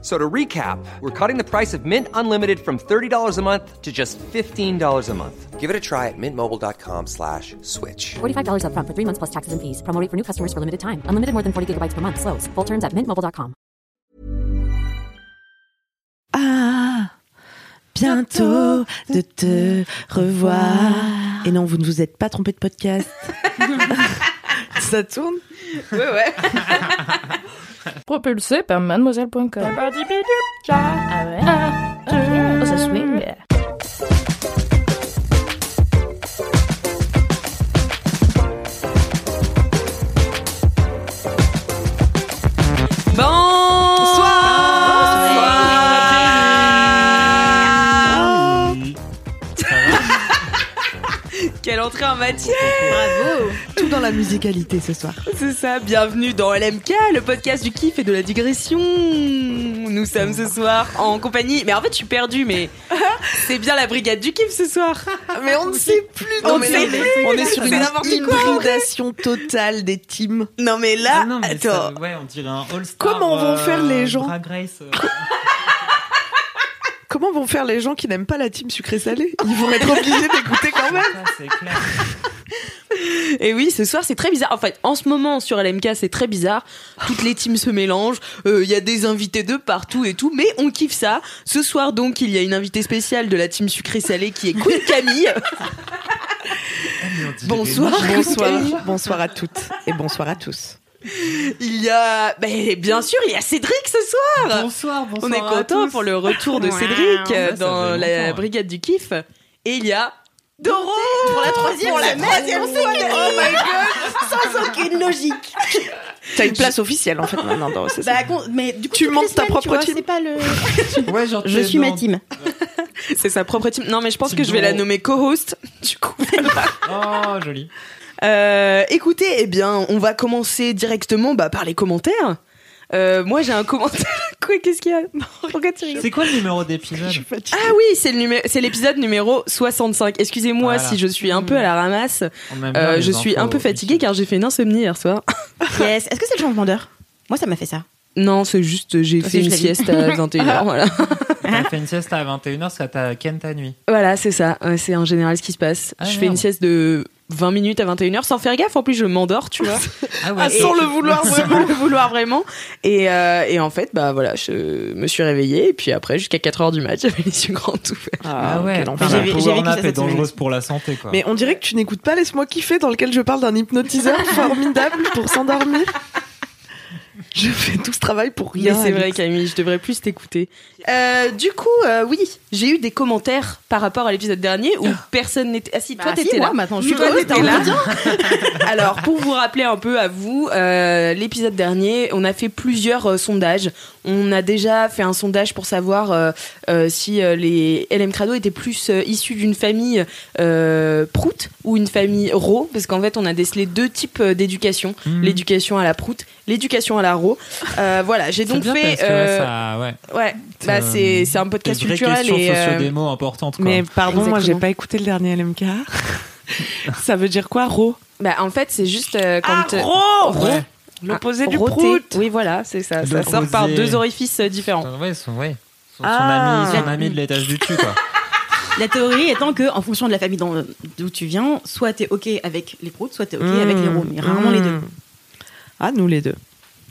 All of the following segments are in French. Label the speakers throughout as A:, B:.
A: So to recap, we're cutting the price of Mint Unlimited from $30 a month to just $15 a month. Give it a try at mintmobile.com slash switch.
B: $45 upfront for three months plus taxes and fees. Promo rate for new customers for limited time. Unlimited more than 40 gigabytes per month. Slows. Full terms at mintmobile.com.
C: Ah, bientôt de te revoir. Et non, vous ne vous êtes pas trompé de podcast. Ça tourne
D: propulsé par mademoiselle.com. Ça swing.
C: Bonsoir
E: Quelle entrée en matière
C: Bravo Tout dans la musicalité ce soir.
E: C'est ça, bienvenue dans LMK, le podcast du kiff et de la digression Nous sommes ce soir en compagnie... Mais en fait, je suis perdue, mais c'est bien la brigade du kiff ce soir
F: Ah,
C: Mais on ne sait plus
E: On ne sait plus.
C: On est sur
E: C'est
C: une
E: n'importe quoi.
C: hybridation totale des teams.
E: Non mais là,
G: Ah non, mais
E: attends,
G: ça- ouais, on dirait un All-Star. euh,
C: Comment vont faire les gens
G: Drag Race, euh,
C: Comment vont faire les gens qui n'aiment pas la team sucré-salé Ils vont être obligés d'écouter
E: Ah
C: quand même
G: ça, c'est clair.
E: et oui, ce soir c'est très bizarre. En fait, en ce moment sur LMK c'est très bizarre. Toutes les teams se mélangent. Euh, Il y a des invités de partout et tout, mais on kiffe ça. Ce soir donc il y a une invitée spéciale de la team sucré-salé qui est Queen Camille. Bonsoir.
C: Bonsoir, bonsoir à toutes et bonsoir à tous.
E: Il y a, ben, bien sûr, il y a Cédric ce soir.
G: Bonsoir, bonsoir.
E: On est
G: à
E: content
G: tous.
E: pour le retour de
G: Wow.
E: Cédric euh,
G: Ouais, ça
E: dans
G: fait
E: la
G: longtemps, ouais.
E: brigade du kiff. Et il y a Doro pour la troisième
C: Oh my god Sans aucune logique T'as une place officielle en fait maintenant dans c'est ça.
F: Bah, con- mais du coup,
C: Tu
F: toutes les
C: montes ta
F: semaines,
C: propre
F: tu vois,
C: team.
F: C'est pas le.
G: Ouais, genre,
F: Je
G: t'es
F: suis
G: dans-
F: ma team.
E: C'est sa propre team. Non, mais je pense
G: Team
E: que je vais la
G: Doro.
E: nommer co-host. Du coup, voilà.
G: Oh, joli.
E: Euh, écoutez, eh bien, on va commencer directement bah, par les commentaires. Euh, moi, j'ai un commentaire. Quoi, qu'est-ce qu'il y a Pourquoi tu rigoles
G: C'est quoi le numéro d'épisode
E: Ah oui, c'est le numé- c'est l'épisode numéro 65. Excusez-moi
G: Voilà.
E: si je suis un peu à la ramasse.
G: On aime bien
E: Euh,
G: les
E: je suis
G: infos
E: un peu fatiguée car j'ai fait une insomnie hier soir.
F: Yes. Est-ce que c'est le changement d'heure Moi, ça m'a fait ça.
E: Non, c'est juste euh, j'ai
F: C'est
E: fait une
F: juste la vie.
E: sieste à 21h. voilà,
G: T'as fait une sieste à 21h parce que t'as ken ta nuit.
E: voilà c'est ça. Ouais, c'est en général ce qui se passe.
G: Ah,
E: je fais
G: merde.
E: une sieste de 20 minutes à 21h sans faire gaffe. En plus, je m'endors, tu vois.
G: Ah ouais.
E: Ah, sans
G: et-
E: le vouloir vraiment. le vouloir vraiment. Et, euh, et en fait, bah voilà, je me suis réveillée. Et puis après, jusqu'à 4h du match, j'avais les yeux grands ouverts.
G: Ah ouais,
C: quel
G: putain,
C: enfer.
F: J'ai-
G: la
F: j'ai
G: power
F: vécu ça
G: nap est
F: cette semaine.
G: dangereuse pour la santé, quoi.
C: Mais on dirait que tu n'écoutes pas Laisse-moi kiffer dans lequel je parle d'un hypnotiseur formidable pour s'endormir. Je fais tout ce travail pour
E: Mais
C: rien.
E: c'est vrai,
C: Alex.
E: Camille, je devrais plus t'écouter. Euh, du coup, euh, oui, j'ai eu des commentaires par rapport à l'épisode dernier où personne n'était. Ah si, toi,
F: Bah,
E: t'étais
F: si,
E: là.
F: moi, maintenant, je suis
E: Toi,
F: heureuse, hein.
E: t'étais
F: t'as
E: là.
F: envie
E: Alors, pour vous rappeler un peu à vous, euh, l'épisode dernier, on a fait plusieurs euh, sondages. On a déjà fait un sondage pour savoir euh, euh, si euh, les LM Crado étaient plus euh, issus d'une famille euh, prout ou une famille ro, parce qu'en fait, on a décelé deux types euh, d'éducation
G: Hmm.
E: l'éducation à la prout, l'éducation à la ro. Euh, voilà, j'ai
G: C'est
E: donc
G: bien
E: fait.
G: parce que, ouais,
E: euh,
G: ça- ouais.
E: ouais, bah,
G: euh,
E: c'est c'est un
G: Des
E: podcast
G: vraies
E: culturel
G: questions
E: et. euh,
G: sociodémo importantes, quoi.
C: Mais pardon, moi j'ai
E: Exactement.
C: pas écouté le dernier LMK. ça veut dire quoi, Ro
E: bah, en fait, c'est juste euh, quand. euh,
C: Ah, Ro
G: Ouais.
C: L'opposé du
E: roté.
C: prout
E: Oui, voilà, c'est ça. Ça
G: Le
E: sort par
G: rosé.
E: deux orifices euh, différents.
G: Ah Ouais, son, ouais. Son, son
C: Ah.
G: ami, son ami de l'étage du dessus, quoi.
F: La théorie étant que, en fonction de la famille dans- d'où tu viens, soit t'es ok avec les proutes, soit t'es ok avec les
G: Mmh.
F: roms. Mais rarement les deux.
C: Mmh. Ah, nous les deux.
E: Mmh.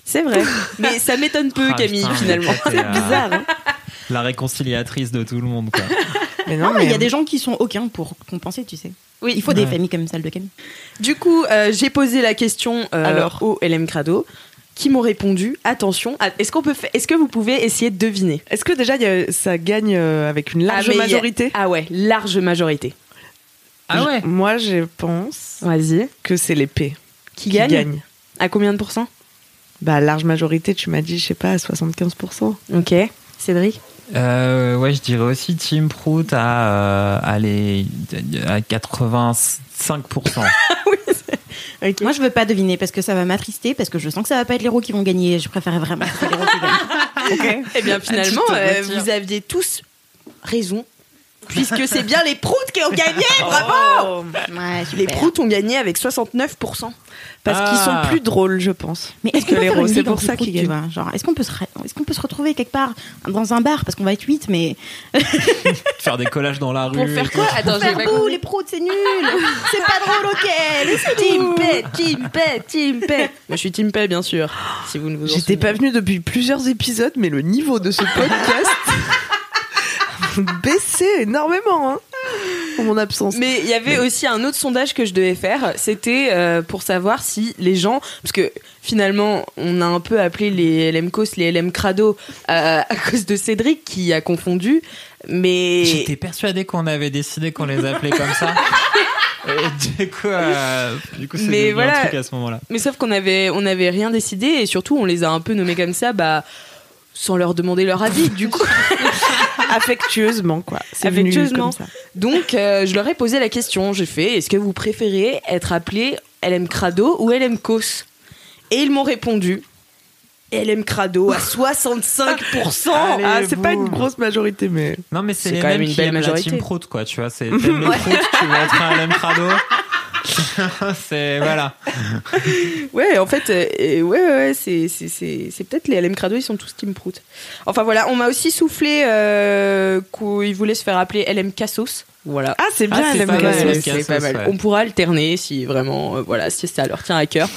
E: C'est vrai. Mais ça m'étonne peu,
G: Ah,
E: Camille,
G: putain, mais
E: finalement.
G: ça, c'est, euh,
F: Bizarre. hein.
G: La réconciliatrice de tout le monde, quoi.
C: Mais non,
E: Ah,
F: Non, mais il y
C: mais- euh,
F: a des gens qui sont aucun pour compenser, tu sais.
E: Oui,
F: Il faut des
G: Ouais.
F: familles comme celle de Camille.
E: Du coup, euh, j'ai posé la question euh,
C: Alors
E: au LM Crado, qui m'ont répondu. Attention, à- est-ce qu'on peut, fa- est-ce que vous pouvez essayer de deviner
C: Est-ce que déjà il y a- ça gagne euh, avec une large
E: Ah, mais il y a-
F: Eh.
C: majorité
E: Ah ouais, large majorité.
G: Ah ouais.
C: Je- Moi, je pense
E: Vas-y.
C: que c'est les P
E: Qui gagne À combien de pourcents
C: Bah, large majorité, tu m'as dit, je sais pas, à 75%.
E: Ok. Cédric.
G: Euh, ouais, je dirais aussi Team Prout à, euh, allez, à 85%.
E: Ah oui. c'est- Ok.
F: Moi, je veux pas deviner parce que ça va m'attrister, parce que je sens que ça va pas être les roues qui vont gagner. Je préférerais vraiment que ce soit les roues qui gagnent.
E: Eh bien, finalement,
G: te
E: euh,
G: retires.
E: vous aviez tous raison. Puisque c'est bien les proutes qui ont gagné, bravo
F: Ouais, super.
E: Les proutes ont gagné avec 69%.
H: Parce qu'ils
G: Ah.
H: sont plus drôles, je pense.
F: Mais est-ce
E: que
F: qu'on peut
E: les
F: faire
E: roues,
F: une
E: c'est
F: ligue
E: pour
F: anti
E: ça
F: proutes,
E: qu'ils
F: tu vois Genre, est-ce qu'on peut se, re- est-ce qu'on peut se retrouver quelque part dans un bar parce qu'on va être 8 mais
G: Faire des collages dans la rue.
E: Pour faire quoi Attends, j'ai
F: Faire
E: pas
F: bouh,
E: compris.
F: les proutes, c'est nul C'est pas drôle, ok laissez
E: Team Pay, Team Pay, Team Pay. Moi, je suis Team Pay, bien sûr. Si vous ne vous en
H: J'étais
E: souvenez.
H: pas venue depuis plusieurs épisodes, mais le niveau de ce podcast a baissé énormément hein, en mon absence.
E: Mais il y avait aussi un autre sondage que je devais faire. C'était euh, pour savoir si les gens, parce que finalement, on a un peu appelé les LM Cos, les LM Crado euh, à cause de Cédric qui a confondu. Mais
G: J'étais persuadée qu'on avait décidé qu'on les appelait comme ça. Et du coup, euh, du coup, c'est
E: Mais
G: devenu
E: voilà.
G: un truc à ce moment-là.
E: mais sauf qu'on avait on n'avait rien décidé et surtout on les a un peu nommés comme ça, bah sans leur demander leur avis. Du coup,
H: Affectueusement, quoi. C'est venu
E: Affectueusement.
H: comme ça.
E: donc euh, je leur ai posé la question. J'ai fait est-ce que vous préférez être appelé LM Crado ou LM Cos Et ils m'ont répondu. LM Crado à 65%.
H: ah, c'est pas une grosse majorité, mais.
G: Non, mais c'est
E: C'est
G: les
E: quand
G: mêmes
E: même une
G: qui
E: belle
G: aiment la
E: majorité.
G: team prout, quoi. Tu vois, c'est t'aimes les proutes, tu vas être un LM crado. c'est voilà.
E: Ouais, en fait, euh, euh, ouais, ouais, ouais, c'est, c'est, c'est, c'est peut-être les LM Crado, ils sont tous Team Prout. Enfin voilà, on m'a aussi soufflé euh, qu'ils voulaient se faire appeler LM Cassos. Voilà.
H: Ah, c'est bien,
G: Ah, c'est
H: elle aime
G: pas
H: bien.
G: mal,
E: c'est
G: LM Cassos,
E: pas mal.
G: ouais.
E: On pourra alterner si vraiment, euh, voilà, si ça leur tient à cœur.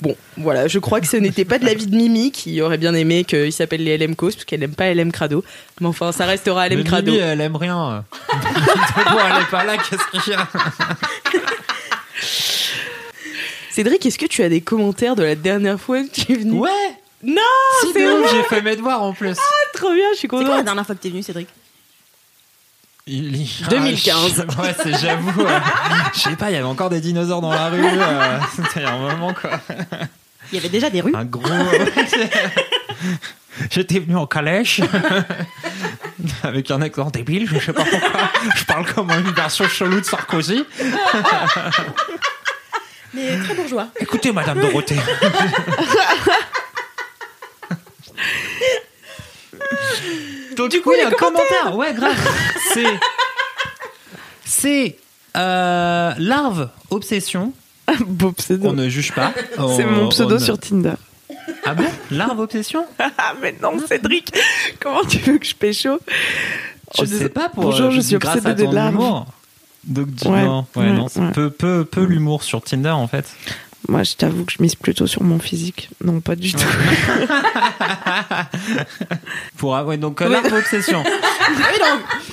E: Bon, voilà, je crois que ce n'était pas de l'avis de Mimi qui aurait bien aimé qu'ils s'appellent les LM Cos, parce qu'elle n'aime pas LM Crado. Mais enfin, ça restera
G: Mais
E: LM Crado.
G: Mimi, elle aime rien. Donc, bon, elle est pas là, qu'est-ce qu'il y a euh,
E: Cédric, est-ce que tu as des commentaires de la dernière fois que tu es venu
G: Ouais
E: Non,
G: Si,
E: Ah, c'est
G: de ouf, j'ai fait mes devoirs en plus.
E: trop bien, je suis
F: C'est quoi la
E: contente.
F: dernière fois que t'es venu, Cédric
G: Il- il-
E: 2015.
G: Ah, je- ouais, c'est j'avoue. euh, je sais pas, il y avait encore des dinosaures dans la rue. euh, C'était un moment quoi.
F: Il y avait déjà des rues.
E: Ah.
G: Un gros. euh, J'étais venu en calèche avec un accent débile, je sais pas pourquoi. Je parle comme une version chelou de Sarkozy.
F: Mais très bourgeois.
G: Écoutez, Madame Dorothée. Donc, du coup, il y a un commentaire. Ouais, grave. C'est. C'est. euh, larve obsession.
H: Beau pseudo.
G: On ne juge pas.
H: C'est
G: On-
H: mon pseudo
G: on ne-
H: sur Tinder.
G: Ah bon Larve obsession
H: Ah, mais non, Cédric, comment tu veux que je pécho
G: Je
H: En
G: sais
H: disant,
G: pas pour.
H: Bonjour,
G: euh,
H: je suis
G: grâce
H: obsédée
G: à
H: des
G: ton
H: larves.
G: humour. Donc, dis-
H: Ouais,
G: non, ouais,
H: ouais,
G: non, c'est
H: ouais.
G: peu, peu, peu l'humour sur Tinder en fait.
H: Moi, je t'avoue que je mise plutôt sur mon physique. Non, pas du tout.
G: Pour ah ouais, donc euh, l'arbre obsession.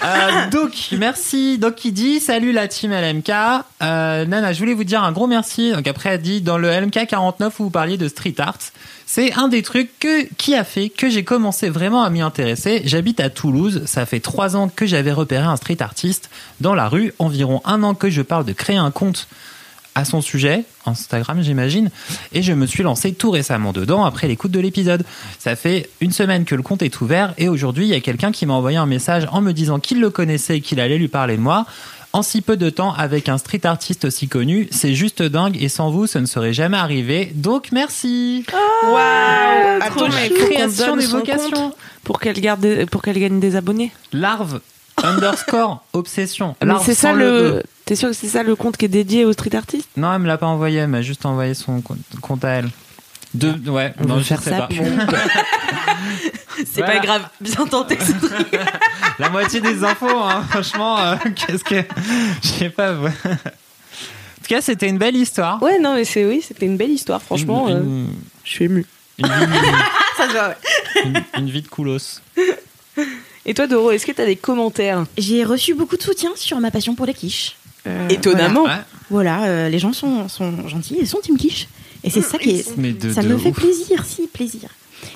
G: Euh, donc merci. Donc il dit salut la team LMK. Euh, Nana, je voulais vous dire un gros merci. Donc après elle dit dans le LMK 49 où vous parliez de street art, c'est un des trucs que, qui a fait que j'ai commencé vraiment à m'y intéresser. J'habite à Toulouse. Ça fait trois ans que j'avais repéré un street artiste dans la rue. Environ un an que je parle de créer un compte à son sujet, Instagram j'imagine, et je me suis lancé tout récemment dedans après l'écoute de l'épisode. Ça fait une semaine que le compte est ouvert et aujourd'hui il y a quelqu'un qui m'a envoyé un message en me disant qu'il le connaissait et qu'il allait lui parler de moi. En si peu de temps avec un street artiste aussi connu, c'est juste dingue et sans vous ce ne serait jamais arrivé. Donc merci.
H: Waouh Attends,
G: mais création des vocations.
H: pour qu'elle garde, des- pour qu'elle gagne des abonnés.
G: Larve underscore obsession.
H: Mais
G: Larve
H: c'est ça
G: sans
H: le.
G: E.
H: T'es sûr que c'est ça le compte qui est dédié aux street artistes
G: Non, elle me l'a pas envoyé, elle m'a juste envoyé son compte- compte à elle. De... Ouais,
H: On
G: non,
H: va
G: je
H: faire
G: sais
H: ça
G: pas.
H: pour-
E: C'est
G: Voilà.
E: pas grave, bien tenté.
G: La moitié des infos, hein, franchement, euh, qu'est-ce que. Je sais pas. ouais. En tout cas, c'était une belle histoire.
E: Ouais, non, mais c'est oui, c'était une belle histoire, franchement.
G: Une,
E: euh.
G: une-
H: Je suis émue.
G: une vie,
E: Ça se voit, ouais.
G: une- une vie de coulos.
E: Et toi, Doro, est-ce que t'as des commentaires
F: J'ai reçu beaucoup de soutien sur ma passion pour les quiches. Euh,
E: Étonnamment.
G: Ouais,
F: Voilà, Voilà, euh, les gens sont, sont gentils, ils sont team quiche. Et c'est ça qui est,
G: mais de,
F: ça
G: de
F: me fait
G: ouf.
F: plaisir, si, plaisir.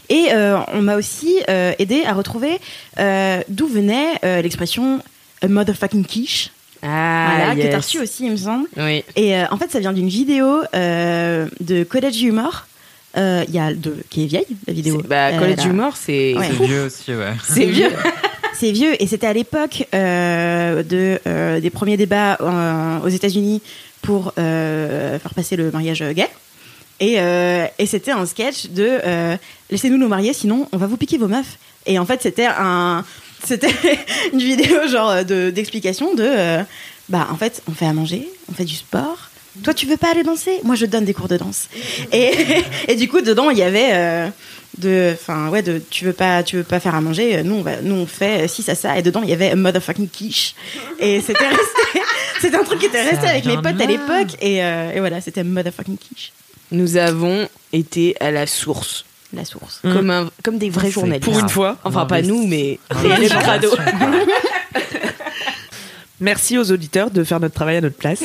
F: Et euh, on m'a aussi euh, aidé à retrouver euh, d'où venait euh, l'expression a motherfucking quiche,
E: Ah,
F: voilà, que t'as reçu aussi, il me semble.
E: Oui.
F: Et euh, en fait, ça vient d'une vidéo euh, de College Humor, euh, il y a de, qui est vieille, la vidéo.
E: C'est- Bah,
F: Euh,
E: Collège
F: là.
E: Humor, c'est.
F: Ouais.
G: C'est vieux aussi, ouais.
E: C'est vieux.
F: C'est vieux et c'était à l'époque euh, de, euh, des premiers débats euh, aux États-Unis pour euh, faire passer le mariage gay. Et, euh, et c'était un sketch de euh, laissez-nous nous marier, sinon on va vous piquer vos meufs. Et en fait, c'était un, c'était une vidéo genre euh, de d'explication de euh, bah en fait, on fait à manger, on fait du sport. Toi, tu veux pas aller danser Moi, je donne des cours de danse. Et, et du coup, dedans, il y avait euh, de, enfin ouais, de tu veux pas, tu veux pas faire à manger. euh, Nous, on va, nous on fait euh, ci ça ça. Et dedans, il y avait motherfucking quiche. Et c'était resté, c'était un truc qui était resté
G: Ça
F: avec mes
G: vient de
F: potes
G: là.
F: à l'époque. Et, euh, et voilà, c'était motherfucking quiche,
E: Nous avons été à la source.
F: la source.
C: Mm.
E: Comme, un- comme des vrais
G: C'est
E: journalistes.
G: grave. Pour une fois.
E: Enfin,
G: Non,
E: pas
G: mais
E: nous, mais
G: Ah,
E: les
G: mais c'est
E: crado.
G: pas sûr.
C: Merci aux auditeurs de faire notre travail à notre place.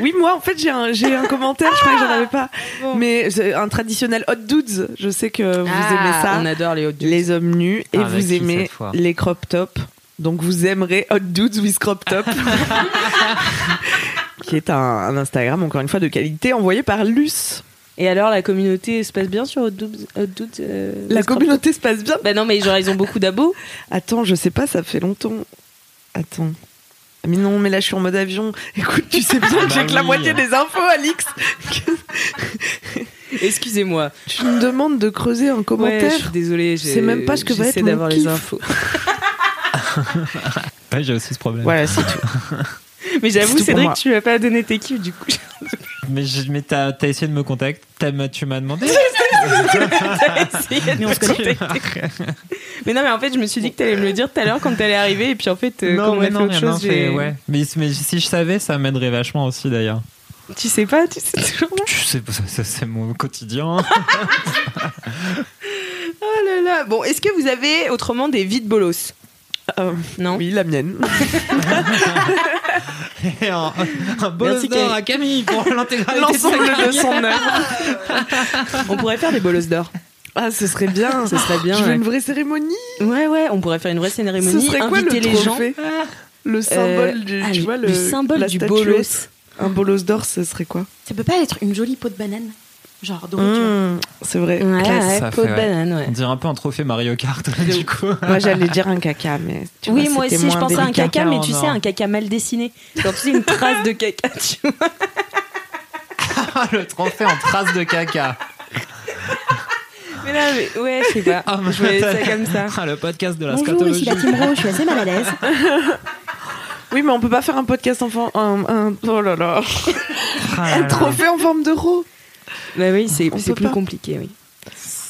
C: Oui, moi, en fait, j'ai un, j'ai un commentaire, je crois que j'en avais pas.
E: Ah,
C: Mais c'est un traditionnel hot dudes, je sais que vous aimez ça.
E: Ah, On adore les hot dogs.
C: Les hommes nus, et
G: Ah, avec
C: vous
G: qui
C: aimez
G: cette fois
C: les crop tops. Donc vous aimerez Hot Dudes with Crop Top. qui est un, un Instagram, encore une fois, de qualité, envoyé par Luce.
E: Et alors, la communauté se passe bien sur Hot Doobs- Hot Dudes euh,
C: La
E: Restaurant
C: communauté se passe bien.
E: Bah non, mais genre, ils ont beaucoup d'abos.
C: Attends, je sais pas, ça fait longtemps. Attends. Ah, Mais non, mais là, je suis en mode avion. Écoute, tu sais bien que
G: Bah
C: j'ai que la
G: oui.
C: moitié des infos, Alix.
E: Excusez-moi.
C: Tu me demandes de creuser un
E: Ouais, je
C: commentaire.
E: suis désolée.
C: Je sais même pas ce que va
E: j'essaie
C: être mon
E: d'avoir les
C: kiff.
E: infos.
G: Ouais, j'ai aussi ce problème.
C: voilà, c'est tout. C'est tout
E: Mais j'avoue,
C: pour
E: Cédric,
C: moi.
E: tu m'as pas donné tes kiffs, du coup.
G: Mais, je- mais t'as t'as essayé de me contacter, t'as- tu m'as demandé.
E: mais on se connaît. mais non, mais en fait, je me suis dit que t'allais me le dire tout à l'heure quand t'allais arriver. Et puis en fait, euh, quand on a fait autre
G: mais non,
E: chose,
G: c'est-
E: j'ai-
G: ouais. mais, mais si je savais, ça m'aiderait vachement aussi d'ailleurs.
E: tu sais pas, tu sais toujours pas.
G: Je sais pas, ça, ça, c'est mon quotidien.
E: Oh là là. Bon, est-ce que vous avez autrement des vides bolos
C: Euh,
E: Non
C: oui, la mienne.
G: Et un, un bol
E: Merci,
G: d'or
E: Camille.
G: à Camille pour l'intégralité de sa
C: L'ensemble de
G: carrière.
C: son œuvre.
E: On pourrait faire des bolos d'or.
C: Ah, ce serait bien.
E: Ce serait bien.
C: Je veux
E: ouais.
C: une vraie cérémonie.
E: Ouais, ouais, on pourrait faire une vraie cérémonie.
C: Ce serait quoi le
E: inviter les gens.
C: trophée Le symbole
E: Euh,
C: du,
E: ah,
C: tu
E: le-
C: vois, Ah.
E: le
C: le,
E: symbole
C: la
E: du
C: statuette.
E: bolos.
C: Un bolos d'or, ce serait quoi
F: Ça peut pas être une jolie peau de banane, genre dorée. tu vois.
C: Mmh, C'est vrai.
E: Ouais,
G: Classe,
E: ouais,
G: ça
E: peau
G: fait,
E: de
G: ouais.
E: banane, ouais.
G: On dirait un peu un trophée Mario Kart du coup.
C: Moi, j'allais dire un caca, mais tu
E: oui,
C: vois,
E: moi
C: c'était
E: aussi, je
C: moins
E: pensais à un
C: délicat.
E: caca, mais tu
G: Non,
E: sais,
G: non.
E: un caca mal dessiné. Genre, tu sais, une trace de caca, tu vois.
G: Ah, le trophée en trace de caca.
E: Mais là, mais- ouais, je sais pas.
G: Ah, mais
E: je voyais ça comme ça.
G: Ah, le podcast de la
F: Bonjour,
G: scatologie.
F: ici la Team Rose, je suis assez mal à l'aise.
C: Oui, mais on peut pas faire un podcast enfant. Un, un- oh là là.
G: Ah, là,
C: Un
G: là.
C: trophée en forme d'euro.
E: Bah oui, c'est
C: On
E: c'est
C: peut
E: plus
C: pas.
E: compliqué, oui.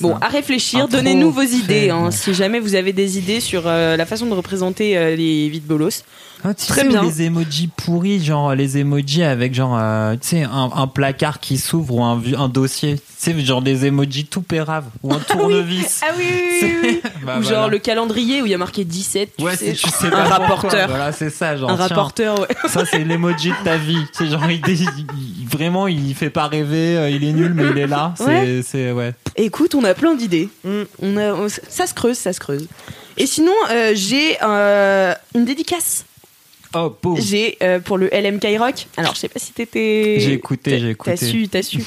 E: Bon, à réfléchir,
G: Un
E: donnez-nous vos
G: trophée,
E: idées. hein,
G: ouais.
E: Si jamais vous avez des idées sur euh, la façon de représenter euh, les vides bolos.
G: Ah, tu
C: Très
G: sais,
C: bien.
G: les emojis pourris, genre les emojis avec genre, euh, tu sais, un, un placard qui s'ouvre ou un, vu- un dossier. Tu sais, genre des emojis tout péraves ou un tournevis.
E: Ah oui,
G: Bah,
E: Ou
G: voilà.
E: genre le calendrier où il y a marqué 17, tu
G: Ouais,
E: sais,
G: c'est- tu sais
E: un
G: pas pourquoi.
E: rapporteur.
G: Voilà, c'est ça, genre.
E: un
G: tiens,
E: rapporteur, ouais.
G: Ça, c'est l'emoji de ta vie. C'est genre, il, il- il- vraiment, il fait pas rêver, euh, il est nul, mais il est là. C'est,
E: Ouais.
G: c'est, ouais.
E: Écoute, on a plein d'idées.
C: Mm.
E: On a, on- ça se creuse, ça se creuse. Et sinon, euh, j'ai euh, une dédicace.
G: Oh, pauvre.
E: J'ai euh, pour le LM Rock. Alors, je sais pas si t'étais.
G: J'ai écouté,
E: t'as-
G: j'ai écouté.
E: T'as su, t'as su.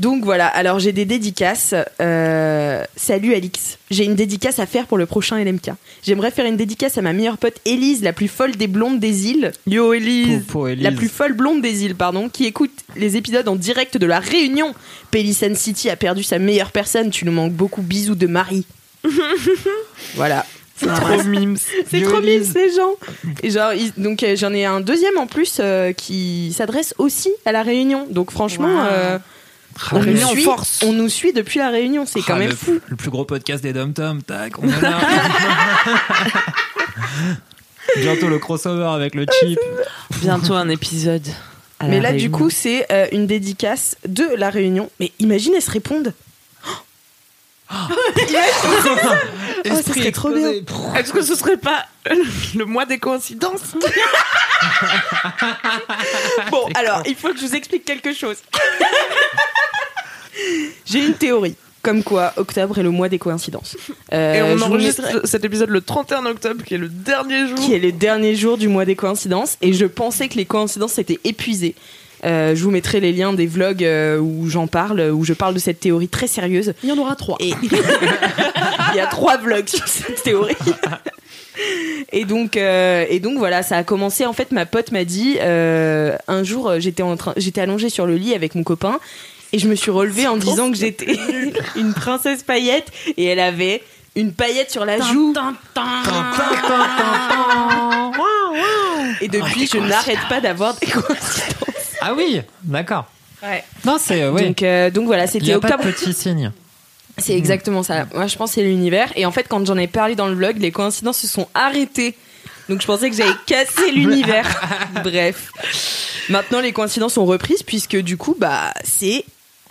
E: Donc voilà, alors j'ai des dédicaces. Euh, salut Alix, j'ai une dédicace à faire pour le prochain LMK. J'aimerais faire une dédicace à ma meilleure pote Élise, la plus folle des blondes des îles.
C: Yo,
G: Pauvre,
C: Elise.
G: pauvre Élise.
E: La plus folle blonde des îles, pardon, qui écoute les épisodes en direct de la Réunion. Pelican City a perdu sa meilleure personne, tu nous manques beaucoup, bisous de Marie. voilà.
C: C'est
G: Ah,
C: trop mimes.
E: C'est
G: Yo,
E: trop mille
G: Élise.
E: ces gens. Et genre, ils- donc euh, j'en ai un deuxième en plus euh, qui s'adresse aussi à la Réunion. Donc franchement,
F: Wow.
E: euh,
G: Ah,
E: on,
G: le-
E: nous
C: Réunion
E: suit,
C: force.
E: on nous suit depuis la Réunion, c'est quand
G: ah,
E: même
G: le,
E: fou.
G: Le plus gros podcast des Dom Tom, tac, on est là. Bientôt le crossover avec le chip.
E: Ah,
C: Bientôt un épisode. à la
E: Mais là, du
C: Réunion.
E: coup, c'est euh, une dédicace de la Réunion. Mais imagine, elles se répondent. Oh.
G: Esprit
E: ça serait trop bien.
G: explosé. Prrr.
C: Est-ce que ce serait pas le mois des coïncidences
E: Bon, alors, il faut que je vous explique quelque chose. J'ai une théorie. Comme quoi, octobre est le mois des coïncidences. Euh,
C: Et
E: je
C: on
E: vous
C: enregistre
E: mettrai-
C: cet épisode le 31 octobre, qui est le dernier jour.
E: qui est le dernier jour du mois des coïncidences. Et je pensais que les coïncidences étaient épuisées. Euh, je vous mettrai les liens des vlogs euh, où j'en parle, où je parle de cette théorie très sérieuse.
F: Il y en aura trois.
E: Et il y a trois vlogs sur cette théorie. Et donc, euh, et donc voilà, ça a commencé. En fait, ma pote m'a dit euh, un jour, euh, j'étais en train, j'étais allongée sur le lit avec mon copain, et je me suis relevée en disant que j'étais une princesse paillette, et elle avait une paillette sur la joue. Et depuis, je n'arrête pas d'avoir des coïncidences.
G: Ah oui, d'accord. Non, c'est. euh, ouais.
E: Donc, euh, donc voilà,
G: Il n'y
E: c'était
G: a pas
E: octobre.
G: de petits signes.
E: C'est exactement ça. Moi, je pense que c'est l'univers. Et en fait, quand j'en ai parlé dans le vlog, les coïncidences se sont arrêtées. Donc, je pensais que j'avais cassé l'univers. Bref. Maintenant, les coïncidences sont reprises puisque du coup, bah, c'est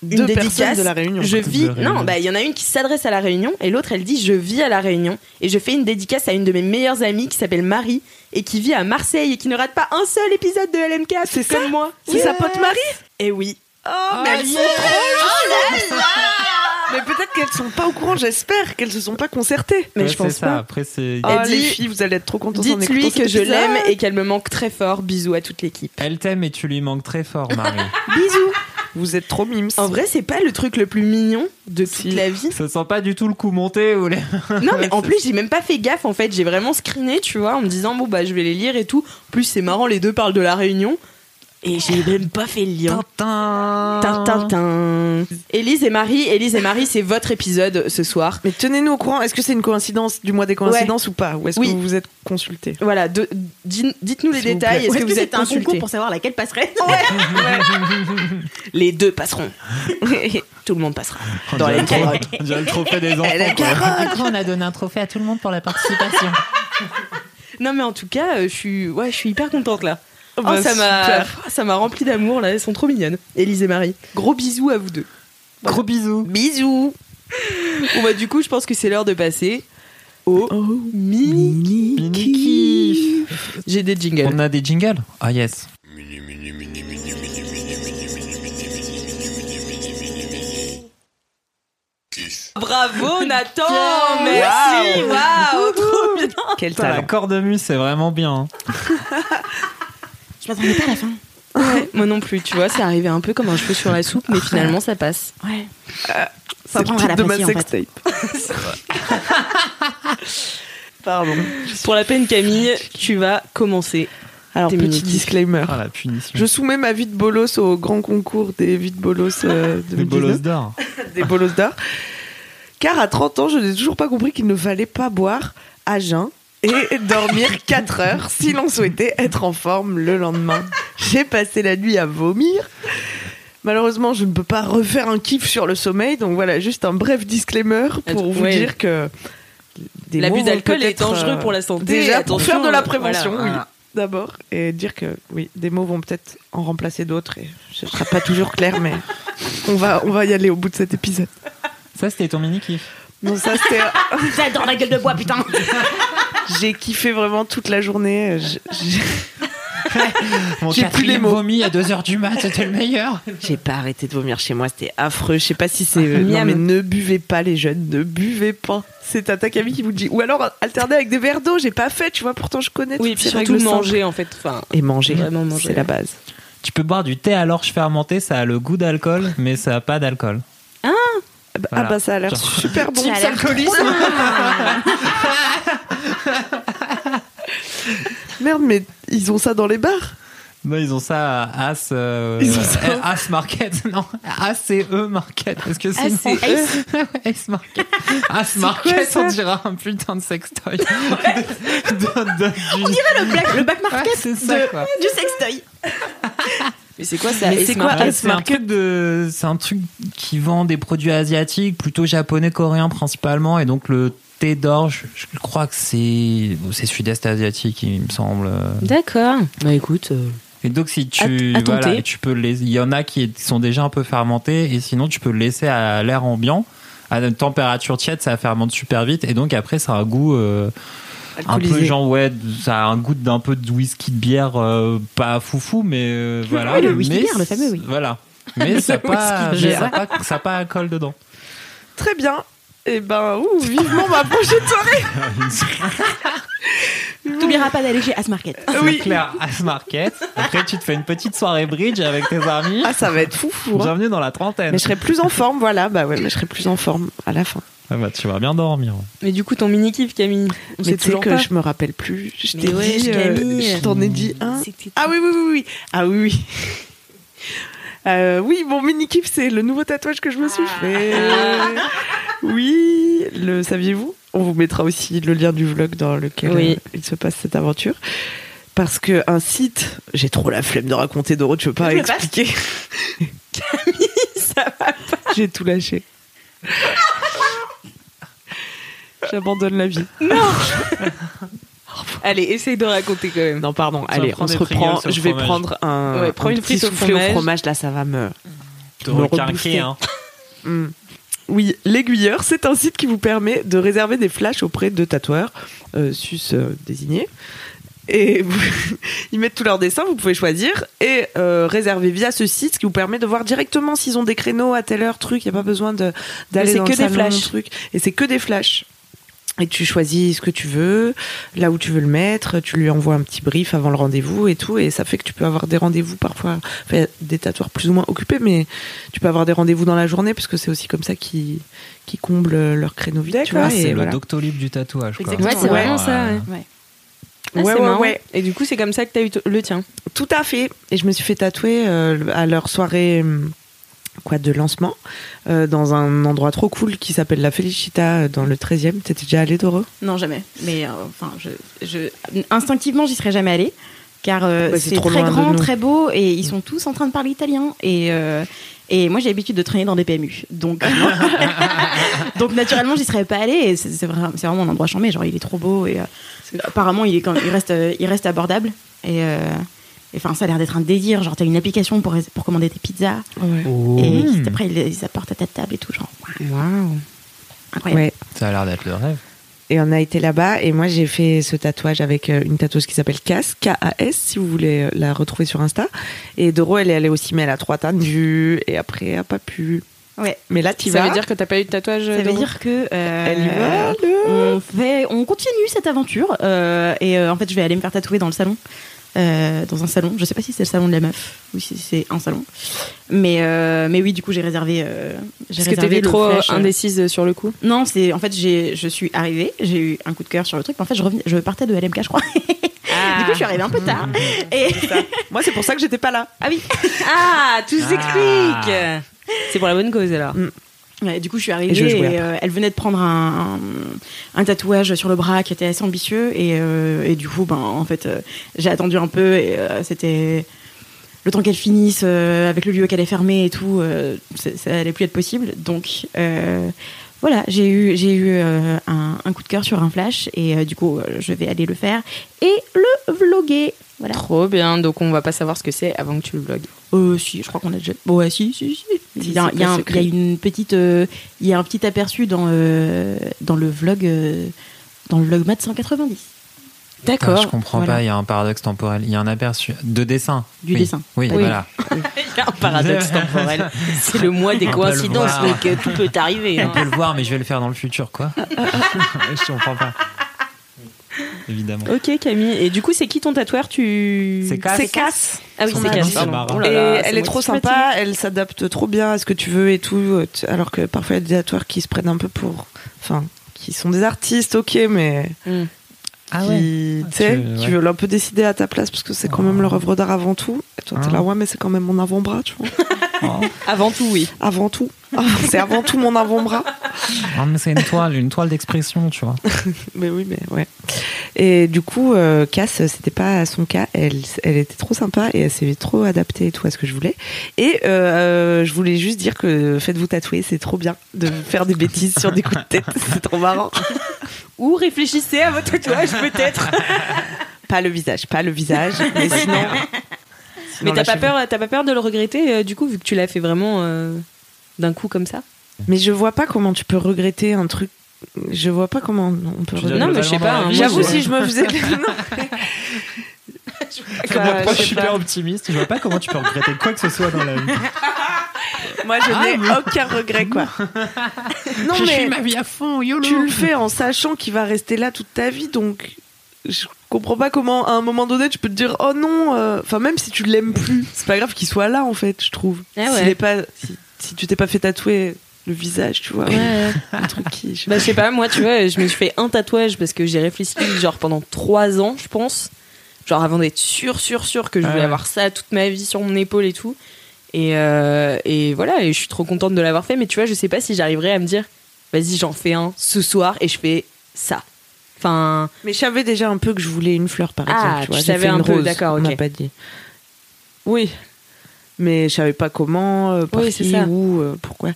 E: une
C: Deux
E: dédicace.
C: personnes de la Réunion.
E: Je
G: De
E: vis.
G: la Réunion.
E: non, bah, il y en a une qui s'adresse à la Réunion et l'autre, elle dit je vis à la Réunion et je fais une dédicace à une de mes meilleures amies qui s'appelle Marie et qui vit à Marseille et qui ne rate pas un seul épisode de LMK. C'est comme moi.
C: Ah, C'est sa pote Marie
E: Et Eh oui. Ah,
C: Mais peut-être qu'elles sont pas au courant, j'espère qu'elles se sont pas concertées.
E: Mais
G: Ouais,
E: je pense
G: c'est ça.
E: pas.
G: Après, c'est.
C: Oh,
E: Elle
C: les
E: dit-
C: filles, vous allez être trop contentes en écoutant
E: Dites-lui
C: cet
E: que je
C: épisode.
E: l'aime et qu'elle me manque très fort. Bisous à toute l'équipe.
G: Elle t'aime et tu lui manques très fort, Marie.
C: Bisous. Vous êtes trop mimes.
E: En vrai, c'est pas le truc le plus mignon de toute
C: Si.
E: la vie.
G: Ça sent pas du tout le coup monté ou les.
E: Non, mais en plus, j'ai même pas fait gaffe en fait. J'ai vraiment screené, tu vois, en me disant, bon, bah, je vais les lire et tout. En plus, c'est marrant, les deux parlent de la réunion. Et j'ai même pas fait le lien. Oh, Tintin. Élise et Marie, Élise et Marie, c'est votre épisode ce soir.
C: Mais tenez-nous au courant, est-ce que c'est une coïncidence du mois des coïncidences ou pas Ou est-ce
E: Oui.
C: que vous vous êtes consultés
E: Voilà, de- dis- dites-nous les
C: S'il vous
E: détails.
C: plaît.
E: Est-ce
F: Ou
E: que vous êtes
F: c'était un concours
E: consultés
F: pour savoir laquelle passerait
E: Les deux passeront. tout le monde passera.
G: Dans
E: les
G: le trophée- on dirait le trophée des enfants. quoi.
I: on a donné un trophée à tout le monde pour la participation.
E: Non, mais en tout cas, euh, je suis, ouais, je suis hyper contente là. Oh,
C: bah,
E: ça m'a,
C: super.
E: ça m'a rempli d'amour là. Elles sont trop mignonnes. Élise et Marie. Gros bisous à vous deux.
G: Gros bisous.
E: Bisous. bon bah du coup, je pense que c'est l'heure de passer au
C: Oh,
E: mini.
G: Mini kiff.
E: J'ai des jingles.
G: On a des jingles Ah yes.
E: Bravo Nathan. Merci. Waouh. Trop bien.
C: Quel
G: Putain, la
C: talent
G: cornemuse, c'est vraiment bien. hein.
F: Je m'attendais pas à la fin.
E: Moi non plus. Tu vois, c'est arrivé un peu comme un cheveu sur la soupe, mais finalement ça passe.
F: Ouais.
C: C'est
F: Ça
C: le
F: prendra
C: titre
F: la
C: de ma
F: en fait.
C: sextape. Pardon.
E: Pour la peine Camille, tu vas commencer.
C: Alors,
E: Des
C: petit
E: mini-kiffs.
C: disclaimer.
G: Ah la punition.
C: Je soumets ma vie de bolos au grand concours des vies de bolos euh,
G: Des
C: 2019.
G: bolos d'or.
C: des bolos d'art. Car à 30 ans, je n'ai toujours pas compris qu'il ne fallait pas boire à jeun et dormir 4 heures si l'on souhaitait être en forme le lendemain. J'ai passé la nuit à vomir. Malheureusement, je ne peux pas refaire un kiff sur le sommeil, donc voilà, juste un bref disclaimer pour
E: Attends,
C: vous
E: ouais.
C: dire que des mots
E: L'abus
C: vont
E: d'alcool est
C: peut-être, euh,
E: dangereux pour la santé.
C: Déjà, pour
E: Attention,
C: faire de la
E: euh,
C: prévention,
E: voilà.
C: oui, d'abord, et dire que oui, des mots vont peut-être en remplacer d'autres, et ce ne sera pas toujours clair, mais on va, on va y aller au bout de cet épisode.
G: Ça, c'était ton mini kiff.
C: Non, ça c'était.
F: J'adore la gueule de bois, putain.
C: J'ai kiffé vraiment toute la journée. Je- je-
G: Mon
C: J'ai plus
G: quatrième
C: les mots.
G: vomi à 2h du mat, c'était le meilleur.
C: J'ai pas arrêté de vomir chez moi, c'était affreux. Je sais pas si c'est. non,
E: Miam.
C: mais ne buvez pas, les jeunes, ne buvez pas. C'est Tata Camille qui vous le dit. Ou alors alternez avec des verres d'eau, j'ai pas fait, tu vois, pourtant je connais
E: Oui, et
C: toutes
E: puis
C: ces
E: surtout
C: règles simples.
E: manger en fait. Enfin,
C: Et manger,
E: Vraiment manger.
C: c'est la base.
G: Tu peux boire du thé à l'orge fermenté, ça a le goût d'alcool, mais ça a pas d'alcool.
C: Ah bah-
G: Voilà.
C: Ah bah ça a l'air
G: Genre-
C: super bon.
F: Ça a l'air trop bien.
C: Merde, mais ils ont ça dans les bars.
G: Non, Bah, ils ont ça à As, euh,
C: Ils ont ça.
G: euh, As Market, non, ACE Market, parce que
F: Ah,
G: sinon...
F: E. Ace.
G: Ouais, Ace Market. As Market, on dirait un putain de sextoy. on dirait
F: Le black- le back market
G: c'est ça, quoi.
F: du sextoy.
E: mais c'est quoi ça
C: Mais c'est
E: Ace
C: quoi,
E: Market
G: Ouais,
C: Ace
G: Ah, c'est un truc de, c'est un truc qui vend des produits asiatiques, plutôt japonais, coréens principalement, et donc le thé d'orge, je je crois que c'est, c'est sud-est asiatique, il me semble.
E: D'accord. Bah écoute. euh,
G: Et donc si tu,
E: À- à ton
G: voilà,
E: thé.
G: tu peux les, il y en a qui sont déjà un peu fermentés, et sinon tu peux le laisser à l'air ambiant. À une température tiède, ça fermente super vite, et donc après ça a un goût. euh, un peu
C: Alcoolisé.
G: genre ouais ça a un goût d'un peu de whisky de bière euh, pas foufou mais euh, voilà
F: Oui, le whisky de bière,
G: Mais
F: le fameux, oui.
G: voilà mais ça a pas
C: whisky de
G: mais
C: bière.
G: ça a pas ça a pas alcool dedans
C: Très bien. Eh ben, ouh, vivement ma prochaine soirée.
F: T'oublieras pas d'aller chez As Market.
G: C'est clair, à ce market. Après, tu te fais une petite soirée bridge avec tes amis.
C: Ah, ça va être fou, fou. hein.
G: Bienvenue dans la trentaine.
C: Mais je serai plus en forme, voilà. Bah ouais, mais je serai plus en forme à la fin.
G: Ah bah, tu vas bien dormir.
E: Mais du coup, ton mini-kiff, Camille, on
C: Mais
E: sait
C: tu sais
E: toujours
C: que
E: pas.
C: je me rappelle plus. Je
E: Mais
C: t'ai
E: ouais,
C: dit, euh,
E: Camille.
C: je t'en ai dit un.
E: C'était-
C: Ah oui, oui, oui, oui. Ah oui, oui. Euh, oui, mon mini kiff, c'est le nouveau tatouage que je me
E: Ah.
C: suis fait. Oui, le saviez-vous On vous mettra aussi le lien du vlog dans lequel
E: Oui.
C: euh, il se passe cette aventure. Parce que un site, j'ai trop la flemme de raconter Doro, tu veux pas expliquer
E: Ça va.
C: J'ai tout lâché. J'abandonne la vie.
E: Allez, essaye de raconter quand même.
C: Non, pardon,
G: Tu vas
C: allez, on
G: prendre
C: se
G: des Pringles
C: reprend.
G: au
C: Je vais
G: fromage.
C: prendre un,
E: Ouais, prends
C: un
E: une
C: petit
E: frite au
C: soufflé au
E: fromage.
C: fromage, là, ça va me.
G: Te
C: me
G: requinquer,
C: rebooster.
G: hein.
E: Mm.
C: Hmm. Oui, l'aiguilleur, c'est un site qui vous permet de réserver des flashs auprès de tatoueurs euh, sus euh, désignés. Et vous- ils mettent tous leurs dessins, vous pouvez choisir et euh, réserver via ce site, ce qui vous permet de voir directement s'ils ont des créneaux à telle heure, truc. Il n'y a pas besoin de- d'aller
E: c'est
C: dans
E: que
C: le
E: des
C: salon,
E: flashs.
C: truc. Et c'est que des flashs. Et tu choisis ce que tu veux, là où tu veux le mettre, tu lui envoies un petit brief avant le rendez-vous et tout, et ça fait que tu peux avoir des rendez-vous parfois, enfin, des tatoueurs plus ou moins occupés, mais tu peux avoir des rendez-vous dans la journée, parce que c'est aussi comme ça qu'ils qu'ils comblent leur créneau vide, tu vois,
G: Ah, c'est
C: et
G: le
C: voilà.
G: doctolib du tatouage. Quoi.
E: Exactement. Ouais, c'est vraiment ça, ouais.
C: Ah, Ouais, c'est ouais, marrant. ouais.
E: Et du coup, c'est comme ça que t'as eu t- le tien.
C: Tout à fait. Et je me suis fait tatouer euh, à leur soirée hum, quoi de lancement euh, dans un endroit trop cool qui s'appelle la Felicita euh, dans le 13e. T'étais déjà allé Doro
F: Non, jamais. Mais euh, enfin, je, je- instinctivement, j'y serais jamais allée. Car euh,
C: Bah, c'est
F: c'est
C: trop
F: très
C: loin de
F: grand,
C: nous. Mm.
F: très beau, et ils sont tous en train de parler italien. Et, euh, et moi, j'ai l'habitude de traîner dans des PMU. Donc, donc naturellement, j'y serais pas allée. et C'est c'est vraiment, c'est vraiment un endroit chambé. Genre, il est trop beau. Et euh, apparemment, il, est quand, il, reste, euh, il reste abordable. Et. euh, et, Enfin, ça a l'air d'être un délire. Genre, t'as une application pour, pour commander tes pizzas.
G: Oh,
F: Et
C: Oh.
F: après, ils, ils apportent à ta table et tout. Genre, incroyable.
C: Ouais.
G: Ça a l'air d'être le rêve.
C: Et on a été là-bas et moi j'ai fait ce tatouage avec euh, une tatoueuse qui s'appelle Cass, K-A-S, si vous voulez euh, la retrouver sur Insta. Et Doro, elle est allée aussi, mais elle a trop attendu et après elle a pas pu.
F: Ouais.
C: Mais là, tu
E: ça
C: vas.
E: veut dire que t'as pas eu de tatouage
F: Ça veut
E: Doro
F: dire que. euh,
C: Elle y va, le-
F: on, Euh, fait, on continue cette aventure. euh, et euh, en fait, je vais aller me faire tatouer dans le salon. Euh, dans un salon. Je sais pas si c'est le salon de la meuf ou si c'est un salon. Mais, euh, mais oui, du coup, j'ai réservé. euh, j'ai
E: Parce que
F: réservé
E: t'étais
F: le
E: trop euh,
F: flash, euh.
E: indécise euh, sur le coup.
F: Non, c'est en fait j'ai je suis arrivée, j'ai eu un coup de cœur sur le truc, mais en fait je revenais, je partais de LMK je crois. du coup je suis arrivée un peu tard. Et
C: Moi, c'est pour ça que j'étais pas là.
F: ah oui,
E: Ah, tout
G: s'explique.
E: Ah. C'est pour la bonne cause alors.
F: Ouais, du coup, je suis arrivée
C: Et je
F: et,
C: jouais
F: euh, elle venait de prendre un, un- un tatouage sur le bras qui était assez ambitieux et, euh, et du coup, ben en fait, euh, j'ai attendu un peu et euh, c'était le temps qu'elle finisse euh, avec le lieu qu'elle est fermée et tout, euh, c'est- ça allait plus être possible. Donc euh, voilà, j'ai eu j'ai eu euh, un, un coup de cœur sur un flash et euh, du coup, euh, je vais aller le faire et le vloguer. Voilà.
E: Trop bien, donc on va pas savoir ce que c'est avant que tu le vlogues.
F: Euh, si, je crois qu'on a déjà. Bon, ouais, si, si, si. Il y a,
C: c'est
F: il y a
C: pas
F: un-
C: secret.
F: il y a une petite, euh, il y a un petit aperçu dans euh, dans le vlog, euh, dans le vlog Mat 190
G: Putain, Je comprends
F: Voilà.
G: pas, il y a un paradoxe temporel. Il y a un aperçu de dessin.
F: Du
G: Oui.
F: dessin.
G: Oui,
F: Oui.
G: voilà.
E: Il y a un paradoxe temporel. C'est le mois des
G: On peut le
E: coïncidences,
G: voir.
E: donc euh, tout peut arriver.
G: On
E: hein.
G: peut le voir, mais je vais le faire dans le futur, quoi. je comprends pas. Évidemment.
E: Ok Camille, et du coup c'est qui ton tatoueur tu...
G: C'est Cass. C'est
E: Cass Ah oui
G: Son
E: c'est
G: ami,
E: Cass,
G: c'est
E: pardon.
G: marrant.
E: Oh
C: Et
E: là là, c'est
C: elle est
E: moi
C: trop
E: qui suis
C: sympa, elle s'adapte trop bien à ce que tu veux et tout. euh, tu- Alors que parfois, il y a des tatoueurs qui se prennent un peu pour. Enfin, qui sont des artistes, ok, mais.
E: Mm.
G: Ah
C: qui, tu sais,
G: Tu veux-
C: qui
G: ouais.
C: veulent un peu décider à ta place parce que c'est quand même leur œuvre d'art avant tout. Et toi, t'es
G: Ah.
C: là, ouais, mais c'est quand même mon avant-bras, tu vois.
E: Avant tout oui.
C: Avant tout. Ah, c'est avant tout mon avant-bras.
G: Ah, mais c'est une toile, une toile d'expression, tu vois.
C: Mais oui, mais ouais. Et du coup, euh, Cass, c'était pas son cas. Elle, elle était trop sympa et elle s'est trop adaptée et tout à ce que je voulais. Et euh, je voulais juste dire que faites-vous tatouer, c'est trop bien de faire des bêtises sur des coups de tête. C'est trop marrant.
E: Ou réfléchissez à votre tatouage peut-être.
C: Pas le visage, pas le visage. Mais sinon.
E: Mais
C: sinon,
E: t'as pas,
C: lâchez-vous.
E: peur, t'as pas peur de le regretter euh, du coup vu que tu l'as fait vraiment euh, d'un coup comme ça
C: Mais je vois pas comment tu peux regretter un truc. Je vois pas comment on peut
G: Tu veux
C: regretter.
G: dire
E: Non, mais je sais pas, hein,
G: globalement,
E: moi,
C: J'avoue,
E: je-
C: si je me faisais. Non, mais-
E: Bah,
G: Moi,
E: je
G: je
E: sais
G: suis
E: pas.
G: super optimiste. Je vois pas comment tu peux regretter quoi que ce soit dans la vie.
C: Moi, je n'ai aucun regret, quoi. non,
F: Ah, Je suis
C: mais
F: ma vie à fond, YOLO.
C: tu le fais en sachant qu'il va rester là toute ta vie, donc je comprends pas comment, à un moment donné, tu peux te dire oh non. euh, Enfin, même si tu l'aimes plus, c'est pas grave qu'il soit là, en fait, je trouve.
E: Ah
C: S'il
E: ouais.
C: est pas, si, si tu t'es pas fait tatouer le visage, tu vois, un truc qui. je-
E: Bah, je sais pas, moi, tu vois, je me suis fait un tatouage parce que j'ai réfléchi, genre, pendant trois ans, je pense. Genre, avant d'être sûr, sûr, sûr que je voulais
G: Ouais.
E: avoir ça toute ma vie sur mon épaule et tout. Et, euh, et voilà, et je suis trop contente de l'avoir fait, mais tu vois, je sais pas si j'arriverai à me dire, vas-y, j'en fais un ce soir et je fais ça. Enfin,
C: Mais je savais déjà un peu que je voulais une fleur, par
E: Ah,
C: exemple.
E: tu
C: vois, j'ai
E: savais
C: fait
E: un
C: une
E: peu,
C: rose,
E: d'accord,
C: On
E: ok.
C: m'a pas dit. Oui, mais je savais pas comment, euh, par
E: Oui,
C: qui,
E: c'est ça.
C: où, euh, pourquoi.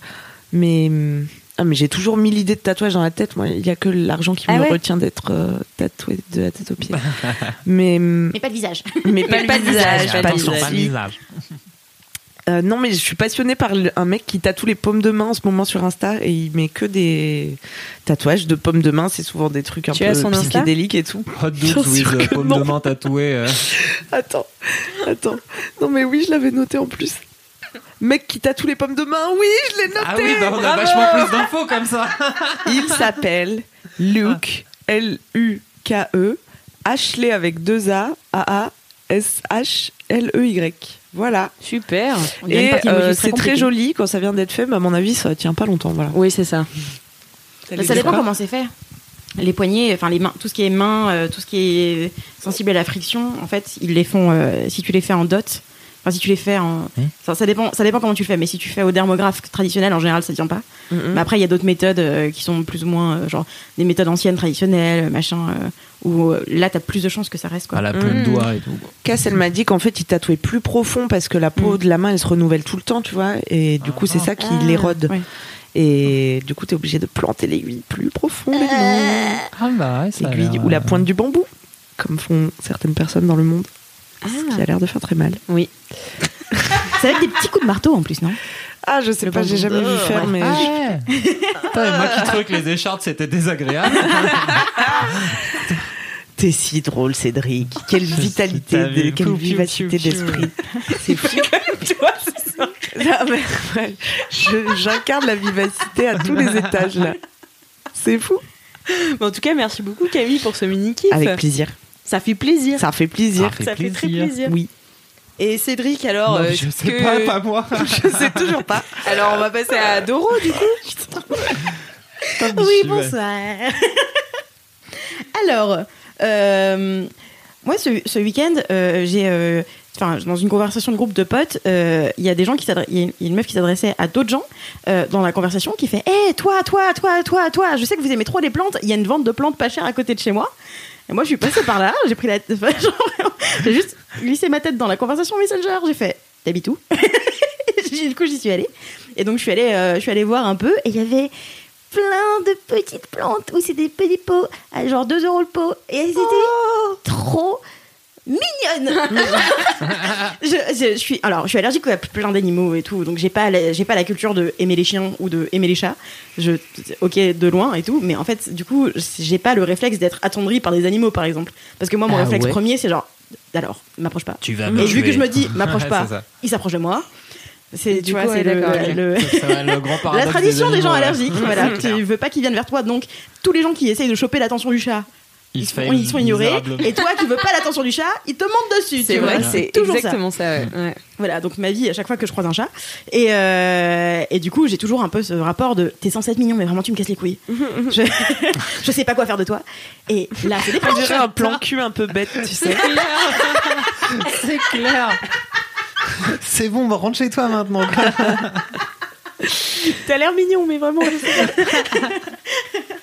C: Mais hum, ah, mais j'ai toujours mille idées de tatouage dans la tête. Moi, il y a que l'argent qui
E: Ah
C: me
E: ouais
C: retient d'être euh, tatouée de la tête aux pieds. mais hum,
F: Mais pas de visage.
C: mais
E: pas le visage,
C: pas
E: pas
C: de
E: le
G: Attention, Ah, pas le
C: sourcils.
G: visage.
C: Euh, non, mais je suis passionnée par le- un mec qui tatoue les pommes de main en ce moment sur Insta et il met que des tatouages de pommes de main. C'est souvent des trucs un
E: Tu
C: peu
E: as son Insta
C: psychédéliques et tout.
G: Hot
C: Bien
G: dogs
C: sûr
G: with
C: que
G: pomme
C: non.
G: de main tatouée. euh.
C: Attends, attends. Non mais oui, je l'avais noté en plus. Mec qui tatoue les pommes de main, oui, je l'ai noté.
G: Ah oui, bah, on a
C: bravo.
G: vachement plus d'infos comme ça.
C: Il s'appelle Luke,
G: Ah.
C: L-U-K-E, Ashley E avec deux A, A-A-S-H-L-E-Y. E, Voilà.
E: super.
F: On dirait une
C: Et
F: partie
C: euh,
F: d'enregistré
C: c'est très
F: compliquée.
C: joli quand ça vient d'être fait, mais à mon avis, ça tient pas longtemps. Voilà.
E: Oui, c'est ça.
F: Bah, ça dépend comment c'est fait. Les poignets, enfin les mains, tout ce qui est main, euh, tout ce qui est sensible à la friction, en fait, ils les font. euh, si tu les fais en dot, enfin si tu les fais en,
G: Oui.
F: ça, ça dépend, ça dépend comment tu le fais. Mais si tu fais au dermographe traditionnel, en général, ça tient pas.
C: Mm,
F: Mais après, il y a d'autres méthodes euh, qui sont plus ou moins euh, genre des méthodes anciennes traditionnelles, machin, euh, où euh, là t'as plus de chances que ça reste quoi.
G: Ah, la plume
C: Mm.
G: doigt et tout.
C: Cass, elle m'a dit qu'en fait, il tatouait plus profond parce que la peau
G: Mm.
C: de la main, elle se renouvelle tout le temps, tu vois. Et du coup, c'est ça
G: Ah,
C: qui l'érode.
F: ouais.
C: Et du coup, t'es obligé de planter l'aiguille plus profondément.
G: Ah bah ouais, ça a
C: L'aiguille
G: l'air,
C: ou la
G: euh,
C: pointe du bambou, comme font certaines personnes dans le monde.
G: Ah.
C: Ce qui a l'air de faire très mal.
F: Ça va être des petits coups de marteau en plus, non
C: Ah, je sais pas, j'ai jamais vu faire, mais.
G: Ah ouais. Putain, et moi qui trouvais que les écharpes c'était désagréable.
C: T'es si drôle, Cédric. Quelle vitalité,
G: t'as
C: de-
G: vu.
C: quelle
G: Piou, piou,
C: vivacité
G: piou, piou.
C: d'esprit. C'est fou. Non, mais ouais, je- J'incarne la vivacité à tous les étages, là. C'est fou.
E: Mais en tout cas, merci beaucoup, Camille, pour ce mini-kiff.
C: Avec plaisir.
E: Ça fait plaisir.
C: Ça fait plaisir.
E: Ça fait très plaisir.
C: Oui.
E: Et Cédric,
F: Oh,
E: alors.
G: Non, mais
E: euh,
G: je sais
E: que-
G: pas, pas moi.
C: Je sais toujours pas.
E: Alors, on va passer à Doro, du coup.
G: Je
F: Oui,
G: suis-
F: bonsoir. Alors, euh, moi, ce, ce week-end, euh, j'ai. euh, Enfin, dans une conversation de groupe de potes, euh, il y a des gens qui s'adressent, il y a une- il y a une meuf qui s'adressait à d'autres gens euh, dans la conversation qui fait Hé, toi, toi, toi, toi, toi, je sais que vous aimez trop les plantes, il y a une vente de plantes pas chères à côté de chez moi. Et moi, je suis passée par là, j'ai pris la. enfin, genre, vraiment, j'ai juste glissé ma tête dans la conversation Messenger, j'ai fait T'habites où Du coup, j'y suis allée. Et donc, je suis allée, euh, je suis allée voir un peu, et il y avait plein de petites plantes où c'est des petits pots à genre 2 euros le pot. Et elles étaient
E: Oh
F: trop mignonnes. je, je- je suis, alors, je suis allergique à plein d'animaux et tout, donc j'ai pas, la- j'ai pas la culture de aimer les chiens ou de aimer les chats. Je, ok, de loin et tout, mais en fait, du coup, j'ai pas le réflexe d'être attendri par des animaux, par exemple. Parce que moi, mon
E: Ah
F: réflexe
E: ouais.
F: premier, c'est genre, alors, m'approche pas.
G: Tu vas
F: Et vu que je me dis,
G: Ouais,
F: m'approche
G: c'est
F: pas,
G: ça.
F: il s'approche de moi. C'est,
E: Du
F: tu
E: coup,
F: vois,
E: ouais,
F: c'est le-
E: d'accord, ok.
F: le,
G: Ça, ça va, le grand
F: la
G: paradoxe
F: tradition des
G: animaux,
F: gens
G: ouais.
F: allergiques, voilà, tu veux pas qu'ils viennent vers toi, donc tous les gens qui essayent de choper l'attention du chat,
G: Ils
F: ils,
G: se
F: se font-
G: faillent
F: ils sont ignorés,
G: misérablement.
F: et toi qui veux pas l'attention du chat, ils te montent dessus.
E: C'est
F: tu
E: vrai,
F: vois.
E: c'est
F: toujours
E: exactement ça. ouais. ouais.
F: ça. Voilà, donc ma vie à chaque fois que je croise un chat, et, euh, et du coup j'ai toujours un peu ce rapport de t'es censé être mignon, mais vraiment tu me casses les couilles. je, je sais pas quoi faire de toi. Et là c'est des
C: On
F: plantes.
C: dirait un plan cul un peu bête, tu sais.
G: C'est clair. C'est bon, bah, rentre chez toi maintenant.
F: T'as l'air mignon, mais vraiment. je sais pas.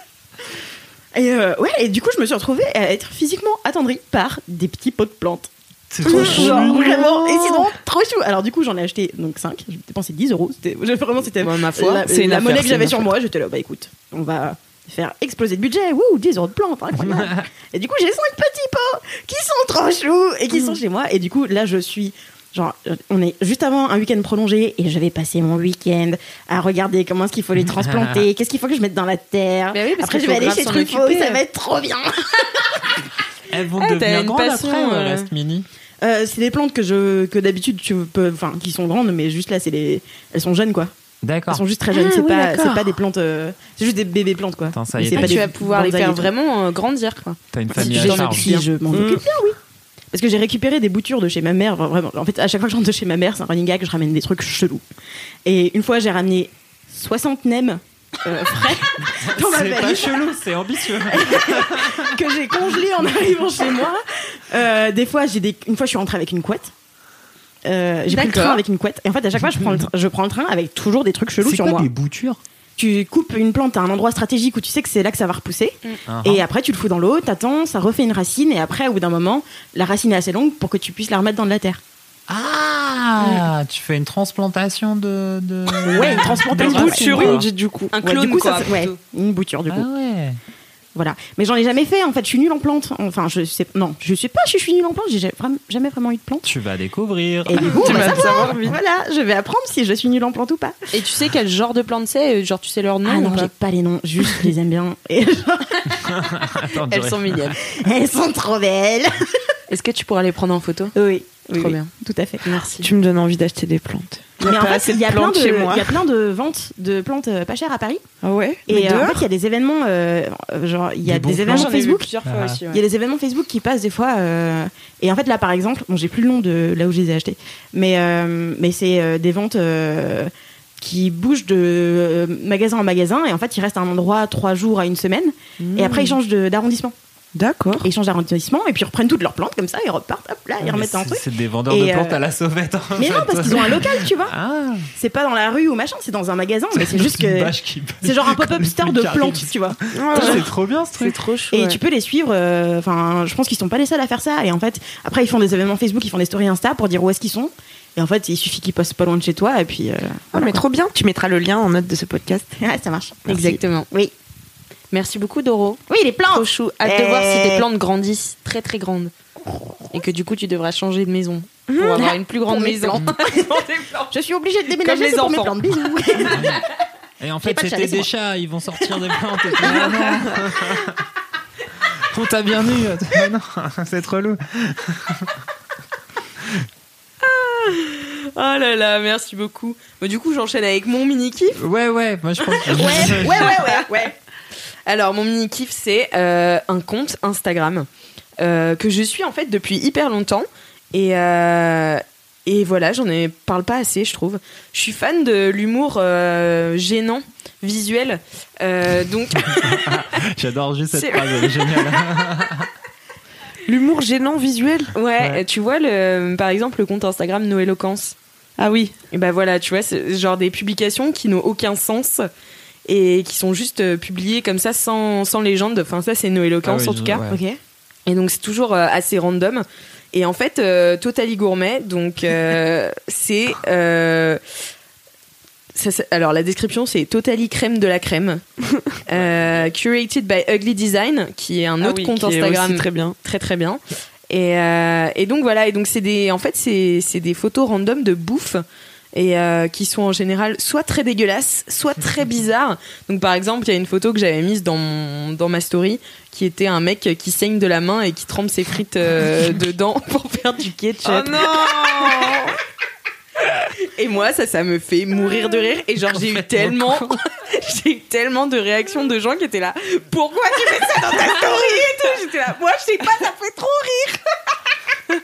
F: et euh, ouais, et du coup je me suis retrouvée à être physiquement attendrie par des petits pots de plantes.
G: C'est trop chou.
F: Genre, vraiment, et c'est vraiment trop chou. Alors du coup, j'en ai acheté donc 5, j'ai dépensé 10 euros. C'était je- vraiment c'était
E: Ouais, ma foi,
F: la,
E: c'est une
F: la
E: affaire,
F: monnaie que
E: c'est
F: j'avais
E: une
F: sur moi, j'étais là bah écoute, on va faire exploser le budget. Wouh, 10 euros de plantes, incroyable. et du coup, j'ai 5 petits pots qui sont trop chou et qui
E: Mm.
F: sont chez moi et du coup, là je suis Genre, on est juste avant un week-end prolongé et je vais passer mon week-end à regarder comment est-ce qu'il faut les transplanter, qu'est-ce qu'il faut que je mette dans la terre.
E: Mais oui, parce
F: Après,
E: qu'il
F: je
E: faut
F: vais aller
E: grave
F: chez
E: s'en
F: Truffaut,
E: occuper.
F: ça va être trop bien.
G: Elles vont
E: Ah, t'as
G: devenir
F: Eh,
E: une
G: grandes
E: passion,
G: après,
E: euh.
G: reste mini.
F: Euh, c'est des plantes que je que d'habitude tu peux enfin qui sont grandes mais juste là c'est les elles sont jeunes quoi. Elles
G: D'accord.
F: sont juste très jeunes,
I: Ah,
F: c'est
I: oui,
F: pas
I: d'accord.
F: c'est pas des plantes euh, c'est juste des bébés plantes quoi.
G: Attends, ça
F: Mais
G: y est,
F: c'est
G: t'as-
F: pas
E: tu
F: des
E: vas pouvoir les
F: bonsaïs et
E: faire
F: tout.
E: vraiment euh, grandir. Quoi.
G: t'as une
F: Si
G: famille à
F: j'en
G: charge.
F: occupe- si je m'en occupe bien, oui. Parce que j'ai récupéré des boutures de chez ma mère. enfin, vraiment, en fait, à chaque fois que je rentre de chez ma mère, c'est un running gag, je ramène des trucs chelous. Et une fois, j'ai ramené 60 nems euh, frais dans ma
G: C'est pas
F: valise
G: chelou, c'est ambitieux.
F: que j'ai congelés en arrivant chez moi. Euh, des fois, j'ai des... une fois, je suis rentrée avec une couette. Euh, j'ai pris le
E: D'accord.
F: train avec une couette. Et en fait, à chaque fois, je prends le, tra- je prends le train avec toujours des trucs chelous
G: C'est
F: sur
G: quoi
F: moi.
G: des boutures
F: Tu coupes une plante à un endroit stratégique où tu sais que c'est là que ça va repousser.
G: Ah. Uh-huh.
F: Et après, tu le fous dans l'eau, t'attends, ça refait une racine. Et après, au bout d'un moment, la racine est assez longue pour que tu puisses la remettre dans de la terre.
G: Ah, tu fais une transplantation de. de...
F: Ouais, une transplantation.
G: De racines, quoi.
F: du coup.
E: Un
F: Ouais,
E: clone,
F: du coup,
E: quoi,
F: ça, c'est- ouais,
E: plutôt.
F: une bouture, du
G: Ah
F: coup.
G: ouais.
F: Voilà. Mais j'en ai jamais fait, en fait. Je suis nulle en plantes. Enfin, je sais. Non, je sais pas, je suis nulle en plantes. J'ai jamais vraiment- jamais vraiment eu de plantes.
G: Tu vas découvrir.
F: Et du coup, bah, on
C: Tu
F: va
C: vas le
F: savoir.
C: savoir vite.
F: Voilà, je vais apprendre si je suis nulle en plantes ou pas.
E: Et tu sais quel genre de plante c'est euh, Genre, tu sais leur nom
F: ah
E: ou
F: non,
E: pas
F: j'ai pas les noms, juste je les aime bien. Et genre,
G: Attends,
E: Elles
G: j'aurais-
E: sont mignonnes.
F: elles sont trop belles.
E: Est-ce que tu pourras les prendre en photo
F: Oui, oui,
E: Trop
F: oui,
E: bien.
F: Tout à fait.
E: Merci.
C: Tu me donnes envie d'acheter des plantes.
F: Mais en
C: pas
F: fait,
C: assez de
F: il y a plein
C: plantes
F: de,
C: chez moi.
F: il y a plein de ventes de plantes euh, pas chères à Paris.
C: Ah ouais
F: Et euh, en fait, il y a des événements, euh, euh, genre, il y a
G: Des
F: des,
G: bons plans.
F: événements Facebook.
E: plusieurs
G: fois Ah. aussi,
F: Il y a des événements Facebook qui passent des fois. euh, et en fait, là, par exemple, bon, j'ai plus le nom de là où je les ai achetés, mais, euh, mais c'est euh, des ventes euh, qui bougent de euh, magasin en magasin. Et en fait, ils restent à un endroit trois jours à une semaine. Et après,
G: Hmm.
F: ils changent de- d'arrondissement.
C: D'accord.
F: Et Ils changent d'arrondissement et puis ils reprennent toutes leurs plantes comme ça, ils repartent, hop là, ils
G: Ah, Mais
F: remettent un
G: c'est-
F: truc.
G: C'est des vendeurs
F: Et,
G: de
F: euh,
G: plantes à la sauvette. en
F: Mais non,
G: fait.
F: parce qu'ils ont un local, tu vois.
G: Ah,
F: C'est pas dans la rue ou machin, c'est dans un magasin, mais c'est juste
G: une
F: que.
G: vache qui-
F: C'est genre un pop-up
G: comme
F: store
G: une
F: de
G: carrière
F: plantes,
G: qui-
F: tu vois.
G: Ah, C'est trop bien ce
E: C'est
G: truc.
E: trop chaud.
F: Et tu peux les suivre. euh, Enfin, je pense qu'ils sont pas les seuls à faire ça. Et en fait, après, ils font des événements Facebook, ils font des stories Insta pour dire où est-ce qu'ils sont. Et en fait, il suffit qu'ils passent pas loin de chez toi. Et puis, euh,
C: Ah, mais trop bien. Tu mettras le lien en note de ce podcast.
F: ouais, ça marche.
E: Exactement.
F: Oui.
E: Merci beaucoup, Doro.
F: Oui, les plantes.
E: Trop chou. Hâte de
F: Eh.
E: voir si tes plantes grandissent très très grandes. Et que du coup, tu devras changer de maison pour avoir une plus grande
F: Pour mes
E: maison.
F: Oh, Je suis obligée de déménager
E: les
F: c'est pour mes
E: enfants.
F: plantes. Bisous.
G: Et en
F: J'ai
G: fait,
F: pas de
G: c'était
F: chat,
G: des chats, ils vont sortir des plantes. Et puis, ah non. On t'a bien eu. Ah non, c'est trop lourd.
E: Oh là là, merci beaucoup. Bah, du coup, j'enchaîne avec mon mini kiff.
G: Ouais, ouais, moi je pense que.
E: ouais, ouais, ouais, ouais. Alors, mon mini kiff, c'est euh, un compte Instagram euh, que je suis en fait depuis hyper longtemps. Et, euh, et voilà, j'en ai, parle pas assez, je trouve. Je suis fan de l'humour euh, gênant, visuel. Euh, donc,
G: J'adore juste
E: C'est-
G: cette phrase, elle est géniale.
C: L'humour gênant visuel.
E: ouais, tu vois, le, par exemple, le compte Instagram Noéloquence.
C: Ah oui.
E: Et ben voilà, tu vois, c'est genre des publications qui n'ont aucun sens et qui sont juste euh, publiées comme ça sans, sans légende. Enfin, ça, c'est Noéloquence
G: Ah oui,
E: en
G: je-
E: tout cas.
G: ouais.
F: ok.
E: Et donc c'est toujours euh, assez random. Et en fait, euh, Totally Gourmet, donc euh, c'est... euh, ça, c'est- alors la description c'est Totally Crème de la Crème, euh, curated by Ugly Design, qui est un autre compte Instagram
C: très bien.
E: très très bien. Et, euh, et donc voilà, et donc c'est des, en fait c'est, c'est des photos random de bouffe et euh, qui sont en général soit très dégueulasses, soit très bizarres. Donc par exemple, il y a une photo que j'avais mise dans mon- dans ma story qui était un mec qui saigne de la main et qui trempe ses frites euh, dedans pour faire du ketchup.
C: non
E: Et moi ça ça me fait mourir de rire et genre j'ai eu tellement j'ai eu tellement de réactions de gens qui étaient là pourquoi tu fais ça dans ta story et tout j'étais là moi je sais pas ça fait trop rire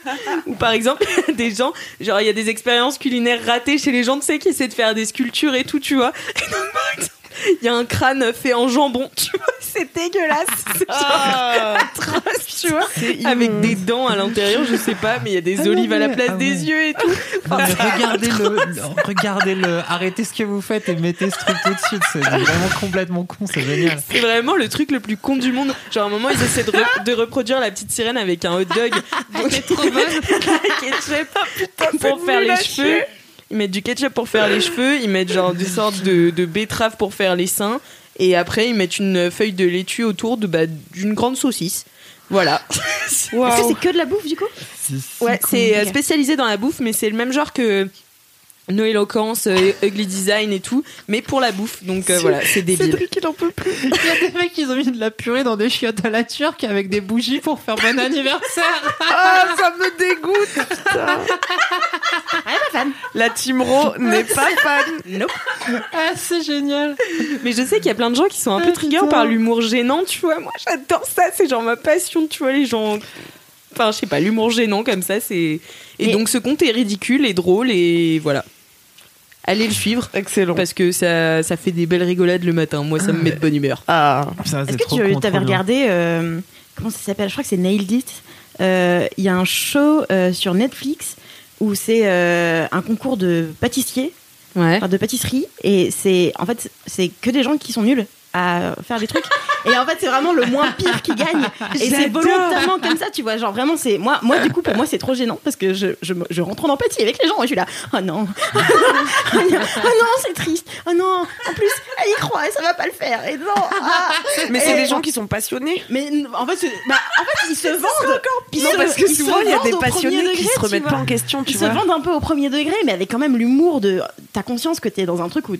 E: ou par exemple des gens genre il y a des expériences culinaires ratées chez les gens tu sais qui essaient de faire des sculptures et tout tu vois Et donc, par exemple, il y a un crâne fait en jambon tu vois c'est dégueulasse c'est genre
G: Ah.
E: atroce tu vois avec des dents à l'intérieur je sais pas mais il y a des
G: Ah non,
E: olives à la
G: mais-
E: place
G: ah
E: des
G: ouais.
E: yeux et tout
G: Non, mais regardez le, regardez le, arrêtez ce que vous faites et mettez ce truc tout de suite. C'est vraiment complètement con, c'est génial.
E: C'est vraiment le truc le plus con du monde. Genre, à un moment, ils essaient de, re- de reproduire la petite sirène avec un hot dog. Ah, C'est trop Ah, bonne. ketchup pour faire les cheveux. Ils mettent du ketchup pour faire les cheveux. Ils mettent genre des sortes de, de betteraves pour faire les seins. Et après, ils mettent une feuille de laitue autour de, bah, d'une grande saucisse. Voilà.
F: Est-ce que c'est que de la bouffe du coup
E: Ouais, c'est euh, spécialisé dans la bouffe, mais c'est le même genre que No éloquence, euh, ugly design et tout, mais pour la bouffe. Donc euh, voilà, c'est débile.
C: Cédric, il en peut plus.
G: Il y a des mecs qui ont mis de la purée dans des chiottes à la turque avec des bougies pour faire bon anniversaire.
C: Ah, ça me dégoûte. putain. La team Raw n'est pas fan.
G: Ah, c'est génial.
E: Mais je sais qu'il y a plein de gens qui sont un peu
G: Ah,
E: triggers
G: putain.
E: par l'humour gênant, tu vois. Moi, j'adore ça, c'est genre ma passion, tu vois, les gens. Enfin, je sais pas, l'humour gênant comme ça, c'est. Et
F: Mais-
E: donc, ce compte est ridicule et drôle, et voilà. Allez le suivre,
C: Excellent.
E: parce que ça, ça fait des belles rigolades le matin. Moi, ça me met de bonne humeur.
C: Ah,
F: Est-ce que tu avais regardé euh, comment ça s'appelle Je crois que c'est Nailed It. Euh, Il y a un show euh, sur Netflix où c'est euh, un concours de pâtissier,
E: Ouais.
F: enfin, de pâtisserie, et c'est en fait c'est que des gens qui sont nuls à faire des trucs. et en fait c'est vraiment le moins pire qui gagne. Et c'est
C: J'adore.
F: volontairement comme ça, tu vois. Genre vraiment c'est moi, moi du coup pour moi c'est trop gênant parce que je, je, me- je rentre en empathie avec les gens et je suis là. Oh non, oh non, c'est triste. Oh non, en plus elle y croit et ça va pas le faire. Et non. ah.
C: mais c'est
F: Et-
C: des gens qui sont passionnés.
F: mais n- en fait, c'est- bah, en fait, ils se vendent. Ils
C: Non,
F: se-
C: parce que
F: ils se
C: souvent, il y a
F: vendent
C: des
F: au premier
C: passionnés qui
F: degré,
C: se
F: tu
C: remettent
F: vois.
C: pas en question, tu
F: Ils se
C: vois.
F: vendent un peu au premier degré, mais avec quand même l'humour de. T'as conscience que t'es dans un truc où,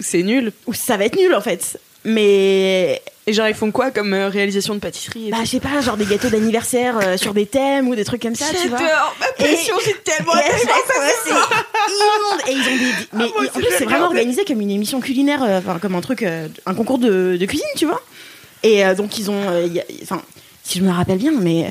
E: C'est nul.
F: où ça va être nul en fait. Mais.
E: Et genre, ils font quoi comme euh, réalisation de pâtisserie et
F: Bah, je sais pas, genre des gâteaux d'anniversaire euh, sur des thèmes ou des trucs comme ça, tu vois. passion,
E: j'ai tellement.
F: Et elles sont- c'est immonde. Et ils ont des- des- mais
C: moi
F: et en
C: aussi,
F: plus,
C: j'ai
F: c'est vraiment
C: regardé.
F: organisé comme une émission culinaire, euh, enfin, comme un truc, euh, un concours de, de cuisine, tu vois. Et euh, donc, ils ont. euh, y a- y- Enfin, si je me rappelle bien, mais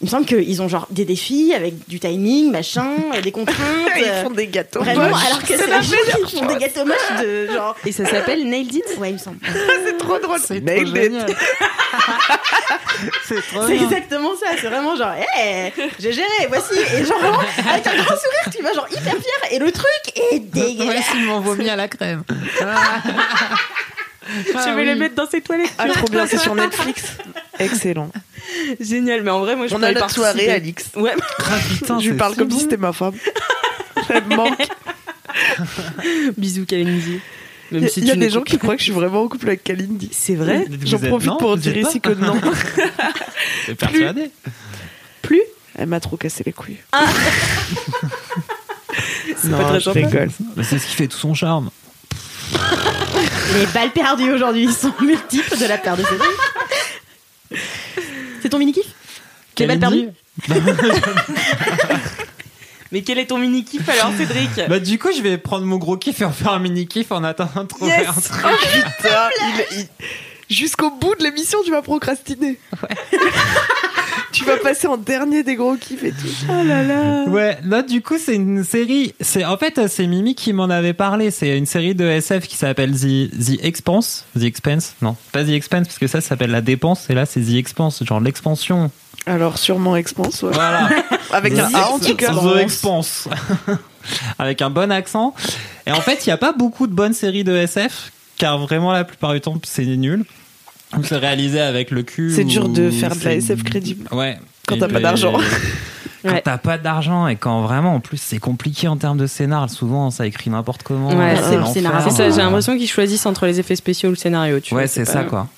F: Il me semble qu'ils ont genre des défis avec du timing, machin, euh, des contraintes.
C: Ils
F: euh,
C: font des gâteaux.
F: vraiment,
C: moches.
F: alors que c'est
C: la
F: les gens qui font des gâteaux moches de genre.
E: Et ça s'appelle Nailed It
F: Ouais, il me semble.
C: C'est trop drôle.
G: C'est trop
C: Nailed it.
G: génial. c'est trop
F: C'est
G: bien.
F: exactement ça, c'est vraiment genre, hé, j'ai géré, voici, et genre, vraiment, avec un grand sourire, tu vas genre hyper fier, et le truc est dégueulasse.
G: Voici mon vomi à la crème.
E: Je vais les mettre dans ses toilettes.
C: Ah, trop bien, c'est sur Netflix. Excellent.
E: Génial, mais en vrai, moi, je
C: On
E: pourrais
C: a notre
E: participer.
C: soirée, Alix.
E: Ouais,
C: je lui parle comme si c'était ma femme. Elle me manque.
E: bisous, Kalenizi.
C: Il
E: Même
C: y a,
E: si
C: il y a
E: tu
C: des
E: nous
C: gens qui croient que je suis vraiment en couple avec Kalindi. C'est vrai
G: Vous
C: J'en
G: êtes-
C: profite
G: non,
C: pour
G: vous
C: dire
G: êtes
C: ici que
G: pas.
C: non.
G: T'es persuadé
C: Elle m'a trop cassé les couilles.
E: C'est pas très
C: je
E: sympa.
C: rigole.
G: Mais C'est ce qui fait tout son charme.
F: Les balles perdues aujourd'hui sont multiples de la paire de ces trucs. C'est ton mini-kiff T'es mal perdu
E: Mais quel est ton mini kiff alors, Cédric
G: Bah du coup, je vais prendre mon gros kiff et en faire un mini kiff en attendant de trouver un truc.
C: Putain, il- il- jusqu'au bout de l'émission, tu vas procrastiner. tu vas passer en dernier des gros kiffs et tout. Ah là là.
G: Ouais, là du coup c'est une série, c'est en fait euh, c'est Mimi qui m'en avait parlé, c'est une série de SF qui s'appelle The, The Expense, The Expense, non, pas The Expense parce que ça ça s'appelle la dépense et là c'est The Expense, genre l'expansion.
C: Alors sûrement Expense, ouais.
G: Voilà.
C: Avec un A en tout cas.
G: The Expanse. Avec un bon accent. Et en fait, il n'y a pas beaucoup de bonnes séries de SF, car vraiment la plupart du temps, c'est nul. Ou c'est réalisé avec le cul.
C: C'est dur de
G: ou
C: faire de la
G: c'est-
C: SF crédible.
G: Ouais.
C: Quand
G: Et
C: t'as pas
G: puis-
C: d'argent.
G: Quand
E: Ouais.
G: t'as pas d'argent et quand vraiment, en plus, c'est compliqué en termes de scénar. Souvent, ça écrit n'importe comment. Euh,
E: Ouais, c'est le
G: l'enfer.
F: scénar.
E: C'est ça, j'ai l'impression qu'ils choisissent entre les effets spéciaux ou le scénario, tu
G: Ouais,
E: vois,
G: c'est
E: pas-
G: ça, quoi.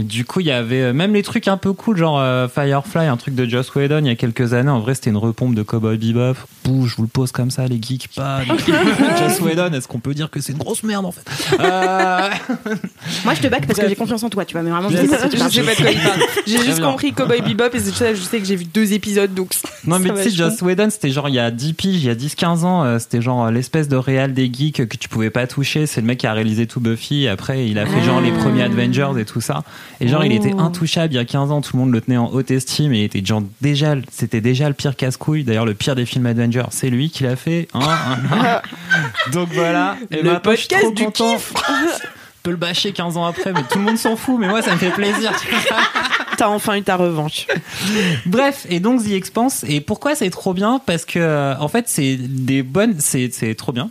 G: Et du coup, il y avait euh, même les trucs un peu cool, genre euh, Firefly, un truc de Joss Whedon il y a quelques années. En vrai, c'était une repompe de Cowboy Bebop. Bouh, je vous le pose comme ça, les geeks. Pas de- Joss Whedon, est-ce qu'on peut dire que c'est une grosse merde en fait Euh,
F: Moi, je te back parce que
G: Bref.
F: j'ai confiance en toi, tu vois, mais vraiment, je
G: Je
F: sais pas
G: sais-
F: si tu parles.
E: Je sais pas de quoi il parle. J'ai juste
G: bien.
E: compris Cowboy Bebop et c'est ça, je sais que j'ai vu deux épisodes donc.
G: Non, mais
E: Ça va,
G: tu sais,
E: je
G: Joss Whedon, c'était genre il y a 10 piges, il y a 10-15 ans, euh, c'était genre euh, l'espèce de réal des geeks que tu pouvais pas toucher. C'est le mec qui a réalisé tout Buffy. et Après, il a fait genre
E: Ah.
G: les premiers Avengers et tout ça. Et genre, il était
E: Oh.
G: intouchable il y a 15 ans. Tout le monde le tenait en haute estime et il était genre déjà, c'était déjà le pire casse-couille. D'ailleurs, le pire des films Avengers, c'est lui qui l'a fait. hein, hein, hein. Donc voilà. Et
E: Le
G: maintenant, je suis
E: podcast
G: trop
E: du
G: content. peux le bâcher 15 ans après, mais tout le monde s'en fout. Mais moi, ça me fait plaisir. tu vois.
C: T'as enfin eu ta revanche.
G: Bref, et donc The Expanse. Et pourquoi c'est trop bien Parce que, euh, en fait, c'est des bonnes. C'est c'est trop bien.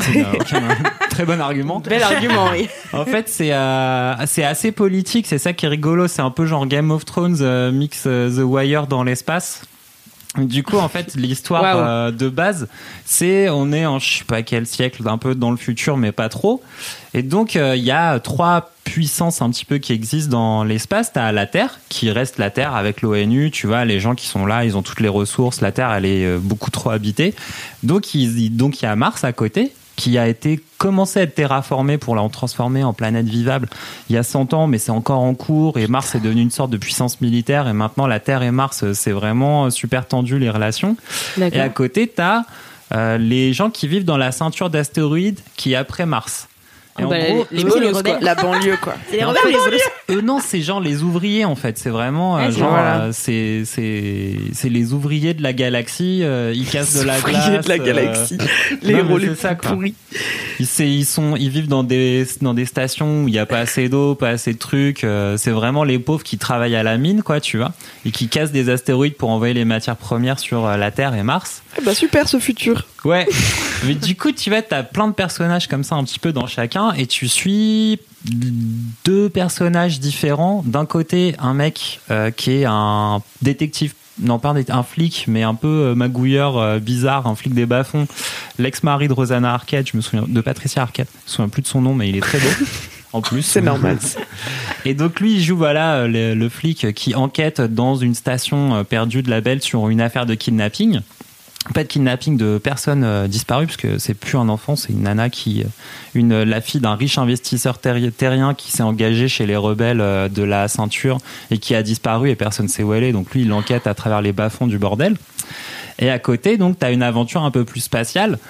G: C'est, euh, aucun- très bon argument.
E: Bel argument, oui.
G: En fait, c'est euh, c'est assez politique. C'est ça qui est rigolo. C'est un peu genre Game of Thrones euh, mix euh, The Wire dans l'espace. Du coup, en fait, l'histoire
E: Waouh.
G: euh, de base, c'est on est en je sais pas quel siècle, un peu dans le futur, mais pas trop. Et donc, euh, il y a trois puissances un petit peu qui existent dans l'espace. T'as la Terre, qui reste la Terre avec l'ONU. Tu vois, les gens qui sont là, ils ont toutes les ressources. La Terre, elle est euh, beaucoup trop habitée. Donc, ils- ils- donc, il y a Mars à côté, qui a été commencé à être terraformé pour la transformer en planète vivable il y a 100 ans, mais c'est encore en cours. Et Mars est devenu une sorte de puissance militaire. Et maintenant, la Terre et Mars, euh, c'est vraiment euh, super tendu les relations. Et à côté, tu as les gens qui vivent dans la ceinture d'astéroïdes qui est après Mars. Et
E: Ah bah, les
G: eux,
E: bolos,
G: eux,
E: quoi.
C: La banlieue, quoi.
F: C'est les
G: Non,
F: rebelles ou les adolescents
G: eux, non, c'est genre les ouvriers en fait. C'est vraiment euh,
E: Ouais, c'est
G: genre
C: vrai.
G: euh, c'est c'est c'est les ouvriers de la galaxie. euh, ils cassent de la
C: Ouvriers
G: glace.
C: de la
G: euh,
C: galaxie.
G: non,
C: Les
G: mais
C: héros
G: c'est
C: les
G: ça,
C: plus
G: quoi.
C: pourris.
G: ils, c'est- ils sont ils vivent dans des dans des stations où il n'y a pas assez d'eau, pas assez de trucs. euh, c'est vraiment les pauvres qui travaillent à la mine, quoi, tu vois, et qui cassent des astéroïdes pour envoyer les matières premières sur euh, la Terre et Mars.
C: Eh ben, super ce futur.
G: Ouais. Mais du coup, tu vois, t'as plein de personnages comme ça un petit peu dans chacun et tu suis deux personnages différents. D'un côté, un mec euh, qui est un détective, non pas un, dét- un flic, mais un peu euh, magouilleur, euh, bizarre, un flic des bas-fonds. L'ex-mari de Rosanna Arquette, je me souviens, de Patricia Arquette, je me souviens plus de son nom, mais il est très beau. En plus,
C: C'est normal.
G: et donc lui, il joue voilà euh, le, le flic qui enquête dans une station euh, perdue de la Belle sur une affaire de kidnapping. Pas de kidnapping de personnes euh, disparues, parce que c'est plus un enfant, c'est une nana qui, euh, une la fille d'un riche investisseur terri- terrien qui s'est engagé chez les rebelles euh, de la ceinture et qui a disparu et personne sait où elle est. Donc lui, il enquête à travers les bas-fonds du bordel. Et à côté, donc, t'as une aventure un peu plus spatiale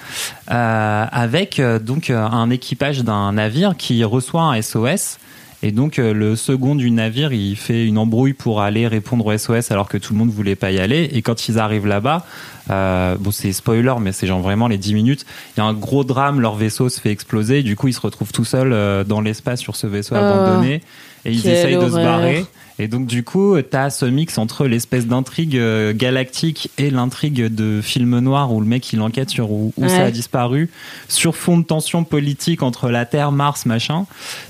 G: euh, avec euh, donc euh, un équipage d'un navire qui reçoit un SOS. Et donc euh, le second du navire, il fait une embrouille pour aller répondre au SOS alors que tout le monde voulait pas y aller. Et quand ils arrivent là-bas, euh, bon c'est spoiler, mais c'est genre vraiment les 10 minutes. Il y a un gros drame, leur vaisseau se fait exploser. Et du coup, ils se retrouvent tout seuls euh, dans l'espace sur ce vaisseau
E: Oh,
G: abandonné. Et ils
E: quelle
G: essayent de se
E: horreur.
G: barrer. Et donc du coup, t'as ce mix entre l'espèce d'intrigue euh, galactique et l'intrigue de film noir où le mec il enquête sur où, où ça
E: Ouais.
G: a disparu, sur fond de tension politique entre la Terre, Mars, machin.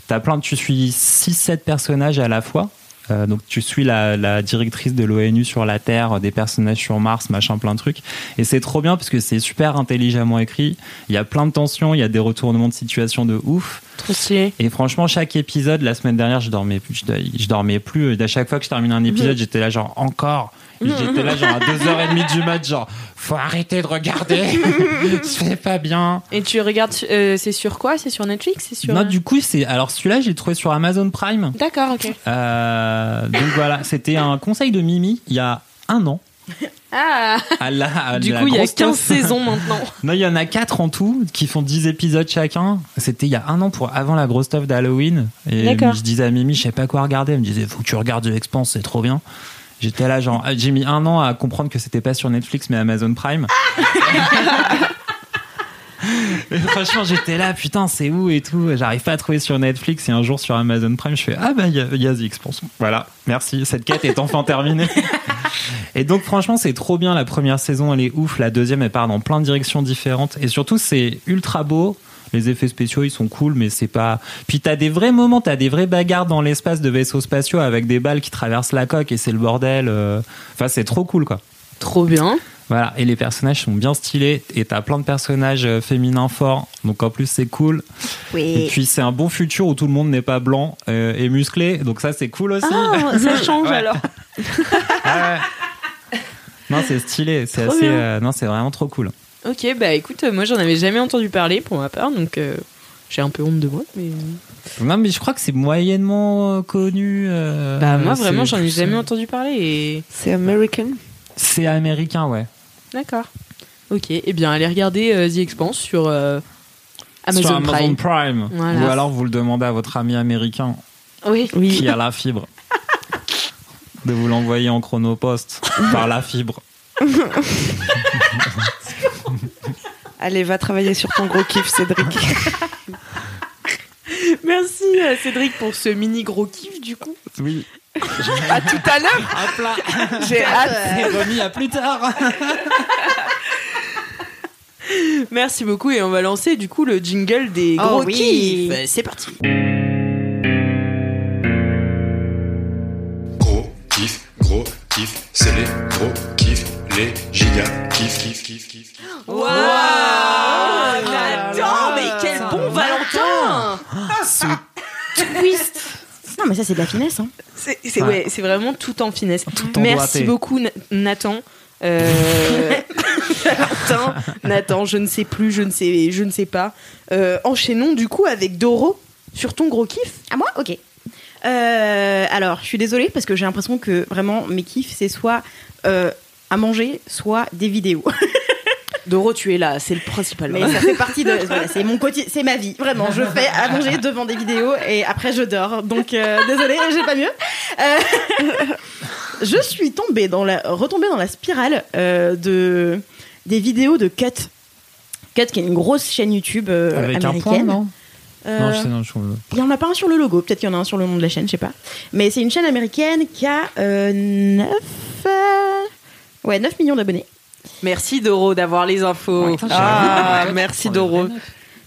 G: T'as plein, de- tu suis 6-7 personnages à la fois. Euh, donc tu suis la, la directrice de l'ONU sur la Terre, des personnages sur Mars, machin, plein de trucs. Et c'est trop bien parce que c'est super intelligemment écrit. Il y a plein de tensions, il y a des retournements de situation de ouf.
E: Trop stylé.
G: Et franchement, chaque épisode, la semaine dernière, je dormais, plus- je, do- je dormais plus. Et à chaque fois que je terminais un épisode, j'étais là genre encore. Et J'étais là genre à 2h30 du mat, genre faut arrêter de regarder, c'est pas bien.
E: Et tu regardes, euh, c'est sur quoi C'est sur Netflix C'est sur.
G: Non, du coup, c'est alors celui-là, j'ai trouvé sur Amazon Prime.
E: D'accord, ok.
G: Euh, donc voilà, c'était un conseil de Mimi il y a un an.
E: Ah
G: À la, à
E: Du
G: la
E: coup, il y a
G: grosse
E: 15
G: tosse.
E: saisons maintenant.
G: Non, il y en a quatre en tout qui font 10 épisodes chacun. C'était il y a un an pour avant la grosse stuff d'Halloween. Et
E: D'accord.
G: je disais à Mimi, je sais pas quoi regarder. Elle me disait, faut que tu regardes The Expanse, c'est trop bien. J'étais là, genre, j'ai mis un an à comprendre que c'était pas sur Netflix mais Amazon Prime. Et franchement, j'étais là, putain, c'est où et tout. J'arrive pas à trouver sur Netflix et un jour sur Amazon Prime, je fais ah bah il y, a- il y a The Expanse. Voilà, merci. Cette quête est enfin terminée. Et donc franchement, c'est trop bien. La première saison, elle est ouf. La deuxième, elle part dans plein de directions différentes. Et surtout, c'est ultra beau. Les effets spéciaux, ils sont cool, mais c'est pas. Puis t'as des vrais moments, t'as des vraies bagarres dans l'espace de vaisseaux spatiaux avec des balles qui traversent la coque et c'est le bordel. euh. Enfin, c'est trop cool, quoi.
E: Trop bien.
G: Voilà, et les personnages sont bien stylés, et t'as plein de personnages euh, féminins forts, donc en plus c'est cool. Et puis c'est un bon futur où tout le monde n'est pas blanc euh, et musclé, donc ça c'est cool aussi.
F: Ah, ça change
G: Ouais.
F: alors.
G: Ah ouais. Non, c'est stylé, c'est assez.
E: bien.
G: euh, non, c'est vraiment trop cool.
E: Ok, bah écoute, euh, moi j'en avais jamais entendu parler pour ma part, donc euh, j'ai un peu honte de moi, mais. euh,
G: Non, mais je crois que c'est moyennement euh, connu. euh,
E: bah moi
G: c'est- euh,
E: vraiment j'en ai jamais
G: c'est-
E: entendu parler et.
C: C'est American.
G: C'est américain, ouais.
E: D'accord. Ok, et bien allez regarder euh, The Expanse sur euh, Amazon,
G: Sur
E: Prime.
G: Amazon Prime.
E: Voilà.
G: Ou alors vous le demandez à votre ami américain
E: Oui.
G: qui a la fibre de vous l'envoyer en chronopost par la fibre.
C: Allez, va travailler sur ton gros kiff, Cédric.
E: Merci euh, Cédric pour ce mini gros kiff du coup.
G: Oui.
C: À tout à l'heure.
G: Hop là,
C: J'ai hâte.
G: c'est remis à plus tard.
E: Merci beaucoup et on va lancer du coup le jingle des
F: Oh
E: gros
F: oui.
E: kiffs. C'est parti.
J: Gros kiff, gros kiff, c'est les gros kiffs, les giga kiff, kiff, kiff, kiff. kiff.
E: Waouh Oh
G: là
E: Attends, mais quel bon Valentin
F: Twist. Non, mais ça, c'est de la finesse. Hein.
E: C'est c'est- ouais, c'est vraiment tout en finesse.
G: en
E: Merci
G: doigté.
E: beaucoup Na- Nathan. Euh, Valentin, Nathan, je ne sais plus, je ne sais, je ne sais pas. Euh, enchaînons du coup avec Doro sur ton gros kiff.
F: À moi Ok. Euh, alors, je suis désolée parce que j'ai l'impression que vraiment mes kiffs, c'est soit euh, à manger, soit des vidéos.
E: Doro, tu es là, c'est le principal.
F: Mais ça fait partie de. voilà, c'est mon quotidien, c'est ma vie. Vraiment, je fais à manger devant des vidéos et après je dors. Donc euh, désolée, j'ai pas mieux. Euh, je suis tombée dans la, retombée dans la spirale euh, de des vidéos de Cut. Cut, qui est une grosse chaîne YouTube euh,
G: Avec un
F: américaine.
G: point, non
F: Euh,
G: Non, je sais, non, je trouve.
F: il y en a pas un sur le logo, peut-être qu'il y en a un sur le nom de la chaîne, je sais pas. Mais c'est une chaîne américaine qui a 9, ouais, 9 millions d'abonnés.
E: Merci Doro d'avoir les infos.
C: Ah, merci Doro.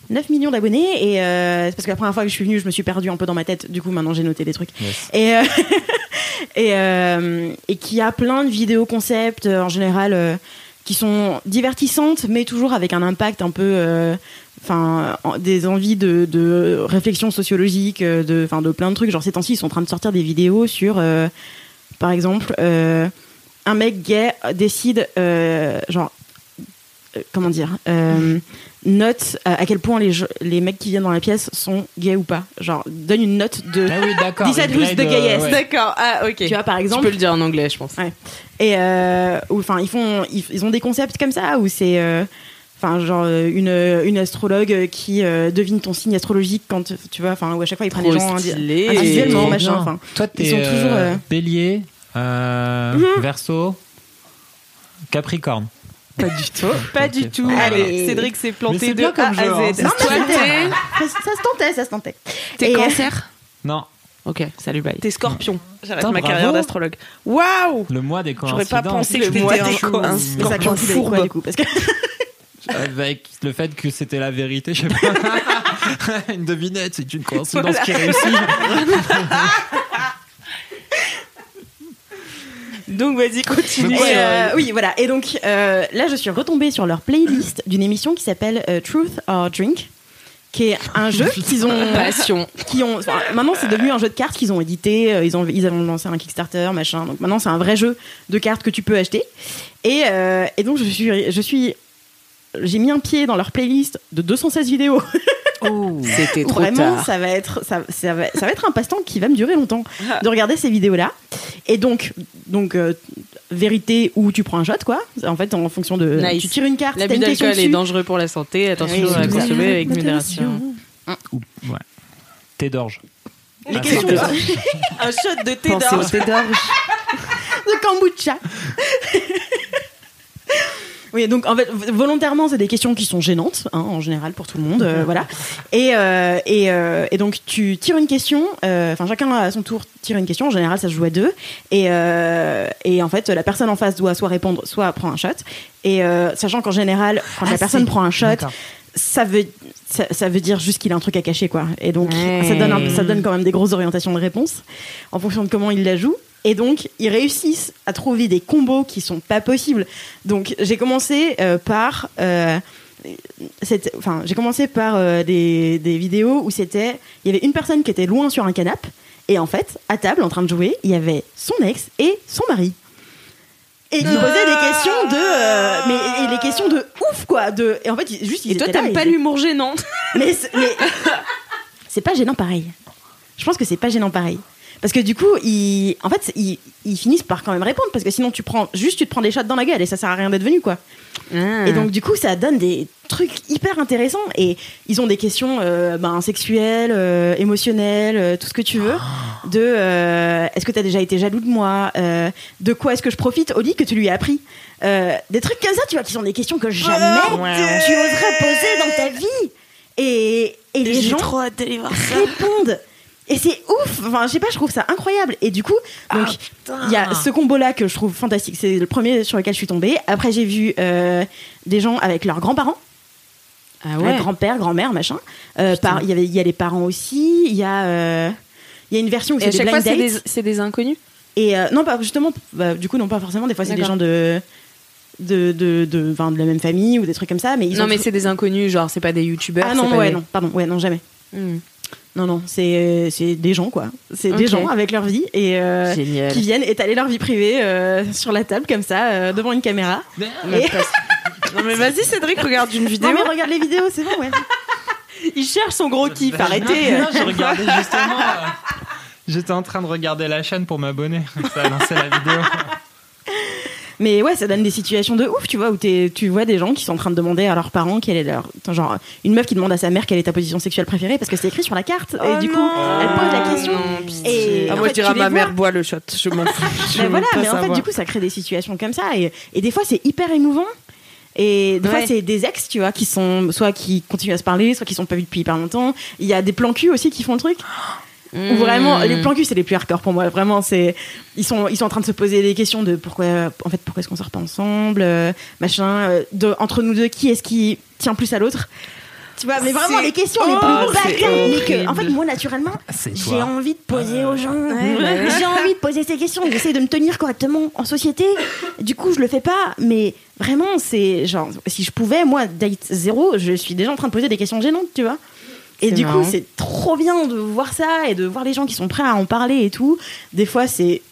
F: 9 millions d'abonnés et euh, c'est parce que la première fois que je suis venue, je me suis perdue un peu dans ma tête. Du coup, maintenant j'ai noté des trucs.
G: Yes.
F: Et euh, et, euh, et qui a plein de vidéos concepts euh, en général euh, qui sont divertissantes, mais toujours avec un impact un peu, euh, enfin, en- des envies de, de réflexion sociologique, euh, de, enfin, de plein de trucs. Genre ces temps-ci, ils sont en train de sortir des vidéos sur, euh, par exemple, euh, un mec gay décide, euh, genre, euh, comment dire. euh, note euh, à, à quel point les, je- les mecs qui viennent dans la pièce sont gays ou pas. Genre, donne une note de
G: Ah oui, d'accord.
F: 10 à
G: les
F: 12 de
G: grades,
F: gaillesse.
G: ouais.
E: D'accord, ah ok.
F: Tu vois, par
E: euh, tu
F: exemple.
E: peux le dire en anglais, je pense.
F: Et euh, ou, enfin, ils font, ils, ils ont des concepts comme ça où c'est, euh, enfin, genre euh, une, une astrologue qui euh, devine ton signe astrologique quand tu vois, enfin, où à chaque fois ils prennent
E: Trop
F: Ah, les gens indi-
E: stylé.
F: individuellement,
G: Trop
F: machin.
G: bien.
F: Enfin,
G: Toi,
F: ils
G: t'es
F: sont toujours,
G: euh,
F: euh,
G: Bélier, euh,
E: Mhm.
G: Verseau, Capricorne.
E: Pas du tout. Pas du tout.
F: Allez.
E: Cédric s'est
G: Mais c'est
E: planté de
G: bien
E: A
G: comme jeu,
E: à
G: hein.
E: Z.
F: non, mais c'était- ça, ça se tentait, ça se tentait.
E: T'es
F: Et- euh,
E: cancer
G: Non,
E: Ok, salut, bye. T'es scorpion. J'arrête
G: Putain,
E: ma
G: bravo. Ah,
E: carrière d'astrologue.
C: Waouh.
G: le mois des coïncidences.
E: J'aurais pas pensé que
C: Le mois
E: t'étais
C: des
E: un
C: coïncidences.
F: Mais ça
E: scorpion
F: coïncide avec quoi,
E: fourbe.
F: du coup Parce que
G: Avec le fait que c'était la vérité, je sais pas. une devinette, c'est une coïncidence
E: Voilà.
G: qui réussit.
E: Donc vas-y, continue.
F: Et, euh, oui, voilà. Et donc euh, là, je suis retombée sur leur playlist d'une émission qui s'appelle euh, Truth or Drink, qui est un jeu qu'ils ont
E: Passion.
F: qui ont enfin, maintenant c'est devenu un jeu de cartes qu'ils ont édité euh, ils ont ils avaient lancé un Kickstarter machin donc maintenant c'est un vrai jeu de cartes que tu peux acheter et, euh, et donc je suis je suis j'ai mis un pied dans leur playlist de 216 vidéos
E: C'était trop
F: vraiment
E: tard.
F: ça va être ça, ça va, ça va être un passe-temps qui va me durer longtemps
E: Ah.
F: de regarder ces vidéos là et donc donc euh, vérité ou tu prends un shot quoi en fait en fonction de
E: Nice.
F: tu tires une carte t'as
E: L'abus
F: une question
E: d'alcool est
F: dessus.
E: dangereux pour la santé. Attention
F: Oui,
E: à
F: c'est ça.
E: consommer avec modération.
F: Attention.
G: Ou- ouais. Thé d'orge.
F: les
G: Ah,
F: questions
G: c'est
F: de,
G: ça.
E: Un shot de thé
C: Pensez au
E: d'orge.
C: thé d'orge.
F: de kombucha. Oui, donc en fait, volontairement, c'est des questions qui sont gênantes, hein, en général, pour tout le monde,
E: Mhm.
F: euh, voilà. Et, euh, et, euh, et donc, tu tires une question, euh, enfin, chacun à son tour tire une question, en général, ça se joue à deux. Et, euh, et en fait, la personne en face doit soit répondre, soit prendre un shot. Et euh, sachant qu'en général, quand la personne prend un shot, ça veut, ça, ça veut dire juste qu'il a un truc à cacher, quoi. Et donc, ça, donne un- ça donne quand même des grosses orientations de réponse en fonction de comment il la joue. Et donc, ils réussissent à trouver des combos qui sont pas possibles. Donc, j'ai commencé euh, par. euh, c'était- Enfin, j'ai commencé par euh, des, des vidéos où c'était. Il y avait une personne qui était loin sur un canapé, et en fait, à table, en train de jouer, il y avait son ex et son mari. Et qui posaient
E: Ah.
F: des questions de. euh, mais et les questions de ouf, quoi. De, et en fait, ils- juste, ils
E: Et toi,
F: étaient là,
E: t'aimes
F: ils
E: pas
F: étaient-
E: l'humour gênant
F: mais c'est- mais- c'est pas gênant pareil. Je pense que c'est pas gênant pareil. Parce que du coup, ils, en fait, ils, ils finissent par quand même répondre parce que sinon tu prends juste tu te prends des shots dans la gueule et ça sert à rien d'être venu quoi. Et donc du coup, ça donne des trucs hyper intéressants et ils ont des questions euh, ben, sexuelles, euh, émotionnelles, euh, tout ce que tu veux. De euh, est-ce que t'as déjà été jaloux de moi Euh, De quoi est-ce que je profite au lit que tu lui as appris Euh, Des trucs comme ça, tu vois, qui sont des questions que jamais tu oserais poser dans ta vie. Et, et les
I: J'ai
F: gens
I: trop hâte de les voir ça.
F: répondent. Et c'est ouf. Enfin, je sais pas, je trouve ça incroyable. Et du coup,
E: Ah,
F: donc il y a ce combo-là que je trouve fantastique. C'est le premier sur lequel je suis tombée. Après, j'ai vu euh, des gens avec leurs grands-parents.
E: Ah
F: Ouais, grand-père, grand-mère, machin. Euh, par- Il y avait- il y a les parents aussi. Il y a euh, il y a une version où
E: Et à
F: c'est des
E: chaque
F: blind
E: fois, c'est
F: dates.
E: des, c'est des inconnus.
F: Et euh, non, pas justement, bah, du coup, non, pas forcément. Des fois, c'est des
E: D'accord.
F: gens de de de de, enfin, de la même famille ou des trucs comme ça. Mais ils
E: non,
F: ont
E: mais
F: tout-
E: c'est des inconnus, genre, c'est pas des youtubeurs.
F: ah
E: c'est
F: non,
E: pas
F: ouais,
E: des-
F: non, pardon, ouais, non, jamais.
E: Hmm.
F: Non, non, c'est c'est des gens quoi. C'est des
E: Ok.
F: gens avec leur vie et euh,
E: Génial.
F: qui viennent étaler leur vie privée euh, sur la table comme ça euh, devant une caméra. Et-
C: Non, mais vas-y, Cédric, regarde une vidéo.
F: Non mais regarde les vidéos, c'est bon ouais. Il cherche son gros kiff, arrêtez.
G: Non, non, je regardais justement. euh, J'étais en train de regarder la chaîne pour m'abonner. Ça a lancé la vidéo.
F: Mais ouais, ça donne des situations de ouf, tu vois, où t'es- tu vois des gens qui sont en train de demander à leurs parents quelle est leur. Attends, Genre, une meuf qui demande à sa mère quelle est ta position sexuelle préférée parce que c'est écrit sur la carte. et du coup, elle pose la question. et
C: Ah,
F: en
C: moi,
F: fait,
C: je dirais à
F: tu
C: ma
F: les
C: mère,
F: vois.
C: bois le shot. Je m'en fous. Je
F: Bah
C: veux
F: voilà,
C: pas
F: mais en fait,
C: savoir.
F: du coup, ça crée des situations comme ça. Et, et des fois, c'est hyper émouvant. Et des fois,
E: Ouais.
F: c'est des ex, tu vois, qui sont soit qui continuent à se parler, soit qui sont pas vus depuis hyper longtemps. Il y a des plans cul aussi qui font le truc. Ou
C: Hmm.
E: Mm.
F: Vraiment, les plans cul, c'est les plus hardcore pour moi. Vraiment, c'est ils sont ils sont en train de se poser des questions de pourquoi en fait pourquoi est-ce qu'on sort pas ensemble, euh, machin. euh, de, entre nous deux, qui est-ce qui tient plus à l'autre Tu vois, mais vraiment
C: C'est
F: les questions les plus
C: horrible. Ah,
F: bâtardes, mais que-
C: Horrible. Ah,
F: en fait moi naturellement,
G: C'est
F: j'ai
G: toi.
F: envie de poser
C: Euh,
F: aux gens, j'ai envie de poser ces questions. J'essaie de me tenir correctement en société. Du coup, je le fais pas, mais vraiment c'est genre si je pouvais moi date zéro, je suis déjà en train de poser des questions gênantes, tu vois. Et
E: C'est
F: du
E: marrant.
F: coup, c'est trop bien de voir ça et de voir les gens qui sont prêts à en parler et tout. Des fois, c'est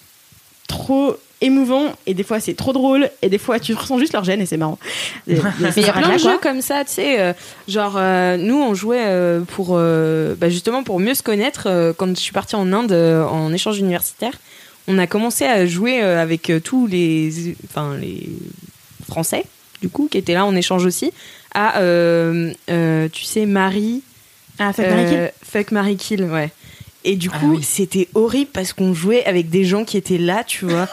F: trop émouvant et des fois, c'est trop drôle et des fois, tu ressens juste leur gêne et c'est marrant. Mais
E: Mais il y a plein de jeux comme ça, tu sais. euh, genre, euh, nous, on jouait euh, pour euh, bah, justement pour mieux se connaître. euh, quand je suis partie en Inde euh, en échange universitaire, on a commencé à jouer euh, avec euh, tous les, enfin les Français du coup qui étaient là en échange aussi. À euh, euh, tu sais Marie,
F: Ah, fuck,
E: euh,
F: Mary, kill.
E: fuck, Marie Kill, ouais. Et du coup, c'était horrible parce qu'on jouait avec des gens qui étaient là, tu vois.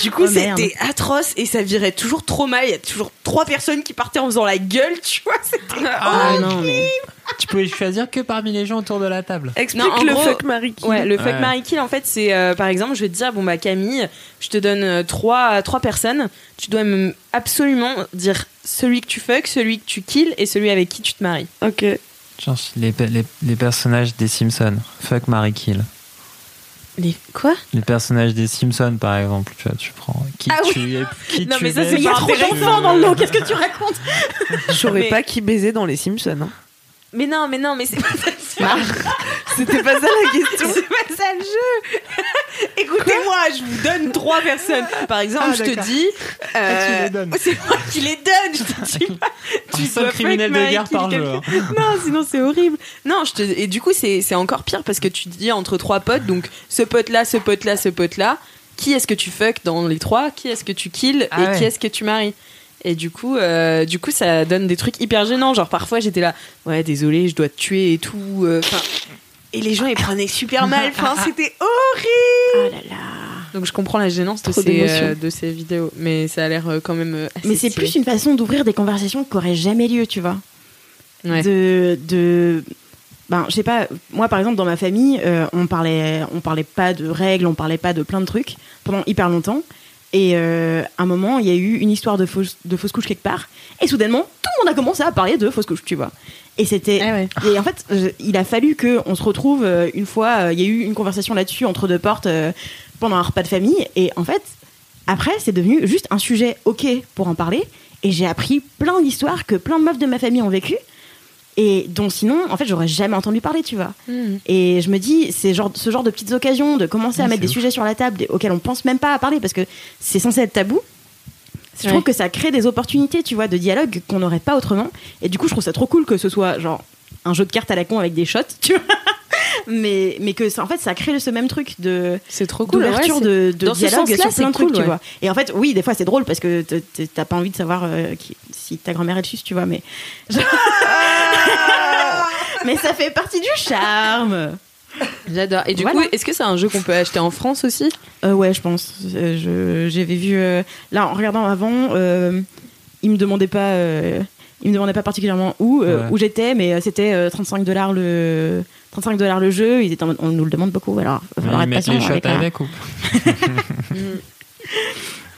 E: Du coup,
F: Oh, merde.
E: c'était atroce et ça virait toujours trop mal. Il y a toujours trois personnes qui partaient en faisant la gueule, tu vois. C'était.
F: Ah, non, mais...
G: Tu pouvais choisir que parmi les gens autour de la table.
C: Explique
E: Non, en
C: le
E: gros-
C: fuck Marie.
E: Ouais, le fuck
G: Ouais.
E: Mary Kill, en fait, c'est euh, par exemple, je vais te dire, bon bah Camille, je te donne euh, trois, trois personnes. Tu dois me- absolument dire celui que tu fuck, celui que tu kills et celui avec qui tu te maries.
C: Ok.
G: Genre, les, pe- les, les personnages des Simpsons. Fuck Marie Kill.
E: Les quoi
G: Les personnages des Simpsons, par exemple. Tu, vois, tu prends qui
E: Ah oui.
G: tu es. Qui
E: Non,
G: tu
E: mais ça,
G: es,
E: c'est
F: il y a
E: pas
F: trop
E: intéressant.
F: d'enfants dans le lot, qu'est-ce que tu racontes
C: Je saurais
E: Mais-
C: pas qui baiser dans les Simpsons. hein.
E: Mais non, mais non, mais c'est pas ça.
C: C'était pas ça la question.
E: C'est pas ça le jeu. Écoutez-moi, je vous donne trois personnes. Par exemple,
G: Ah,
E: je te
G: d'accord.
E: dis. euh,
G: tu les donnes.
E: Oh, C'est moi qui les donne. Je te dis pas.
G: Un seul
E: dois
G: criminel
E: fuck
G: de guerre
E: Mary Kill
G: par
E: quelqu'un.
G: jour.
E: Non, sinon c'est horrible. Non, je te... et du coup, c'est c'est encore pire parce que tu te dis entre trois potes, donc ce pote-là, ce pote-là, ce pote-là. Qui est-ce que tu fuck dans les trois Qui est-ce que tu kills
G: Ah
E: Et
G: ouais.
E: qui est-ce que tu maries et du coup, euh, du coup, ça donne des trucs hyper gênants. Genre parfois, j'étais là, ouais, désolé, je dois te tuer et tout. euh, enfin, et les gens, ils prenaient super mal. Enfin, c'était horrible.
F: Oh là là.
E: Donc je comprends la gênance de
F: Trop
E: ces,
F: d'émotions.
E: euh, de ces vidéos, mais ça a l'air euh, quand même. euh, assez
F: Mais c'est
E: stylé.
F: plus une façon d'ouvrir des conversations qui n'auraient jamais lieu, tu vois.
E: Ouais.
F: de, de ben je sais pas moi par exemple dans ma famille euh, on parlait on parlait pas de règles on parlait pas de plein de trucs pendant hyper longtemps et euh, à un moment il y a eu une histoire de fausse de fausse couche quelque part et soudainement tout le monde a commencé à parler de fausse couche tu vois et c'était
E: Ah ouais.
F: et en fait je- il a fallu que on se retrouve euh, une fois euh, il y a eu une conversation là-dessus entre deux portes euh, pendant un repas de famille et en fait après, c'est devenu juste un sujet ok pour en parler. Et j'ai appris plein d'histoires que plein de meufs de ma famille ont vécues. Et dont sinon, en fait, j'aurais jamais entendu parler, tu vois.
E: Mhm.
F: Et je me dis, c'est genre, ce genre de petites occasions de commencer à
G: Ouais,
F: mettre des
G: c'est ouf.
F: sujets sur la table des- auxquels on pense même pas à parler parce que c'est censé être tabou. Je
E: Ouais.
F: trouve que ça crée des opportunités, tu vois, de dialogue qu'on n'aurait pas autrement. Et du coup, je trouve ça trop cool que ce soit genre un jeu de cartes à la con avec des shots, tu vois. Mais, mais que ça, en fait, ça crée ce même truc de,
E: C'est trop cool.
F: d'ouverture
E: ouais,
F: de, de
E: dans ce
F: dialogue
E: sens-là,
F: sur
E: c'est
F: plein de trucs,
E: cool,
F: tu
E: ouais.
F: vois. Et en fait, oui, des fois, c'est drôle parce que t- t- t'as pas envie de savoir euh, qui- si ta grand-mère est suce, tu vois, mais... mais ça fait partie du charme
E: c'est- J'adore. Et du
F: Voilà.
E: coup, est-ce que c'est un jeu qu'on peut acheter en France aussi
F: Euh, Ouais, je pense. Euh, je- J'avais vu... euh, là, en regardant avant, euh, il me demandait pas... euh,
I: Il me demandait pas particulièrement où, euh,
G: Ouais.
I: où j'étais, mais euh, c'était euh, 35 dollars le 35 dollars le jeu. Ils étaient en mode, on nous le demande beaucoup, alors va falloir
G: Ils
I: être
G: mettent
I: patient.
G: les shots
I: avec hein.
G: avec,
I: la-
G: ou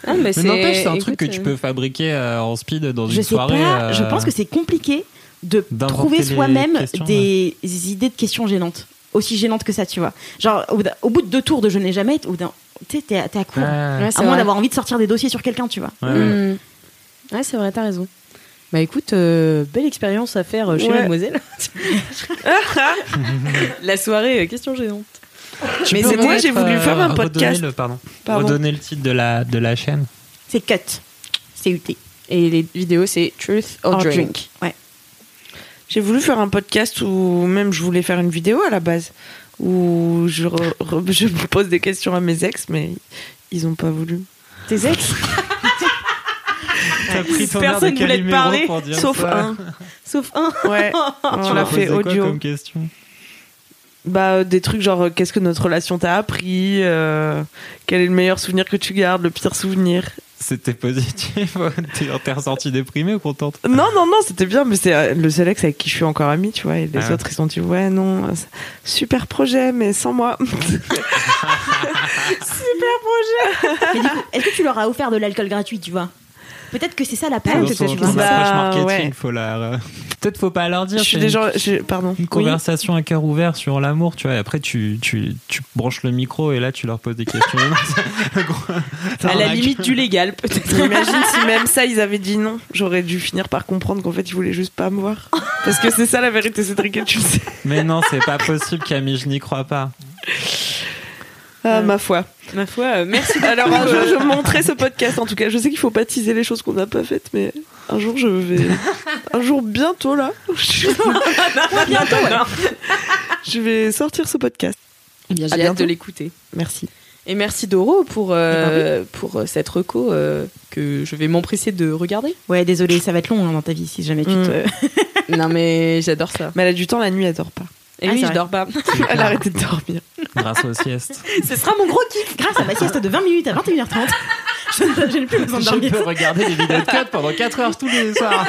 E: Non, mais
G: Mais
E: c'est
G: n'empêche, c'est un truc que
E: écoute,
G: tu peux fabriquer euh, en speed dans
I: Je
G: une
I: sais
G: soirée.
I: pas. Je
G: euh,
I: pense que c'est compliqué de
G: d'inventer
I: trouver
G: les
I: soi-même
G: questions,
I: des idées de questions gênantes, aussi gênantes que ça, tu vois. Genre au bout d'un- au bout de deux tours de je n'ai jamais, au bout d'un- tu sais, t'es à t'es à court.
G: Ouais.
E: Ouais,
I: à
E: c'est
I: moins
E: vrai.
I: d'avoir envie de sortir des dossiers sur quelqu'un, tu vois.
G: Ouais, ouais.
E: Mm. Ouais, c'est vrai, t'as raison. Bah écoute, euh, belle expérience à faire euh, chez
C: Ouais.
E: Mademoiselle. La soirée euh, question géante.
G: Tu
C: Mais
G: peux
C: c'est- moi,
G: remettre,
C: j'ai voulu
G: euh,
C: faire un
G: redonner
C: podcast.
G: le- pardon.
C: Pardon.
G: Redonner le titre de la, de la chaîne.
I: C'est cut. C'est UT.
E: Et les vidéos, c'est Truth or,
I: Or
E: drink.
I: drink. Ouais.
C: J'ai voulu faire un podcast ou même je voulais faire une vidéo à la base où je, re- re- je pose des questions à mes ex, mais ils ont pas voulu.
E: Tes ex
G: T'as pris ton air de
E: Personne voulait te
G: Calimero
E: parler,
G: pour dire
C: Sauf
G: ça.
C: un.
E: sauf un.
C: Ouais, on
G: Tu
C: l'a
G: l'as
C: fait audio.
G: comme question
C: Bah, euh, des trucs genre euh, qu'est-ce que notre relation t'a appris, euh, quel est le meilleur souvenir que tu gardes, le pire souvenir.
G: C'était positif T'es t'es ressortie déprimée ou contente
C: Non, non, non, c'était bien, mais c'est euh, le seul ex avec qui je suis encore amie, tu vois. Et les
G: Ah ouais.
C: autres, ils sont dit, ouais, non, euh, super projet, mais sans moi.
I: Mais du coup, est-ce que tu leur as offert de l'alcool gratuit, tu vois Peut-être que c'est ça la
G: Dans
I: période,
G: son-
I: tu
G: dans
I: vois.
G: son
C: Bah,
G: approche marketing,
C: ouais.
G: faut la... euh, Peut-être faut pas leur dire.
C: je suis
G: c'est
C: des gens.
G: une-
C: je- Pardon.
G: Une conversation à cœur ouvert sur l'amour, tu vois. Et après, tu, tu, tu branches le micro et là, tu leur poses des questions.
E: À la limite du légal, peut-être.
C: Imagine si même ça, ils avaient dit non. J'aurais dû finir par comprendre qu'en fait, ils voulaient juste pas me voir. Parce que c'est ça la vérité, Cédric, et tu le sais.
G: Mais non, c'est pas possible, Camille, je n'y crois pas.
C: Ah, ma foi.
E: Ma foi, euh, merci.
C: Alors, un jour, je montrerai ce podcast, en tout cas. Je sais qu'il faut pas teaser les choses qu'on n'a pas faites, mais un jour, je vais. Un jour, bientôt, là.
E: bientôt,
C: Je vais sortir ce podcast. À
E: J'ai hâte
C: bientôt.
E: de l'écouter.
C: Merci.
E: Et merci Doro pour, euh, pour euh, cette reco euh, que je vais m'empresser de regarder.
I: Ouais, désolé, ça va être long hein, dans ta vie si jamais tu
C: Mm.
I: te.
E: non mais j'adore ça.
C: Mais elle a du temps, la nuit, elle dort pas.
E: Et
I: Ah, c'est
E: oui, je
I: vrai.
E: dors pas.
H: Ah.
C: Elle a arrêté de dormir.
G: Grâce aux siestes.
I: Ce sera mon gros kiff Grâce à ma sieste de 20 minutes à 21h30, je, je n'ai plus besoin de
G: Je
I: dormir.
G: peux regarder des vidéos de code pendant 4 heures tous les soirs.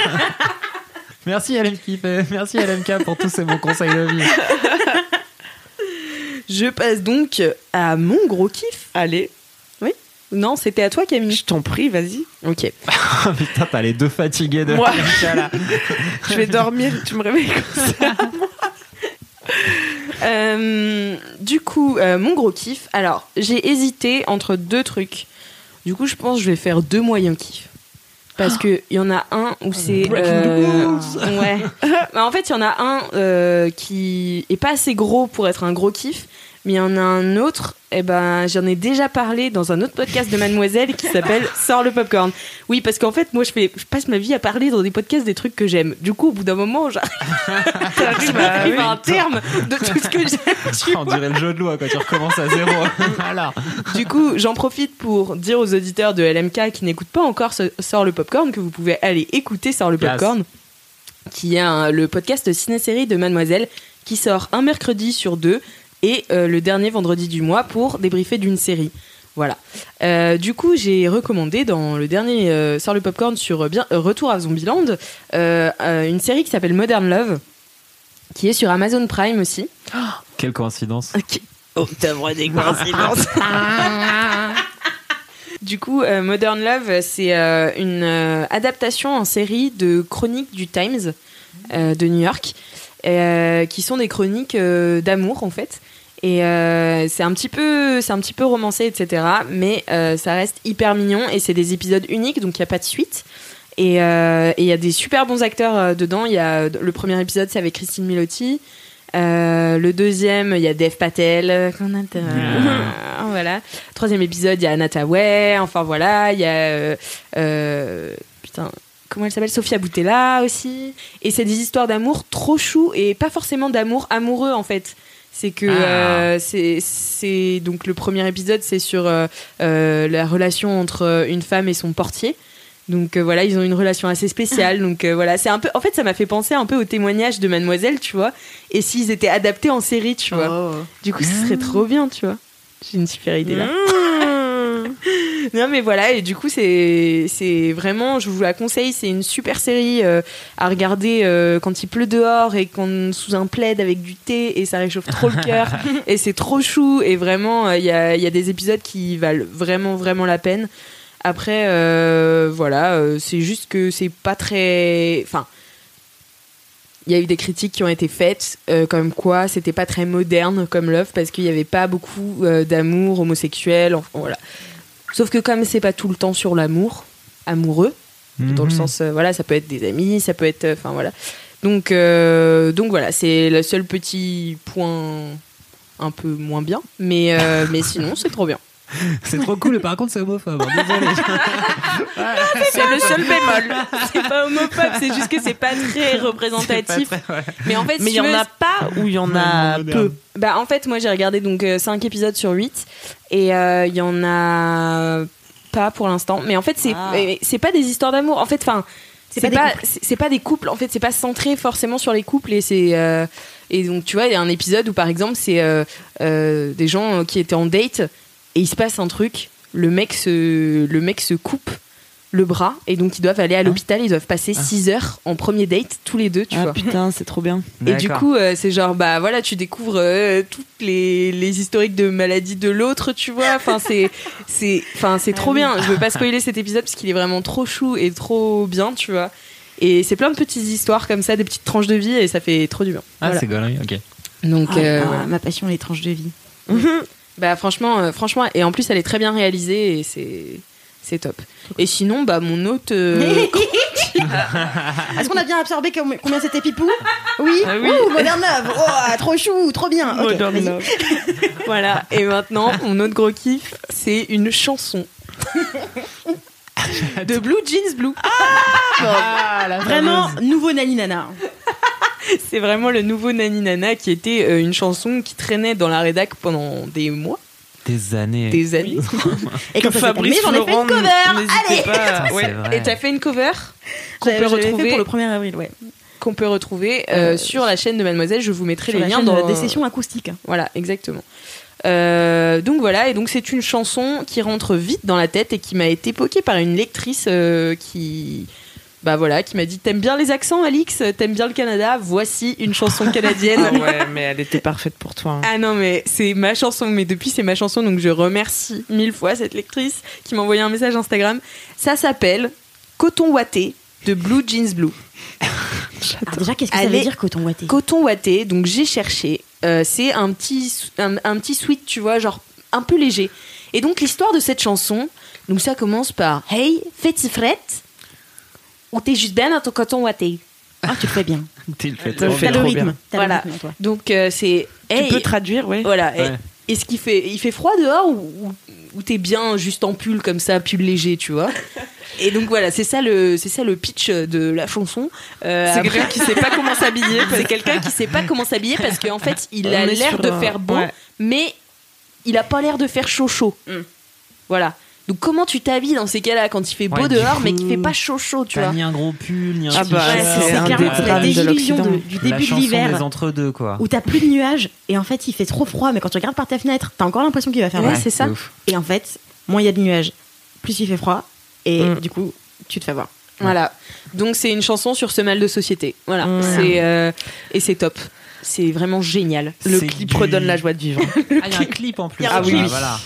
G: Merci LMK, euh, merci LMK pour tous ces bons conseils de vie.
E: Je passe donc à mon gros kiff.
C: Allez,
E: Non, c'était à toi Camille.
C: je t'en prie, vas-y.
E: Ok.
G: Oh, putain, t'as les deux fatigués de
C: Moi.
G: LMK là.
C: Je vais dormir, tu me réveilles.
E: Euh, du coup, euh, mon gros kiff. Alors, j'ai hésité entre deux trucs. Du coup, je pense que je vais faire deux moyens kiffs. Parce qu'il y en a un où c'est. euh, ouais. Bah, en fait, il y en a un euh, qui est pas assez gros pour être un gros kiff. Mais il y en a un autre, eh ben, j'en ai déjà parlé dans un autre podcast de Mademoiselle qui s'appelle Sors le popcorn. Oui, parce qu'en fait, moi, je, fais, je passe ma vie à parler dans des podcasts des trucs que j'aime. Du coup, au bout d'un moment, j'arrive
C: T'arrives à-
E: à un terme de tout ce que j'aime. tu
G: On dirait le jeu de loi quand tu recommences à zéro. voilà.
E: Du coup, j'en profite pour dire aux auditeurs de LMK qui n'écoutent pas encore ce- Sort le Popcorn que vous pouvez aller écouter Sort le
G: Yes.
E: Popcorn, qui est un- le podcast ciné-série de Mademoiselle qui sort un mercredi sur deux et euh, le dernier vendredi du mois pour débriefer d'une série. Voilà. Euh, du coup, j'ai recommandé dans le dernier euh, Sort le Popcorn sur euh, bien, euh, Retour à Zombieland euh, euh, une série qui s'appelle Modern Love qui est sur Amazon Prime aussi.
G: Quelle coïncidence.
E: Du coup, euh, Modern Love, c'est euh, une euh, adaptation en série de chroniques du Times euh, de New York, euh, qui sont des chroniques euh, d'amour en fait. Et euh, c'est un petit peu, c'est un petit peu romancé, etc. Mais euh, ça reste hyper mignon et c'est des épisodes uniques, donc il n'y a pas de suite. Et euh, et il y a des super bons acteurs euh, dedans. Il y a le premier épisode, c'est avec Christine Milotti. Euh, le deuxième, il y a Dev Patel. Qu'on adore.
G: Euh,
E: Ah, voilà. Troisième épisode, il y a Anna Tawai. Enfin voilà, il y a euh, euh, putain. Comment elle s'appelle Sophia Boutella aussi. Et c'est des histoires d'amour trop chou et pas forcément d'amour amoureux en fait. C'est que euh, c'est- c'est donc le premier épisode, c'est sur euh, euh, la relation entre euh, une femme et son portier. Donc euh, voilà, ils ont une relation assez spéciale. Donc euh, voilà, c'est un peu. En fait, ça m'a fait penser un peu au témoignage de Mademoiselle, tu vois. Et s'ils étaient adaptés en série, tu
H: Oh.
C: Mm.
E: vois. Du coup, ce serait trop bien, tu vois. J'ai une super idée là. non mais voilà et du coup c'est c'est vraiment je vous la conseille c'est une super série euh, à regarder euh, quand il pleut dehors et qu'on sous un plaid avec du thé et ça réchauffe trop le cœur et c'est trop chou et vraiment euh, il y, a, y a des épisodes qui valent vraiment vraiment la peine après euh, voilà euh, c'est juste que c'est pas très enfin il y a eu des critiques qui ont été faites, euh, comme quoi c'était pas très moderne comme Love, parce qu'il n'y avait pas beaucoup euh, d'amour homosexuel. Enfin, voilà. Sauf que comme c'est pas tout le temps sur l'amour, amoureux, dans
G: Mhm.
E: le sens, euh, voilà, ça peut être des amis, ça peut être, euh, enfin voilà. Donc, euh, donc voilà, c'est le seul petit point un peu moins bien, mais euh, mais sinon c'est trop bien.
G: C'est trop cool, et par contre, c'est homophobe. hein. Désolé.
E: C'est le seul bémol. C'est pas homophobe, c'est juste que c'est pas très représentatif.
G: C'est pas très- ouais.
E: Mais en fait,
H: Mais
E: si
H: il y
E: tu
H: en
E: veux,
H: a pas ou il y en a peu.
E: Bah en fait moi j'ai regardé donc 5 épisodes sur 8 et euh, il y en a pas pour l'instant mais en fait c'est
H: Ah.
E: mais c'est pas des histoires d'amour en fait enfin c'est
I: pas des
E: pas c'est c'est pas des couples en fait c'est pas centré forcément sur les couples et c'est euh, et donc tu vois il y a un épisode où par exemple c'est euh, euh, des gens euh, qui étaient en date et il se passe un truc le mec se le mec se coupe le bras et donc ils doivent aller à l'hôpital ils doivent passer 6 heures en premier date tous les deux tu
H: Ah
E: vois
H: putain, c'est trop bien.
E: et du
G: D'accord.
E: coup, euh, c'est genre, bah voilà, tu découvres euh, toutes les, les historiques de maladies de l'autre, tu vois. Enfin, c'est, c'est, enfin,
H: Ah
E: c'est trop bien. Je veux pas spoiler cet épisode parce qu'il est vraiment trop chou et trop bien, tu vois. Et c'est plein de petites histoires comme ça, des petites tranches de vie, et ça fait trop du bien.
G: Ah,
E: Voilà.
G: c'est galerie, ok.
E: Donc, euh,
F: Ah,
E: voilà.
F: Ma passion, les tranches de vie.
E: bah franchement, euh, franchement, et en plus, elle est très bien réalisée et c'est, c'est top. Et sinon, bah mon autre. euh,
F: Est-ce qu'on a bien absorbé com- combien c'était pipou Oui.
E: Ah
F: Ouh, Modern Love. Oh, trop chou, trop bien. Ok, vas-y.
E: Voilà, et maintenant, mon autre gros kiff, c'est une chanson. de Blue Jeans Blue. Ah,
F: Vraiment, nouveau Nani Nana.
E: C'est vraiment le nouveau Nani Nana qui était euh, une chanson qui traînait dans la rédac pendant des mois,
G: Des années.
E: des années.
F: Et comme ça s'est terminé, j'en ai fait une cover. Allez.
G: Putain, c'est vrai.
E: euh, Et t'as fait une cover qu'on
F: J'avais-
E: peut
F: j'avais fait
E: retrouver,
F: pour le 1er avril, ouais.
E: qu'on peut retrouver euh,
F: Euh,
E: sur la chaîne de Mademoiselle. Je vous mettrai
F: Sur
E: les
F: la
E: liens
F: chaîne,
E: dans
F: euh, des sessions acoustiques.
E: Voilà, exactement. Euh, donc voilà, et donc c'est une chanson qui rentre vite dans la tête et qui m'a été poquée par une lectrice euh, qui, bah voilà, qui m'a dit t'aimes bien les accents, Alix, t'aimes bien le Canada, voici une chanson canadienne.
C: Ah ouais, mais elle était parfaite pour toi. hein.
E: Ah non, mais c'est ma chanson, mais depuis c'est ma chanson, donc je remercie mille fois cette lectrice qui m'a envoyé un message Instagram. Ça s'appelle Coton Watté de Blue Jeans Blue.
F: Ah, déjà, qu'est-ce que ça
E: Allez.
F: veut dire coton ouaté
E: Coton Watté, donc j'ai cherché. Euh, c'est un petit, un, un petit sweat, tu vois, genre un peu léger. Et donc l'histoire de cette chanson, donc ça commence par Hey, fête frette, on t'est juste bien dans ton coton Watté.
F: Ah, tu le fais bien.
G: Tu le fais
C: Elle
G: trop
C: fait
G: bien.
F: T'as le
C: trop
F: rythme.
C: bien.
F: T'as le
E: Voilà.
F: rythme, toi.
E: Donc euh, c'est Hey.
C: Tu peux traduire, ouais.
E: Voilà.
G: Ouais.
E: Et, ce qu'il fait, il fait froid dehors ou, ou- ou t'es bien juste en pull comme ça, pull léger, tu vois. Et donc voilà, c'est ça le, c'est ça le pitch de la chanson. Euh,
C: C'est
E: après-
C: quelqu'un qui sait pas comment s'habiller.
E: c'est quelqu'un qui sait pas comment s'habiller parce qu'en fait, il a
C: On est
E: l'air
C: sur
E: de
C: un-
E: faire beau,
C: ouais. Mm.
E: mais il a pas l'air de faire chaud chaud. Voilà. Donc comment tu t'habilles dans ces cas-là quand il fait beau
G: Ouais, du
E: dehors
G: coup,
E: mais qu'il fait pas chaud chaud, tu
G: T'as
E: vois
G: ni un gros pull, ni un
C: Ah bah,
G: t-shirt.
C: c'est
F: C'est
C: un
F: clairement
C: des
F: c'est la
C: drames de
F: désillusion de-
C: l'Occident.
F: du
G: La
F: début de
G: chanson des
F: l'hiver
G: entre-deux, quoi.
F: où t'as plus de nuages et en fait il fait trop froid, mais quand tu regardes par ta fenêtre, t'as encore l'impression qu'il va faire
E: Ouais,
F: mal.
E: c'est ça.
G: de ouf.
F: Et en fait, moins il y a de nuages, plus il fait froid et
C: Mm.
F: du coup tu te fais voir.
E: Voilà. Donc c'est une chanson sur ce mal de société. Voilà. C'est euh, et c'est top. C'est vraiment génial.
C: Le
G: C'est
C: clip
G: du-
C: redonne la joie de vivre.
G: Ah, il y a un clip en plus.
C: Ah oui, oui.
G: voilà.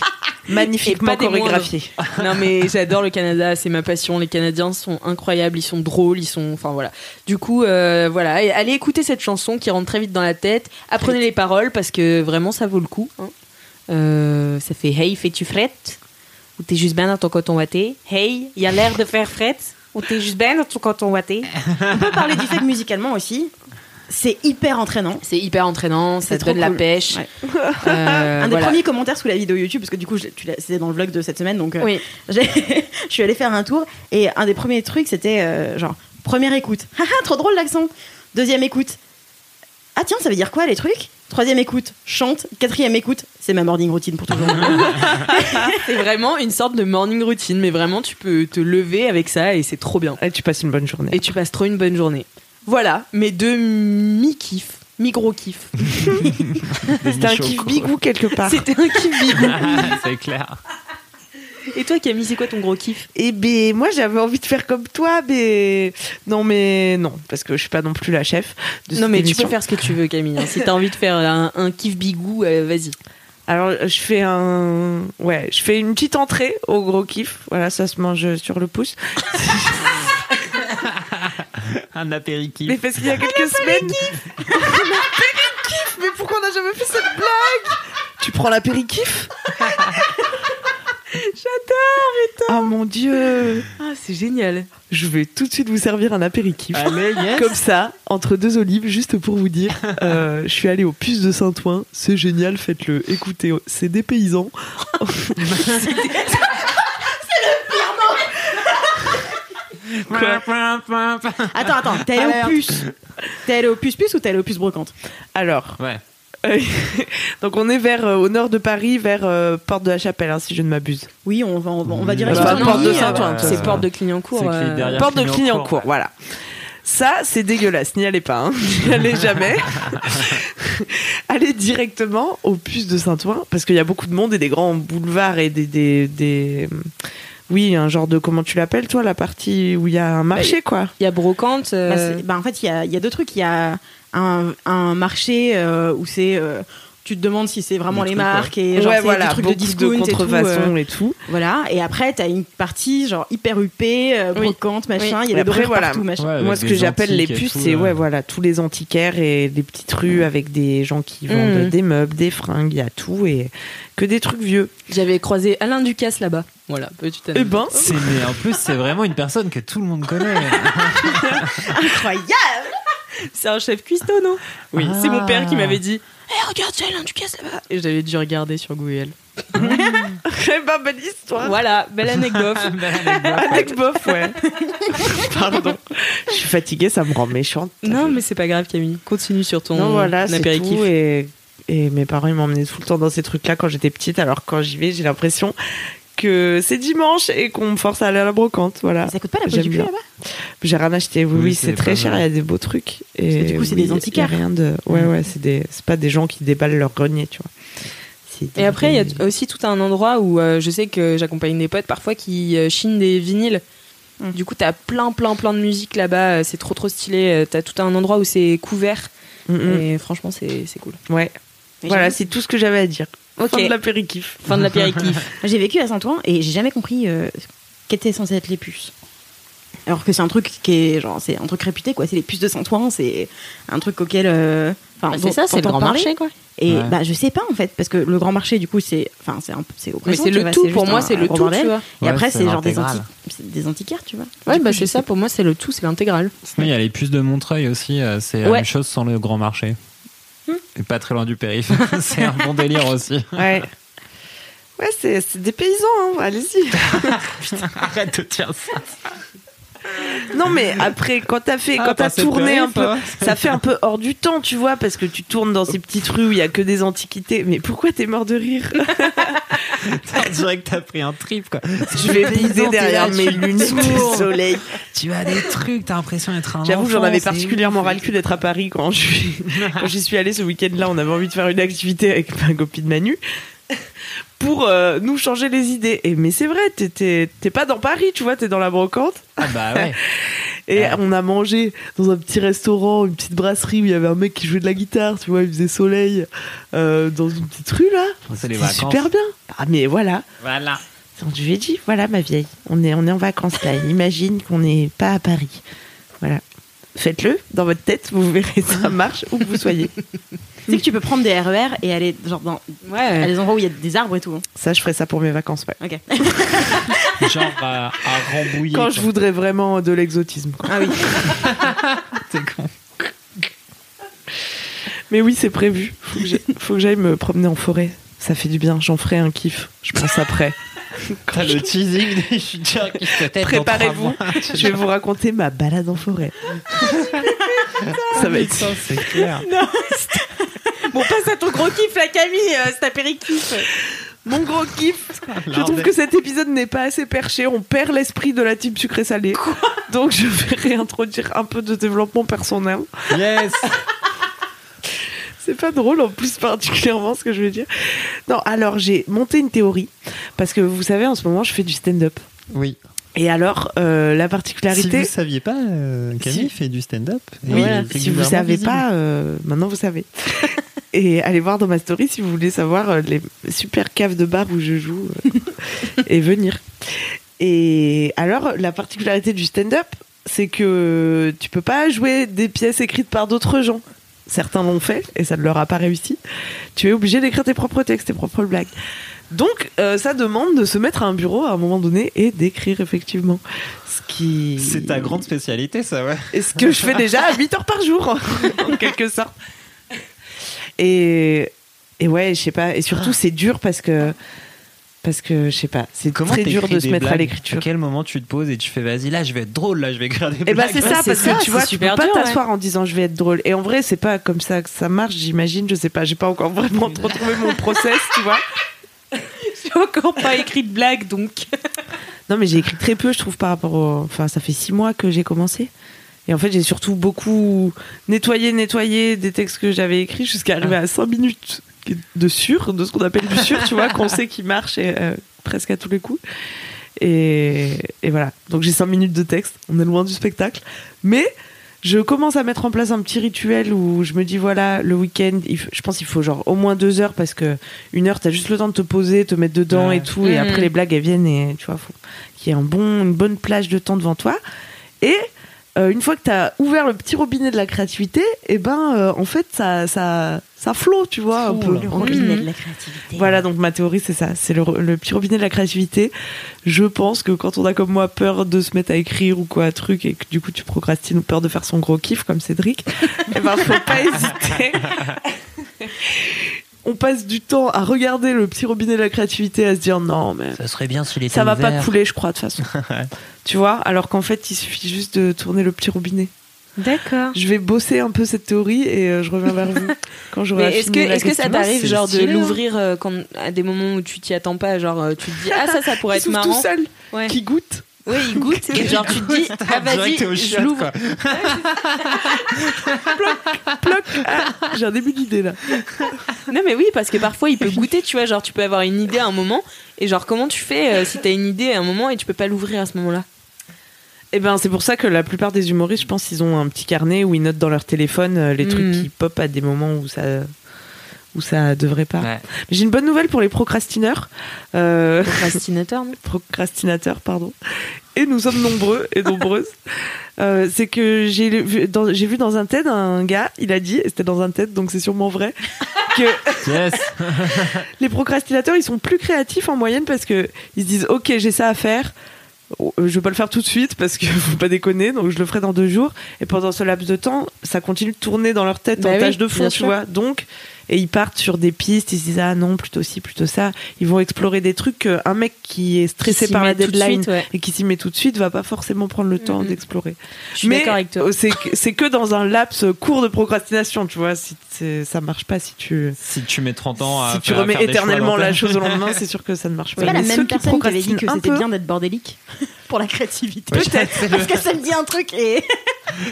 C: Magnifiquement
E: Et pas des
C: chorégraphié.
E: Non mais j'adore le Canada, c'est ma passion. Les Canadiens sont incroyables, ils sont drôles, ils sont, enfin voilà. Du coup, euh, voilà, Et allez écouter cette chanson qui rentre très vite dans la tête. Apprenez les paroles parce que vraiment ça vaut le coup. hein. Euh, ça fait Hey, fais-tu frette Ou t'es juste bien dans ton coton watté Hey, y a l'air de faire frette Ou t'es juste bien dans ton coton watté
F: On peut parler du fait que musicalement aussi, c'est hyper entraînant.
E: C'est hyper entraînant, ça
F: C'est
E: te
F: trop
E: donne la
F: cool.
E: pêche.
F: Ouais.
E: Euh,
F: Un des
E: voilà.
F: premiers commentaires sous la vidéo YouTube, parce que du coup je- tu l'as- c'était dans le vlog de cette semaine, donc euh,
E: Oui.
F: j'ai- je suis allée faire un tour et un des premiers trucs c'était euh, genre première écoute, haha trop drôle l'accent. Deuxième écoute, ah tiens ça veut dire quoi les trucs. Troisième écoute, chante. Quatrième écoute, c'est ma morning routine pour toujours.
E: C'est vraiment une sorte de morning routine, mais vraiment tu peux te lever avec ça et c'est trop bien.
C: Et tu passes une bonne journée.
E: Et tu passes trop une bonne journée. Voilà, mes deux mi-kiffs, mi-gros kiffs.
C: C'était un kiff bigou quelque part.
E: C'était un kiff bigou.
G: c'est clair.
E: Et toi, Camille, c'est quoi ton gros kiff
C: Eh ben, moi, j'avais envie de faire comme toi, mais non, mais non, parce que je suis pas non plus la chef. De
E: Non,
C: cette
E: mais tu
C: émission.
E: peux faire ce que tu veux, Camille. hein. Si t'as envie de faire un, un kiff bigou, euh, vas-y.
C: Alors, euh, je fais un, ouais, je fais une petite entrée au gros kiff. Voilà, ça se mange euh, sur le pouce.
G: Un apéritif.
C: Mais parce qu'il y a quelques semaines. L'apéritif Mais pourquoi on n'a jamais fait cette blague Tu prends l'apéritif J'adore, putain Oh mon dieu
E: Ah, c'est génial.
C: Je vais tout de suite vous servir un apéritif.
G: Allez, yes.
C: Comme ça, entre deux olives, juste pour vous dire, euh, je suis allée au Puce de Saint-Ouen, c'est génial, faites-le. Écoutez, oh, c'est des paysans.
F: Attends, attends, t'es allé au puce. T'es allé au puce puce ou t'es allé au puce brocante
C: Alors,
G: Ouais.
C: euh, donc on est vers euh, au nord de Paris, vers euh, Porte de la Chapelle, hein, si je ne m'abuse.
F: Oui, on va, on va, on va dire
C: Bah,
F: qu'ils
C: pas
F: sont
C: de porte de
F: unis,
C: Saint-Ouen.
G: Saint-Ouen,
E: c'est
G: euh,
E: porte de Clignancourt.
G: c'est que
E: euh,
G: derrière-
C: Porte de
G: Clignancourt,
C: Clignancourt, voilà. Ça, c'est dégueulasse, n'y allez pas, hein. n'y allez jamais. allez directement au puce de Saint-Ouen, parce qu'il y a beaucoup de monde et des grands boulevards et des... des, des- Oui, un genre de... Comment tu l'appelles, toi, la partie où Bah, il y a un marché, quoi
E: Il y a Brocante. euh,
F: Bah, c'est- bah, en fait, il y a, il y a deux trucs. Il y a un, un marché euh, où c'est. euh, tu te demandes si c'est vraiment
G: Des
F: les
G: trucs,
F: marques et genre, c'est des trucs de
C: beaucoup
F: discount et tout, euh,
C: contrefaçons et tout.
F: voilà. Et après, t'as une partie genre hyper huppée, euh,
E: Oui.
F: brocante, machin. Il y
C: Et
F: a des
C: après,
F: dorures
C: voilà.
F: partout, machin.
G: Ouais,
C: Moi,
G: avec
C: ce que
G: des
C: j'appelle les
G: antiques et
C: puces,
G: tout,
C: c'est
G: euh.
C: ouais, voilà, tous les antiquaires et les petites rues avec des gens qui vendent
E: Mm.
C: des meubles, des fringues, il y a tout et que des trucs vieux.
E: J'avais croisé Alain Ducasse là-bas. Euh, Voilà, petite
C: Eh
F: Euh,
E: anecdote.
C: ben,
G: C'est- mais en plus, c'est vraiment une personne que tout le monde connaît.
F: Incroyable.
E: C'est un chef cuistot, non Oui, c'est mon père qui
G: Ah.
E: m'avait dit Eh, regarde, c'est Alain Ducasse là-bas Et j'avais dû regarder sur Google.
C: eh ben, belle histoire.
E: Voilà, belle anecdote.
C: Avec bof, ouais. Pardon. Je suis fatiguée, ça me rend méchante.
E: non, mais c'est pas grave, Camille. Continue sur ton
C: Non, voilà, c'est
E: apéritif.
C: tout. Et, et mes parents, ils m'emmenaient tout le temps dans ces trucs-là quand j'étais petite. Alors, quand j'y vais, j'ai l'impression que c'est dimanche et qu'on me force à aller à la brocante. Voilà.
F: Ça coûte pas la peau
C: J'aime
F: du cul
C: bien.
F: là-bas
C: J'ai rien acheté. Oui,
G: Oui,
C: oui,
G: c'est
C: c'est
G: pas
C: très cher.
G: mal.
C: Il y a des beaux trucs. Et
F: Parce que du coup, c'est
C: oui,
F: des
C: y a- y a
F: antiquaires.
C: Rien de. Ouais, ouais, c'est des. C'est pas des gens qui déballent leur grenier, tu vois. C'est des-
E: Et après, il y a aussi tout un endroit où euh, je sais que j'accompagne des potes parfois qui euh, chinent des vinyles.
F: Mm.
E: Du coup, t'as plein, plein, plein de musique là-bas. euh, C'est trop, trop stylé. Euh, T'as tout un endroit où c'est couvert.
C: Mm,
E: Et franchement, c'est c'est cool.
C: mm, Ouais. Voilà, c'est tout ce que j'avais à dire.
E: Ok.
C: Fin de l'apéritif.
E: Fin de l'apéritif.
F: J'ai vécu à Saint-Ouen et j'ai jamais compris euh, qu'étaient censées être les puces. Alors que c'est un truc qui est genre c'est un truc réputé quoi, c'est les puces de Saint-Ouen, c'est un truc auquel euh,
E: Ah,
F: enfin
D: Bah, c'est
F: dont-
D: ça, c'est le
F: t'entends
D: grand
F: parler.
D: marché, quoi.
F: Et
G: Ouais.
F: bah je sais pas en fait parce que le grand marché du coup c'est enfin c'est un peu- c'est
E: Mais
F: oppressant,
E: c'est
F: tu
E: le
F: vois,
E: tout.
F: juste
E: Pour
F: un-
E: moi, c'est
F: un
E: le
F: gros
E: tout,
F: bordel.
E: tu vois.
F: Et
G: Ouais,
F: après
G: c'est
F: c'est genre des
G: l'intégrale.
F: anti c'est des antiquaires, tu vois.
E: Ouais,
F: Du coup,
E: bah
F: je
E: c'est
F: sais
E: ça. Pour moi, c'est le tout. C'est l'intégrale.
G: Oui, il y a les puces de Montreuil aussi. euh, C'est la
E: Ouais.
G: même chose sans le grand marché. Et pas très loin du périph. c'est un bon délire aussi.
C: Ouais. Ouais, c'est c'est des paysans, hein. allez-y.
G: Arrête de dire ça.
C: Non, mais après, quand t'as fait,
G: Ah,
C: quand
G: par
C: t'as
G: cette
C: tourné un
G: période,
C: peu,
G: ça
C: ça fait un peu hors du temps, tu vois, parce que tu tournes dans ces petites rues où il y a que des antiquités. Mais pourquoi t'es mort de rire
G: On dirait que t'as pris un trip, quoi.
C: Je vais briser derrière mes lunettes de soleil.
G: Tu as des trucs, t'as l'impression d'être un
C: J'avoue,
G: enfant,
C: j'en avais
G: c'est
C: particulièrement
G: ouf.
C: ras le cul d'être à Paris quand je suis- quand j'y suis allée ce week-end-là. On avait envie de faire une activité avec ma copine Manu pour euh, nous changer les idées. Et mais c'est vrai, t'es- t'es t'es pas dans Paris, tu vois, t'es dans la brocante.
G: Ah bah ouais.
C: Et
G: Ouais.
C: on a mangé dans un petit restaurant, une petite brasserie où il y avait un mec qui jouait de la guitare, tu vois, il faisait soleil euh, dans une petite rue là.
G: C'est les
C: C'était
G: vacances.
C: super bien. Ah mais voilà.
G: Voilà.
C: Donc, je lui ai dit, voilà ma vieille, on est, on est en vacances là, imagine qu'on n'est pas à Paris. Voilà. Faites-le dans votre tête, vous verrez ça marche où que vous soyez.
F: Tu sais que tu peux prendre des RER et aller genre dans à
E: Ouais.
F: des endroits où il y a des arbres et tout. hein.
C: Ça, je ferai ça pour mes vacances. ouais.
F: OK.
G: Genre à, à Rambouillet.
C: Quand je
G: quoi.
C: voudrais vraiment de l'exotisme. quoi.
F: Ah oui.
G: T'es con.
C: Mais oui, c'est prévu. Faut que j'ai- faut que j'aille me promener en forêt. Ça fait du bien, j'en ferai un kiff, je pense après.
G: T'as le teasing. Je suis déjà
C: Préparez-vous, je vais vous raconter ma balade en forêt. Ça va être.
G: C'est clair.
F: bon, passe à ton gros kiff la Camille, euh, c'est ta périkiff.
C: Mon gros kiff Je trouve que cet épisode n'est pas assez perché, on perd l'esprit de la team sucré-salé. Donc je vais réintroduire un peu de développement personnel.
G: Yes.
C: C'est pas drôle en plus particulièrement ce que je vais dire. Non, alors j'ai monté une théorie Parce que vous savez, en ce moment, je fais du stand-up.
K: Oui.
C: Et alors, euh,
K: Si
C: la
K: vous
C: particularité.
K: ne saviez pas, euh, Camille fait du stand-up. Et il est
C: Oui, Euh, si vous
K: régulièrement
C: savez
K: visible.
C: pas, euh, maintenant vous savez. et allez voir dans ma story si vous voulez savoir euh, les super caves de bar où je joue euh, et venir. Et alors, la particularité du stand-up, c'est que tu peux pas jouer des pièces écrites par d'autres gens. Certains l'ont fait et ça ne leur a pas réussi. Tu es obligé d'écrire tes propres textes, tes propres blagues. Donc, euh, ça demande de se mettre à un bureau à un moment donné et d'écrire effectivement. Ce qui.
K: C'est ta grande spécialité, ça, ouais.
C: Et ce que je fais déjà à 8 heures par jour, en quelque sorte. Et, et ouais, je sais pas. Et surtout, c'est dur parce que. Parce que, je sais pas, c'est
K: Comment
C: très dur
K: t'écris
C: de se
K: des
C: mettre à
K: blagues
C: l'écriture.
K: À quel moment tu te poses et tu fais vas-y, là je vais être drôle, là je vais écrire des
C: Et bah,
K: blagues.
C: c'est
E: Ouais,
C: ça,
E: c'est
C: parce
E: ça,
C: que tu
E: c'est
C: vois, tu peux
E: super
C: pas
E: dur,
C: t'asseoir en disant je vais être drôle. Et en vrai, c'est pas comme ça que ça marche, j'imagine. Je sais pas, j'ai pas encore vraiment trop trouvé mon process, tu vois.
E: J'ai encore pas écrit de blague donc.
C: Non, mais j'ai écrit très peu, je trouve, par rapport au. Enfin, ça fait six mois que j'ai commencé. Et en fait, j'ai surtout beaucoup nettoyé, nettoyé des textes que j'avais écrits jusqu'à arriver à cinq minutes de sûr, de ce qu'on appelle du sûr, tu vois, qu'on sait qui marche et, euh, presque à tous les coups. Et, et voilà. Donc j'ai cinq minutes de texte, on est loin du spectacle. Mais je commence à mettre en place un petit rituel où je me dis voilà le week-end il f- je pense qu'il faut genre au moins deux heures parce que une heure t'as juste le temps de te poser te mettre dedans
K: Ouais.
C: et tout et
E: Mhm.
C: après les blagues elles viennent et tu vois faut qu'il y ait un bon une bonne plage de temps devant toi et euh, une fois que t'as ouvert le petit robinet de la créativité et ben euh, en fait ça ça ça flot tu vois un peu
K: là. Le
E: Mm.
C: En- voilà, donc ma théorie, c'est ça. C'est le, le petit robinet de la créativité. Je pense que quand on a comme moi peur de se mettre à écrire ou quoi, truc, et que du coup tu procrastines ou peur de faire son gros kiff comme Cédric, eh ben, faut pas hésiter. on passe du temps à regarder le petit robinet de la créativité, à se dire non, mais
K: Ça serait bien si les
C: ça va pas couler, je crois, de toute façon. tu vois, alors qu'en fait, il suffit juste de tourner le petit robinet.
E: D'accord.
C: Je vais bosser un peu cette théorie et euh, je reviens vers vous quand j'aurai
E: Mais est-ce que,
C: fini la
E: est-ce que ça
C: question.
E: t'arrive
K: c'est
E: genre de
K: stylé, hein.
E: l'ouvrir euh, quand, à des moments où tu t'y attends pas Genre euh, tu te dis ah ça ça pourrait
C: Qui
E: être
C: s'ouvre tout
E: marrant.
C: seul,
E: Ouais.
C: qui goûte.
E: Oui il goûte et genre tu te dis ah vas-y
K: Direct, t'es au
E: je
K: chiottes,
E: l'ouvre.
K: quoi.
C: J'ai un début d'idée là.
E: Non mais oui parce que parfois il peut goûter tu vois genre tu peux avoir une idée à un moment et genre comment tu fais euh, si t'as une idée à un moment et tu peux pas l'ouvrir à ce moment-là.
C: Et ben c'est pour ça que la plupart des humoristes, je pense, ils ont un petit carnet où ils notent dans leur téléphone euh, les trucs
E: Mm.
C: qui pop à des moments où ça où ça devrait pas.
G: Ouais.
C: Mais J'ai une bonne nouvelle pour les procrastineurs, euh,
E: Procrastinateur non
C: procrastinateurs pardon. Et nous sommes nombreux et nombreuses. Euh, c'est que j'ai vu dans, j'ai vu dans un TED un gars, il a dit, et c'était dans un TED, donc c'est sûrement vrai, que
G: Yes.
C: les procrastinateurs, ils sont plus créatifs en moyenne parce que ils se disent OK, j'ai ça à faire. Euh, Je vais pas le faire tout de suite parce que faut pas déconner, donc je le ferai dans deux jours. Et pendant ce laps de temps, ça continue de tourner dans leur tête
E: Bah
C: en
E: oui,
C: tâche de fond,
E: bien
C: tu
E: sûr.
C: vois. Donc, et ils partent sur des pistes, ils se disent ah non, plutôt ci, plutôt ça. Ils vont explorer des trucs qu'un mec qui est stressé
E: Qui s'y
C: par la
E: met tout de
C: deadline
E: suite, ouais.
C: et qui s'y met tout de suite va pas forcément prendre le temps
E: Mhm.
C: d'explorer.
E: Je suis
C: Mais-
E: d'accord avec toi.
C: Euh, C'est que- c'est que dans un laps euh, court de procrastination, tu vois. Si c'est- ça marche pas, si tu
K: Si tu mets 30 ans à
C: si tu
K: faire-
C: remets
K: faire des choix à
C: éternellement
K: long
C: la
K: terme.
C: chose au lendemain, c'est sûr que ça ne marche pas.
F: C'est pas la
C: Mais ceux
F: même
C: qui
F: personne qui avait dit que
C: procrastinent un
F: c'était
C: peu-
F: bien d'être bordélique pour la créativité.
K: Ouais, c'est le-
F: Parce que ça me dit un truc et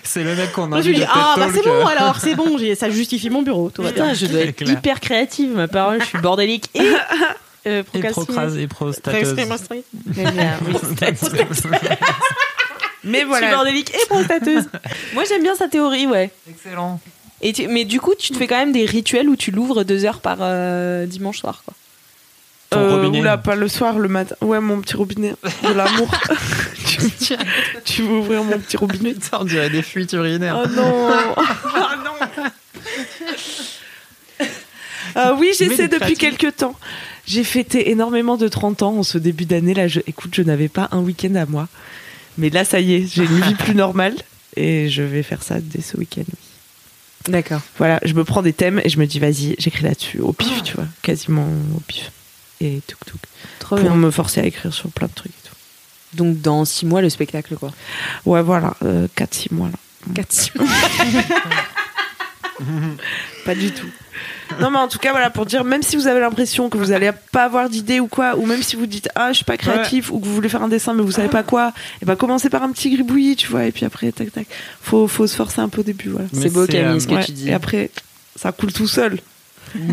K: C'est le mec qu'on a
F: moi je me dis ah bah c'est
G: euh,
F: bon alors c'est bon j'ai- ça justifie mon bureau tout va bien.
E: Putain je dois
K: C'est
E: être
K: clair.
E: hyper créative ma parole je suis bordélique et euh,
K: Et
E: procrastinatrice.
K: procrase- et prostateuse.
F: Procrastinatrice.
C: Mais
E: Je suis
C: voilà.
E: bordélique et prostateuse. Moi j'aime bien sa théorie ouais.
G: Excellent.
E: Et tu- mais du coup, tu te fais quand même des rituels où tu l'ouvres deux heures par euh, dimanche soir. Quoi.
K: Ton robinet.
C: oula, oh, pas le soir, le matin. Ouais, mon petit robinet de l'amour. tu, tu veux ouvrir mon petit robinet
K: Ça, on dirait des fuites urinaires.
C: Oh non Euh, oui,
K: Mais
C: j'essaie
K: des
C: depuis
K: créatifs.
C: quelques temps. J'ai fêté énormément de 30 ans en ce début d'année. Là, je, écoute, je n'avais pas un week-end à moi. Mais là, ça y est, j'ai une vie plus normale et je vais faire ça dès ce week-end.
E: D'accord.
C: Voilà, je me prends des thèmes et je me dis, vas-y, j'écris là-dessus, au pif, tu vois, quasiment au pif. Et tout, tout.
E: Trop
C: Pour
E: bien.
C: me forcer à écrire sur plein de trucs. et tout.
E: Donc dans six mois, le spectacle, quoi.
C: Ouais, voilà, 4-6 mois là.
E: Quatre six mois.
C: Pas du tout. Non, mais en tout cas, voilà, pour dire, même si vous avez l'impression que vous allez pas avoir d'idée ou quoi, ou même si vous dites, ah, je suis pas créatif, ou que vous voulez faire un dessin, mais vous savez pas quoi, et ben commencez par un petit gribouillis, tu vois, et puis après, tac, tac. Faut, faut se forcer un peu au début, voilà.
K: Mais
E: C'est beau, Camille,
K: euh,
E: ce que
C: Ouais,
E: tu dis.
C: Et après, ça coule tout seul.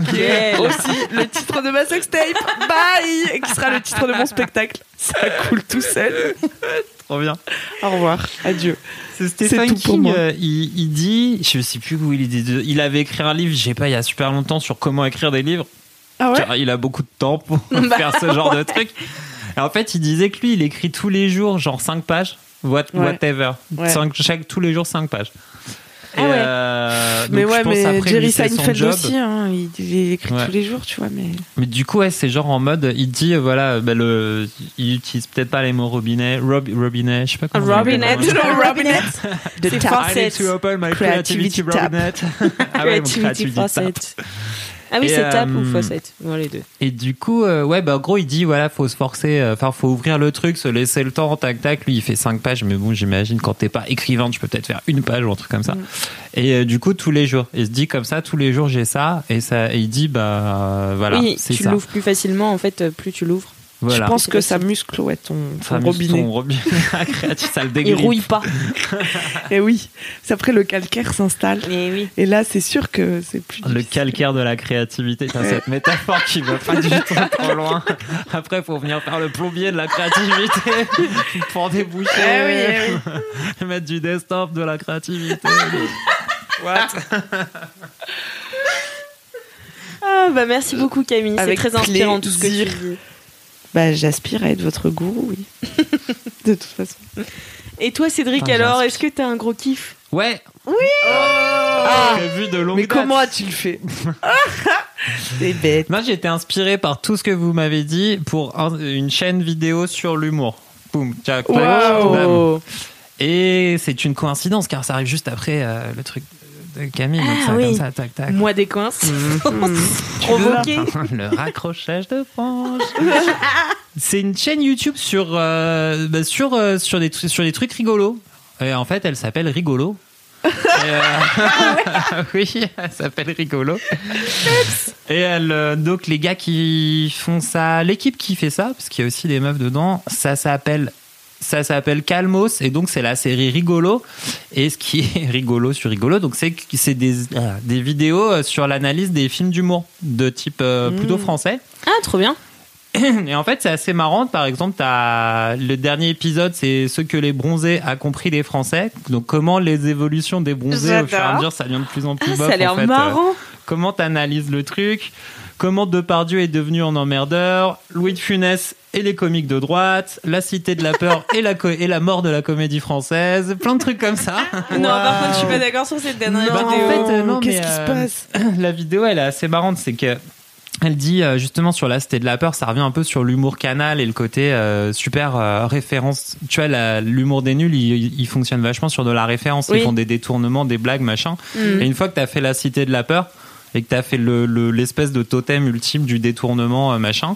C: qui est aussi le titre de ma sextape. Bye Qui sera le titre de mon spectacle. Ça coule tout seul.
G: Trop bien.
C: Au revoir. Adieu.
G: C'est Stephen
C: tout pour
G: King,
C: moi.
G: euh, il, il dit, je sais plus où il dit, de- il avait écrit un livre, je sais pas, il y a super longtemps sur comment écrire des livres.
C: Ah ouais
G: car il a beaucoup de temps pour
C: Bah,
G: faire ce genre de
C: ouais.
G: truc. Et en fait, il disait que lui, il écrit tous les jours, genre 5 pages, what-
C: Ouais.
G: whatever.
C: Ouais.
G: Cinq- chaque, tous les jours 5 pages.
C: Ah ouais.
G: euh, donc
C: mais
G: je
C: ouais,
G: pense
C: mais
G: après,
C: Jerry
G: lui, c'est son
C: Seinfeld
G: job.
C: aussi, hein, il, il écrit
G: Ouais.
C: tous les jours, tu vois, mais.
G: Mais du coup, ouais, c'est genre en mode, il dit, euh, voilà, euh, bah, le, il utilise peut-être pas les mots robinet, rob, robinet, je sais pas comment. on appelle
E: Robinette.
G: vraiment.
E: Robinette.
C: The
E: C'est
C: tap.
E: forcet.
G: I need to open my
C: Creativity
G: creativity,
C: tap.
G: robinet. ah ouais, mon
E: Creativity
G: creativity tap.
E: facette. Ah oui,
G: Et,
E: c'est tap ou
G: euh,
E: facette. Bon, les deux.
G: Et du coup, euh, ouais, bah, en gros, il dit, voilà, faut se forcer, euh, enfin, faut ouvrir le truc, se laisser le temps, tac, tac. Lui, il fait 5 pages, mais bon, j'imagine, quand t'es pas écrivain, tu peux peut-être faire une page ou un truc comme ça. Et euh, du coup, tous les jours. Il se dit, comme ça, tous les jours, j'ai ça. Et ça, et il dit, bah, euh, voilà,
E: oui,
G: c'est
E: tu
G: ça.
E: l'ouvres plus facilement en fait, euh, plus tu l'ouvres.
G: Voilà.
C: Je pense que ça muscle, ouais, ton,
G: Ça
C: ton
G: amuse
C: robinet.
G: ton robinet. Ah, créatif, ça le
E: Il
G: dégrippe.
E: rouille pas.
C: Et Eh oui, c'est après le calcaire s'installe.
E: Mais oui.
C: Et là, c'est sûr que c'est plus.
G: Le calcaire de la créativité. Putain, cette métaphore qui va pas du tout trop loin. Après, faut venir faire le plombier de la créativité. pour des bouchées.
C: Eh oui,
G: Mettre du desktop de la créativité. What
E: Ah bah merci beaucoup Camille, c'est
C: Avec
E: très inspirant tout ce que tu
C: plaisir.
E: dis.
C: Bah, j'aspire à être votre gourou, oui. de toute façon.
E: Et toi Cédric
G: Putain, j'ai
E: alors,
G: un-
E: est-ce que t'as un gros kiff
G: Ouais. Oh
C: Ah,
G: Prévu de longue
C: mais
G: date.
C: comment as-tu le fait C'est bête.
G: Moi, j'ai été inspiré par tout ce que vous m'avez dit pour un- une chaîne vidéo sur l'humour. Boum, Jack, tac, bam.
C: Waouh
G: Et c'est une coïncidence car ça arrive juste après euh, le truc de Camille. donc
E: Ah
G: ça,
E: oui.
G: comme ça, tac, tac.
E: Moi des coïncidences
G: Tu
E: provoquées.
G: vois Le raccrochage de branches. C'est une chaîne YouTube sur, euh, bah, sur, euh, sur, des, tru- sur des trucs rigolos. Et en fait, elle s'appelle Rigolo. Et, euh, oui, elle s'appelle Rigolo. Et elle, euh, donc les gars qui font ça, l'équipe qui fait ça, parce qu'il y a aussi des meufs dedans, ça s'appelle ça s'appelle Calmos et donc c'est la série rigolo et ce qui est rigolo sur rigolo donc c'est que- c'est des euh, des vidéos euh, sur l'analyse des films d'humour de type
E: Hmm.
G: euh, plutôt français
E: Ah trop bien.
G: et en fait c'est assez marrant par exemple t'as le dernier épisode c'est ce que les bronzés a compris les français donc comment les évolutions des bronzés au fur et à
E: J'adore.
G: mesure ça devient de plus en plus
E: Ah,
G: bof,
E: ça a l'air
G: en fait, euh,
E: marrant.
G: comment t'analyses le truc, comment Depardieu est devenu un emmerdeur, Louis de Funès et les comiques de droite, la cité de la peur et la, co- et la mort de la comédie française, plein de trucs comme ça.
E: Non par contre je suis pas d'accord sur cette dernière
G: Bah, en
E: vidéo.
G: fait, euh, non,
C: Qu'est-ce
G: mais,
C: qui se
G: euh,
C: passe
G: La vidéo, elle est assez marrante, c'est que elle dit euh, justement sur la cité de la peur, ça revient un peu sur l'humour canal et le côté euh, super euh, référence. Tu vois, la- l'humour des nuls, il, il fonctionne vachement sur de la référence.
E: Oui.
G: Ils font des détournements, des blagues, machin. Et une fois que t'as fait la cité de la peur et que t'as fait le- le- l'espèce de totem ultime du détournement, euh, machin.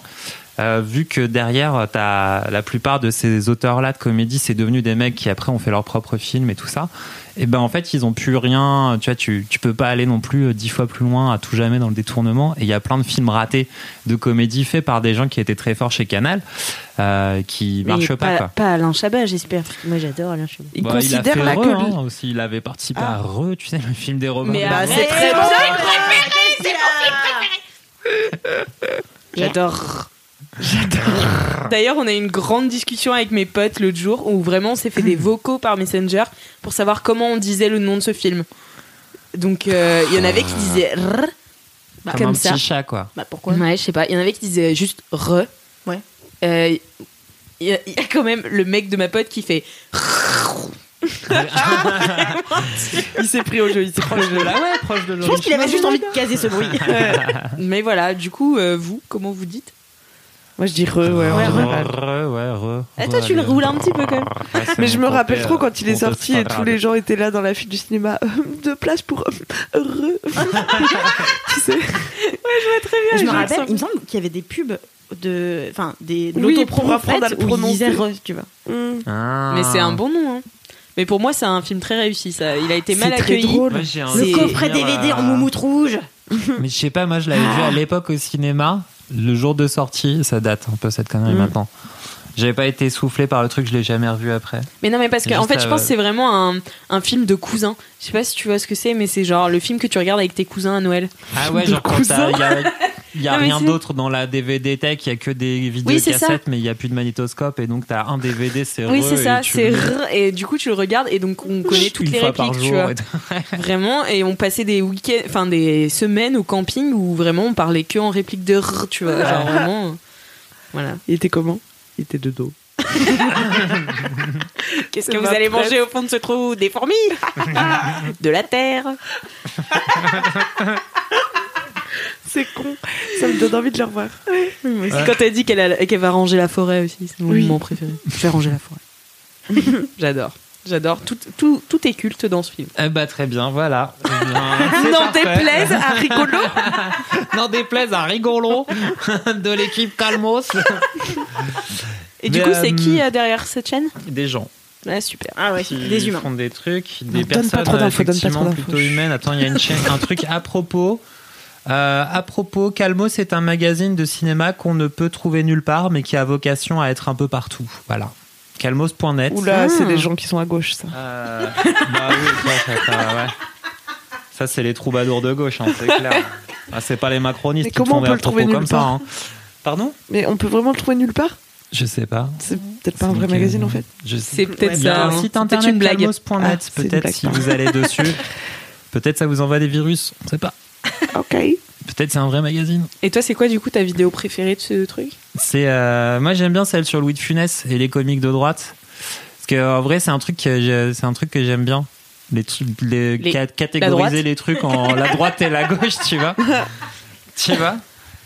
G: euh, vu que derrière, euh, t'as la plupart de ces auteurs-là de comédie, c'est devenu des mecs qui après ont fait leurs propres films et tout ça. Et ben en fait, ils ont plus rien. Tu vois, tu, tu peux pas aller non plus euh, dix fois plus loin à tout jamais dans le détournement. Et il y a plein de films ratés de comédie faits par des gens qui étaient très forts chez Canal, euh, qui marchent pas. quoi.
E: Alain Chabat j'espère. parce que Moi j'adore Alain Chabat.
C: Il
G: Bah, il a
C: considère
G: fait
C: la
G: Re,
C: queue.
G: hein, aussi. Il avait participé à Re, tu sais, le film des Romains.
E: Mais
G: Bah,
E: arrête.
C: c'est très bon.
F: Ah.
E: J'adore. J'adore. D'ailleurs, on a eu une grande discussion avec mes potes l'autre jour où vraiment on s'est fait des vocaux par Messenger pour savoir comment on disait le nom de ce film. Donc euh, il y en avait qui disaient rrr,
G: comme,
E: comme
G: un
E: ça.
G: petit chat, quoi.
F: Bah pourquoi
E: Ouais, je sais pas. Il y en avait qui disaient juste re.
F: Ouais.
E: Euh, Il y, a- il y a quand même le mec de ma pote qui fait
C: Il s'est pris au jeu, il s'est pris au jeu.
G: Ah ouais, proche de
F: Je pense qu'il avait juste envie de caser ce bruit. Euh,
E: mais voilà, du coup, euh, vous, comment vous dites
C: Moi, je dis re, ouais, en
G: Ouais,
C: général.
G: re, ouais, re.
E: Ah, toi, tu le roules un petit peu quand même.
G: Ouais, c'est
C: Mais je
G: mon
C: me rappelle
G: côté,
C: trop
G: euh,
C: quand il est
G: mon
C: sorti et tous
G: autostrade.
C: les gens étaient là dans la file du cinéma. euh, De place pour euh, re. Tu sais
F: je me rappelle, il me semble qu'il y avait des pubs de, enfin, des de
C: Oui,
F: l'autopromo
C: pour apprendre à
F: faites
C: le
F: où ils disaient
C: prononcer.
F: re, tu vois.
C: Mm.
G: Ah.
E: Mais c'est un bon nom. Hein. Mais pour moi, c'est un film très réussi. Ça, il a été mal
C: C'est très
E: accueilli.
C: drôle.
G: Moi, j'ai un
E: Le
G: souvenir,
F: Coffret DVD
G: euh,
F: en moumoute rouge.
G: Mais je sais pas, Ah. moi je l'avais vu à l'époque au cinéma, le jour de sortie, ça date un peu cette connerie
C: Mm.
G: maintenant. J'avais pas été soufflé par le truc, je l'ai jamais revu après.
E: Mais non, mais parce que
G: Juste euh,
E: en fait,
G: à-
E: je pense que c'est vraiment un, un film de cousin. Je sais pas si tu vois ce que c'est, mais c'est genre le film que tu regardes avec tes cousins à Noël.
G: Ah ouais, genre quand t'as- il y a, il y a
E: Non, mais
G: rien
E: c'est-
G: d'autre dans la DVD tech, il y a que des vidéocassettes,
E: ça.
G: mais il y a plus de magnétoscope et donc t'as un DVD, c'est
E: Oui,
G: re,
E: c'est
G: et
E: ça,
G: tu
E: c'est
G: le-
E: rrr, et du coup tu le regardes et donc on connaît toutes
G: Une
E: les
G: fois par
E: répliques, tu
G: jour
E: vois.
G: et tout.
E: vraiment, et on passait des week-ends, enfin des semaines au camping où vraiment on parlait que en réplique de rrr, tu vois. Genre vraiment, euh, voilà.
C: Il était comment Il était de dos.
E: Qu'est-ce
C: Ça
E: que vous
C: va
E: allez
C: presque.
E: manger au fond de ce trou Des fourmis De la terre
C: C'est con. Ça me donne envie de le revoir.
E: C'est quand elle dit qu'elle a- qu'elle va ranger la forêt aussi, c'est mon
C: Oui.
E: moment préféré. Je vais ranger la forêt. J'adore. J'adore. Tout, tout, tout est culte dans ce film.
G: Eh bah très bien, voilà. Eh bien, c'est
E: N'en
G: parfait.
E: déplaise à Rigolo.
G: N'en déplaise à Rigolo de l'équipe Calmos.
E: Et du
G: Mais,
E: coup, c'est
G: euh,
E: qui euh, derrière cette chaîne
G: Des gens.
E: Ah, Super.
G: qui
E: des humains.
G: font des trucs,
E: Non,
G: des
E: donne pas
G: personnes euh,
E: trop d'infos, donne pas
G: effectivement,
E: trop d'infos.
G: plutôt humaines. Attends, il y a une chaîne, un truc à propos. Euh, à propos, Calmo, c'est un magazine de cinéma qu'on ne peut trouver nulle part, mais qui a vocation à être un peu partout. Voilà. Calmos.net.
C: Oula, c'est des gens qui sont à gauche, ça.
G: Euh, bah oui, ça, ça, ça, ouais. Ça, c'est les troubadours de gauche, hein, c'est clair. Ah, c'est pas les macronistes
C: Mais
G: qui te
C: comment
G: font
C: on
G: des
C: peut le
G: propos
C: trouver
G: comme
C: nulle
G: ça.
C: part
G: hein. Pardon
C: Mais on peut vraiment le trouver nulle part
G: Je sais pas.
C: C'est peut-être pas un vrai magazine en fait.
G: Je sais
E: C'est peut-être
G: Il y a
E: ça.
G: un
E: hein.
G: site
E: C'est
G: internet
E: peut-être une blague.
C: Ah,
G: calmos.net,
C: c'est une
G: peut-être
C: blague,
G: si
C: pardon.
G: vous allez dessus. Peut-être ça vous envoie des virus, on sait pas.
C: Ok.
G: Peut-être c'est un vrai magazine.
E: Et toi, c'est quoi du coup ta vidéo préférée de ce truc
G: C'est euh, moi j'aime bien celle sur Louis de Funès et les comiques de droite parce que en vrai c'est un truc que j'ai- c'est un truc que j'aime bien les, trucs- les,
E: Les-
G: ca-
E: la
G: catégoriser
E: droite.
G: les trucs en la droite et la gauche tu vois tu vois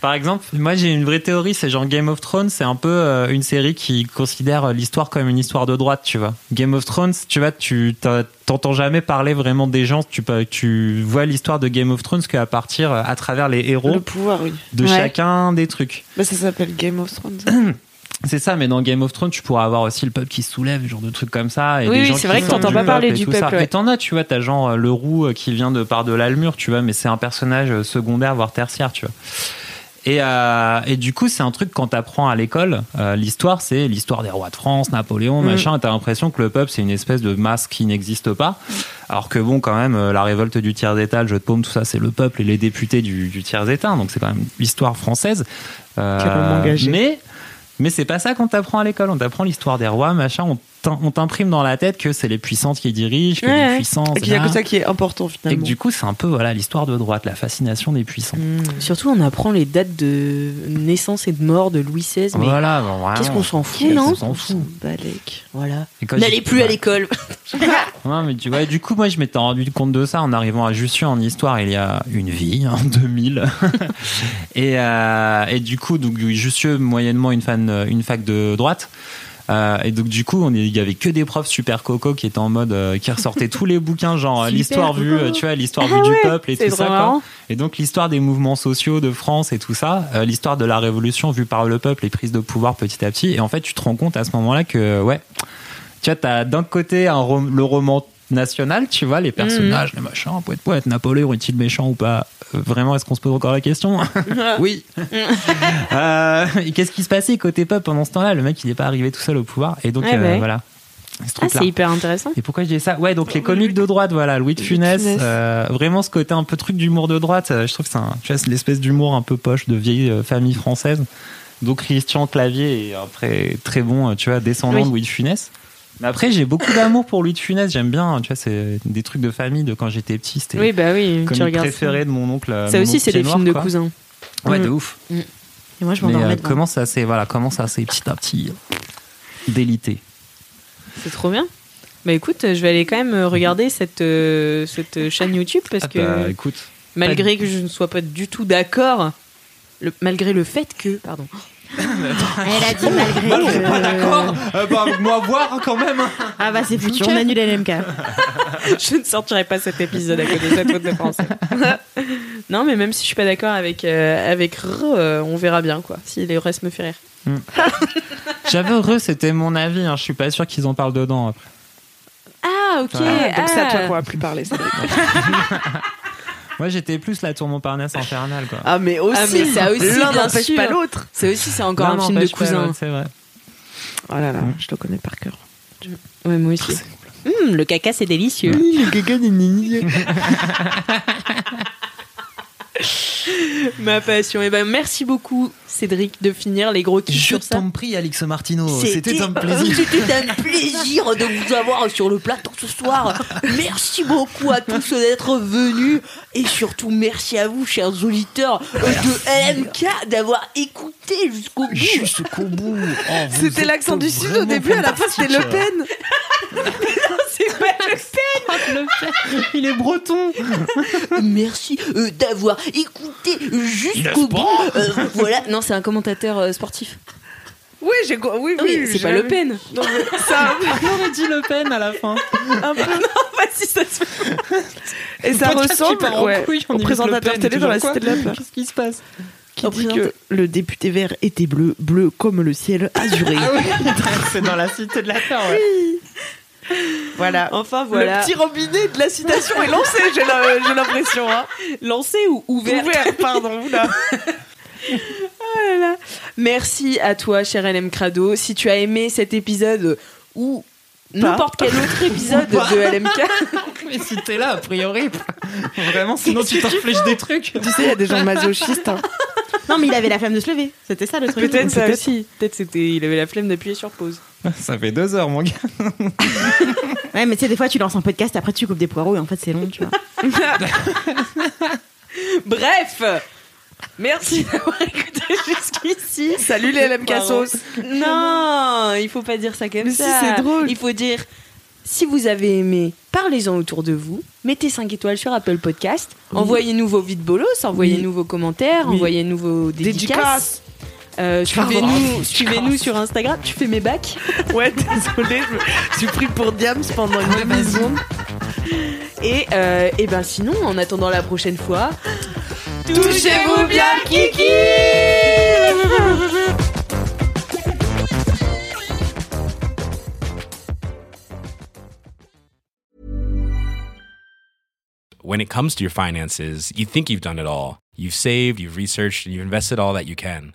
G: par exemple moi j'ai une vraie théorie c'est genre Game of Thrones c'est un peu euh, une série qui considère euh, l'histoire comme une histoire de droite tu vois Game of Thrones tu vois tu t'en- t'entends jamais parler vraiment des gens tu peux- tu vois l'histoire de Game of Thrones qu'à partir euh, à travers les héros
C: Le pouvoir, oui.
G: de
C: Ouais.
G: chacun des trucs
C: Bah, ça s'appelle Game of Thrones.
G: c'est ça, mais dans Game of Thrones, tu pourras avoir aussi le peuple qui se soulève, genre de trucs comme ça. Et
E: Oui,
G: des
E: oui,
G: gens
E: c'est
G: qui
E: vrai que
G: sortent
E: t'entends pas parler
G: et
E: du
G: tout ça.
E: peuple, ouais.
G: Mais t'en as, tu vois, t'as genre euh, le roux euh, qui vient de par de l'Almure, tu vois, mais c'est un personnage euh, secondaire, voire tertiaire, tu vois. Et, euh, et du coup, c'est un truc quand t'apprends à l'école, euh, l'histoire, c'est l'histoire des rois de France, Napoléon,
K: Mm.
G: machin, et t'as l'impression que le peuple, c'est une espèce de masse qui n'existe pas. Alors que bon, quand même, euh, la révolte du tiers-état, le jeu de paume, tout ça, c'est le peuple et les députés du, du tiers-état, donc c'est quand même l'histoire française. Euh,
C: Carrément engagé.
G: mais mais c'est pas ça qu'on t'apprend à l'école. On t'apprend l'histoire des rois, machin. On t'im- on t'imprime dans la tête que c'est les puissantes qui dirigent, que
C: Ouais,
G: les
C: ouais.
G: puissances.
C: Et qu'il y a
G: là.
C: que ça qui est important
G: Et
C: finalement.
G: que du coup, c'est un peu voilà l'histoire de droite, la fascination des puissants.
C: Mm.
E: Surtout, on apprend les dates de naissance et de mort de Louis XVI. Mais
G: Voilà, bon, vraiment.
E: Qu'est-ce qu'on s'en fout,
G: Qu'est-ce
E: non
G: qu'on s'en fout.
E: Balek. Voilà.
G: Et quand
E: N'allez
G: j'ai-
E: plus à l'école.
G: Ouais, mais tu vois, du coup, moi, je m'étais rendu compte de ça en arrivant à Jussieu en histoire il y a une vie, en 2000. et, euh, et du coup, donc, Jussieu, moyennement une, fan, une fac de droite. Euh, et donc, du coup, on est- il y avait que des profs super coco qui étaient en mode, euh, qui ressortaient tous les bouquins, genre euh,
K: Super
G: l'histoire vue,
K: coco.
G: euh, tu vois, l'histoire
K: Ah
G: vue du
K: ouais,
G: peuple et
K: c'est
G: tout ça.
K: trop
G: quoi.
K: marrant.
G: Et donc, l'histoire des mouvements sociaux de France et tout ça, euh, l'histoire de la révolution vue par le peuple et prise de pouvoir petit à petit. Et en fait, tu te rends compte à ce moment-là que, ouais, tu vois, t'as d'un côté un rom- le roman national, tu
E: Mm.
G: vois, les personnages, les machins, poète, poète, Napoléon est-il méchant ou pas Euh, Vraiment, est-ce qu'on se pose encore la question Oui.
E: Mm.
G: Euh, et Qu'est-ce qui se passait côté peuple pendant ce temps-là Le mec, il n'est pas arrivé tout seul au pouvoir. Et donc,
E: Ouais,
G: euh,
E: ouais.
G: voilà. Ce
E: Eh ben. Ah,
G: truc-là.
E: c'est hyper intéressant.
G: Et pourquoi je dis ça Ouais,
E: Oh,
G: donc les comiques de droite, voilà, Louis de Funès,
E: Funès.
G: euh, vraiment ce côté un peu truc d'humour de droite, euh, je trouve que c'est un- tu vois, c'est l'espèce d'humour un peu poche de vieille euh, famille française. Donc Christian Clavier est après très bon, euh, tu vois, descendant
K: Oui.
G: de Louis de Funès. Mais après, j'ai beaucoup d'amour pour Louis de Funès, j'aime bien, hein, tu vois, c'est des trucs de famille de quand j'étais petit, c'était
E: Oui, bah oui,
G: comme
E: tu regardes.
G: préféré
E: ça.
G: de mon oncle. euh,
E: Ça
G: mon
E: aussi,
G: oncle
E: c'est des
G: Pied
E: films de
G: Noir, quoi.
E: cousins.
G: Ouais, de
E: Mm.
G: ouf.
E: Mm.
F: Et moi, je
G: Mais,
F: m'endors
G: euh,
F: là-dedans.
G: comment ça s'est, voilà, comment ça s'est petit à petit euh, délité.
E: C'est trop bien. Bah écoute, je vais aller quand même regarder cette, euh, cette chaîne YouTube parce
G: Ah
E: que
G: bah, écoute.
E: malgré que je ne sois pas du tout d'accord, le- malgré le fait que, pardon,
F: Elle a dit malgré
G: Moi, je suis pas
F: que-
G: d'accord. Euh, bah, moi, voir quand même. hein.
F: Ah bah c'est foutu, on annule LMK.
E: je ne sortirai pas cet épisode à cause de cette faute de français. non, mais même si je suis pas d'accord avec euh, avec R, euh, on verra bien quoi. Si le reste me fait rire.
G: J'avais heureux, c'était mon avis. hein. Je suis pas sûr qu'ils en parlent dedans après.
E: Ah ok.
G: Ah,
C: Donc ça, toi,
E: ah.
C: qu'on va plus parler. ça.
G: Moi, j'étais plus la tour Montparnasse infernale, quoi.
C: Ah, mais aussi,
E: Ah, mais ça aussi,
C: l'un
E: bien
C: n'empêche
E: sûr.
C: pas l'autre.
E: Ça aussi, c'est encore
G: Non,
E: un
G: non,
E: film de
G: n'empêche pas,
E: cousin.
G: ouais, C'est vrai.
C: Oh là là, je te connais par cœur.
E: Ouais, moi aussi. Hum, le caca, c'est délicieux.
C: le caca des ninjas.
E: Ma passion. Et ben, merci beaucoup, Cédric, de finir les gros kiffs
K: Je
E: sur ça.
K: t'en prie, Alix Martino. Oh, C'était un plaisir.
E: C'était un plaisir de vous avoir sur le plateau ce soir. Merci beaucoup à tous d'être venus. Et surtout, merci à vous, chers auditeurs euh, de LMK, d'avoir écouté jusqu'au bout.
K: Jusqu'au bout. Oh, vous
C: C'était
K: êtes
C: l'accent du sud au
K: vraiment
C: début, à la fin c'était Le
K: fantastique. Oh,
C: Pen.
E: C'est pas le
K: Il est breton.
E: Merci euh, d'avoir écouté jusqu'au
K: N'est-ce pas
E: bout. Euh, voilà, non, c'est un commentateur euh, sportif.
C: Oui, j'ai co- oui,
E: Ah
C: oui,
E: oui, c'est
C: j'ai-
E: pas Le Pen.
C: Non, mais ça,
K: On aurait dit Ah, Le Pen à la fin. Ah bah,
C: un peu.
E: si ça se
C: Et ça
K: Le podcast qui
C: ressemble
K: part en
C: ouais,
K: couille, on
C: au
K: imite Le
C: présentateur
K: Pen,
C: télé
K: t'es
C: dans la
K: genre,
C: Cité de la
K: quoi
C: Peur
K: Qu'est-ce qui se passe
C: qui dit que le député vert était bleu, bleu comme le ciel azuré.
K: Ah C'est dans la cité de la peur. ouais.
C: Voilà.
E: Enfin voilà.
C: Le petit robinet de la citation est lancé, j'ai la- j'ai l'impression. Hein.
E: Lancé ou ouvert.
C: Ouvert, pardon. oula.
E: Merci à toi, cher LM Crado. Si tu as aimé cet épisode euh, ou n'importe quel autre épisode de LMK,
K: Mais si t'es là, a priori. Vraiment, sinon tu t'infliges des trucs.
C: Tu sais, il y a des gens masochistes. hein.
F: Non, mais il avait la flamme de se lever. C'était ça le truc.
E: peut-être ça aussi. Peut-être c'était il avait la flemme d'appuyer sur pause.
K: Ça fait deux heures, mon gars.
F: Ouais, mais tu sais, des fois, tu lances un podcast, après tu coupes des poireaux et en fait, c'est long, tu vois.
E: Bref, merci d'avoir écouté jusqu'ici.
C: Salut les LM Cassos.
E: Non, il faut pas dire ça comme
C: Mais si,
E: ça.
C: c'est drôle.
E: Il faut dire si vous avez aimé, parlez-en autour de vous, mettez 5 étoiles sur Apple Podcast, envoyez-nous vos vides bolos, envoyez-nous vos commentaires, envoyez-nous vos dédicaces.
C: Dédicaces.
E: Euh,
C: Pardon.
E: suivez-nous, suivez-nous sur Instagram. Tu fais mes bacs.
C: Ouais, désolé, je me suis pris pour Diams pendant une demi-seconde.
E: Et, euh, et ben sinon, en attendant la prochaine fois, touchez-vous bien, Kiki!
L: When it comes to your finances, you think you've done it all. You've saved, you've researched, and you've invested all that you can.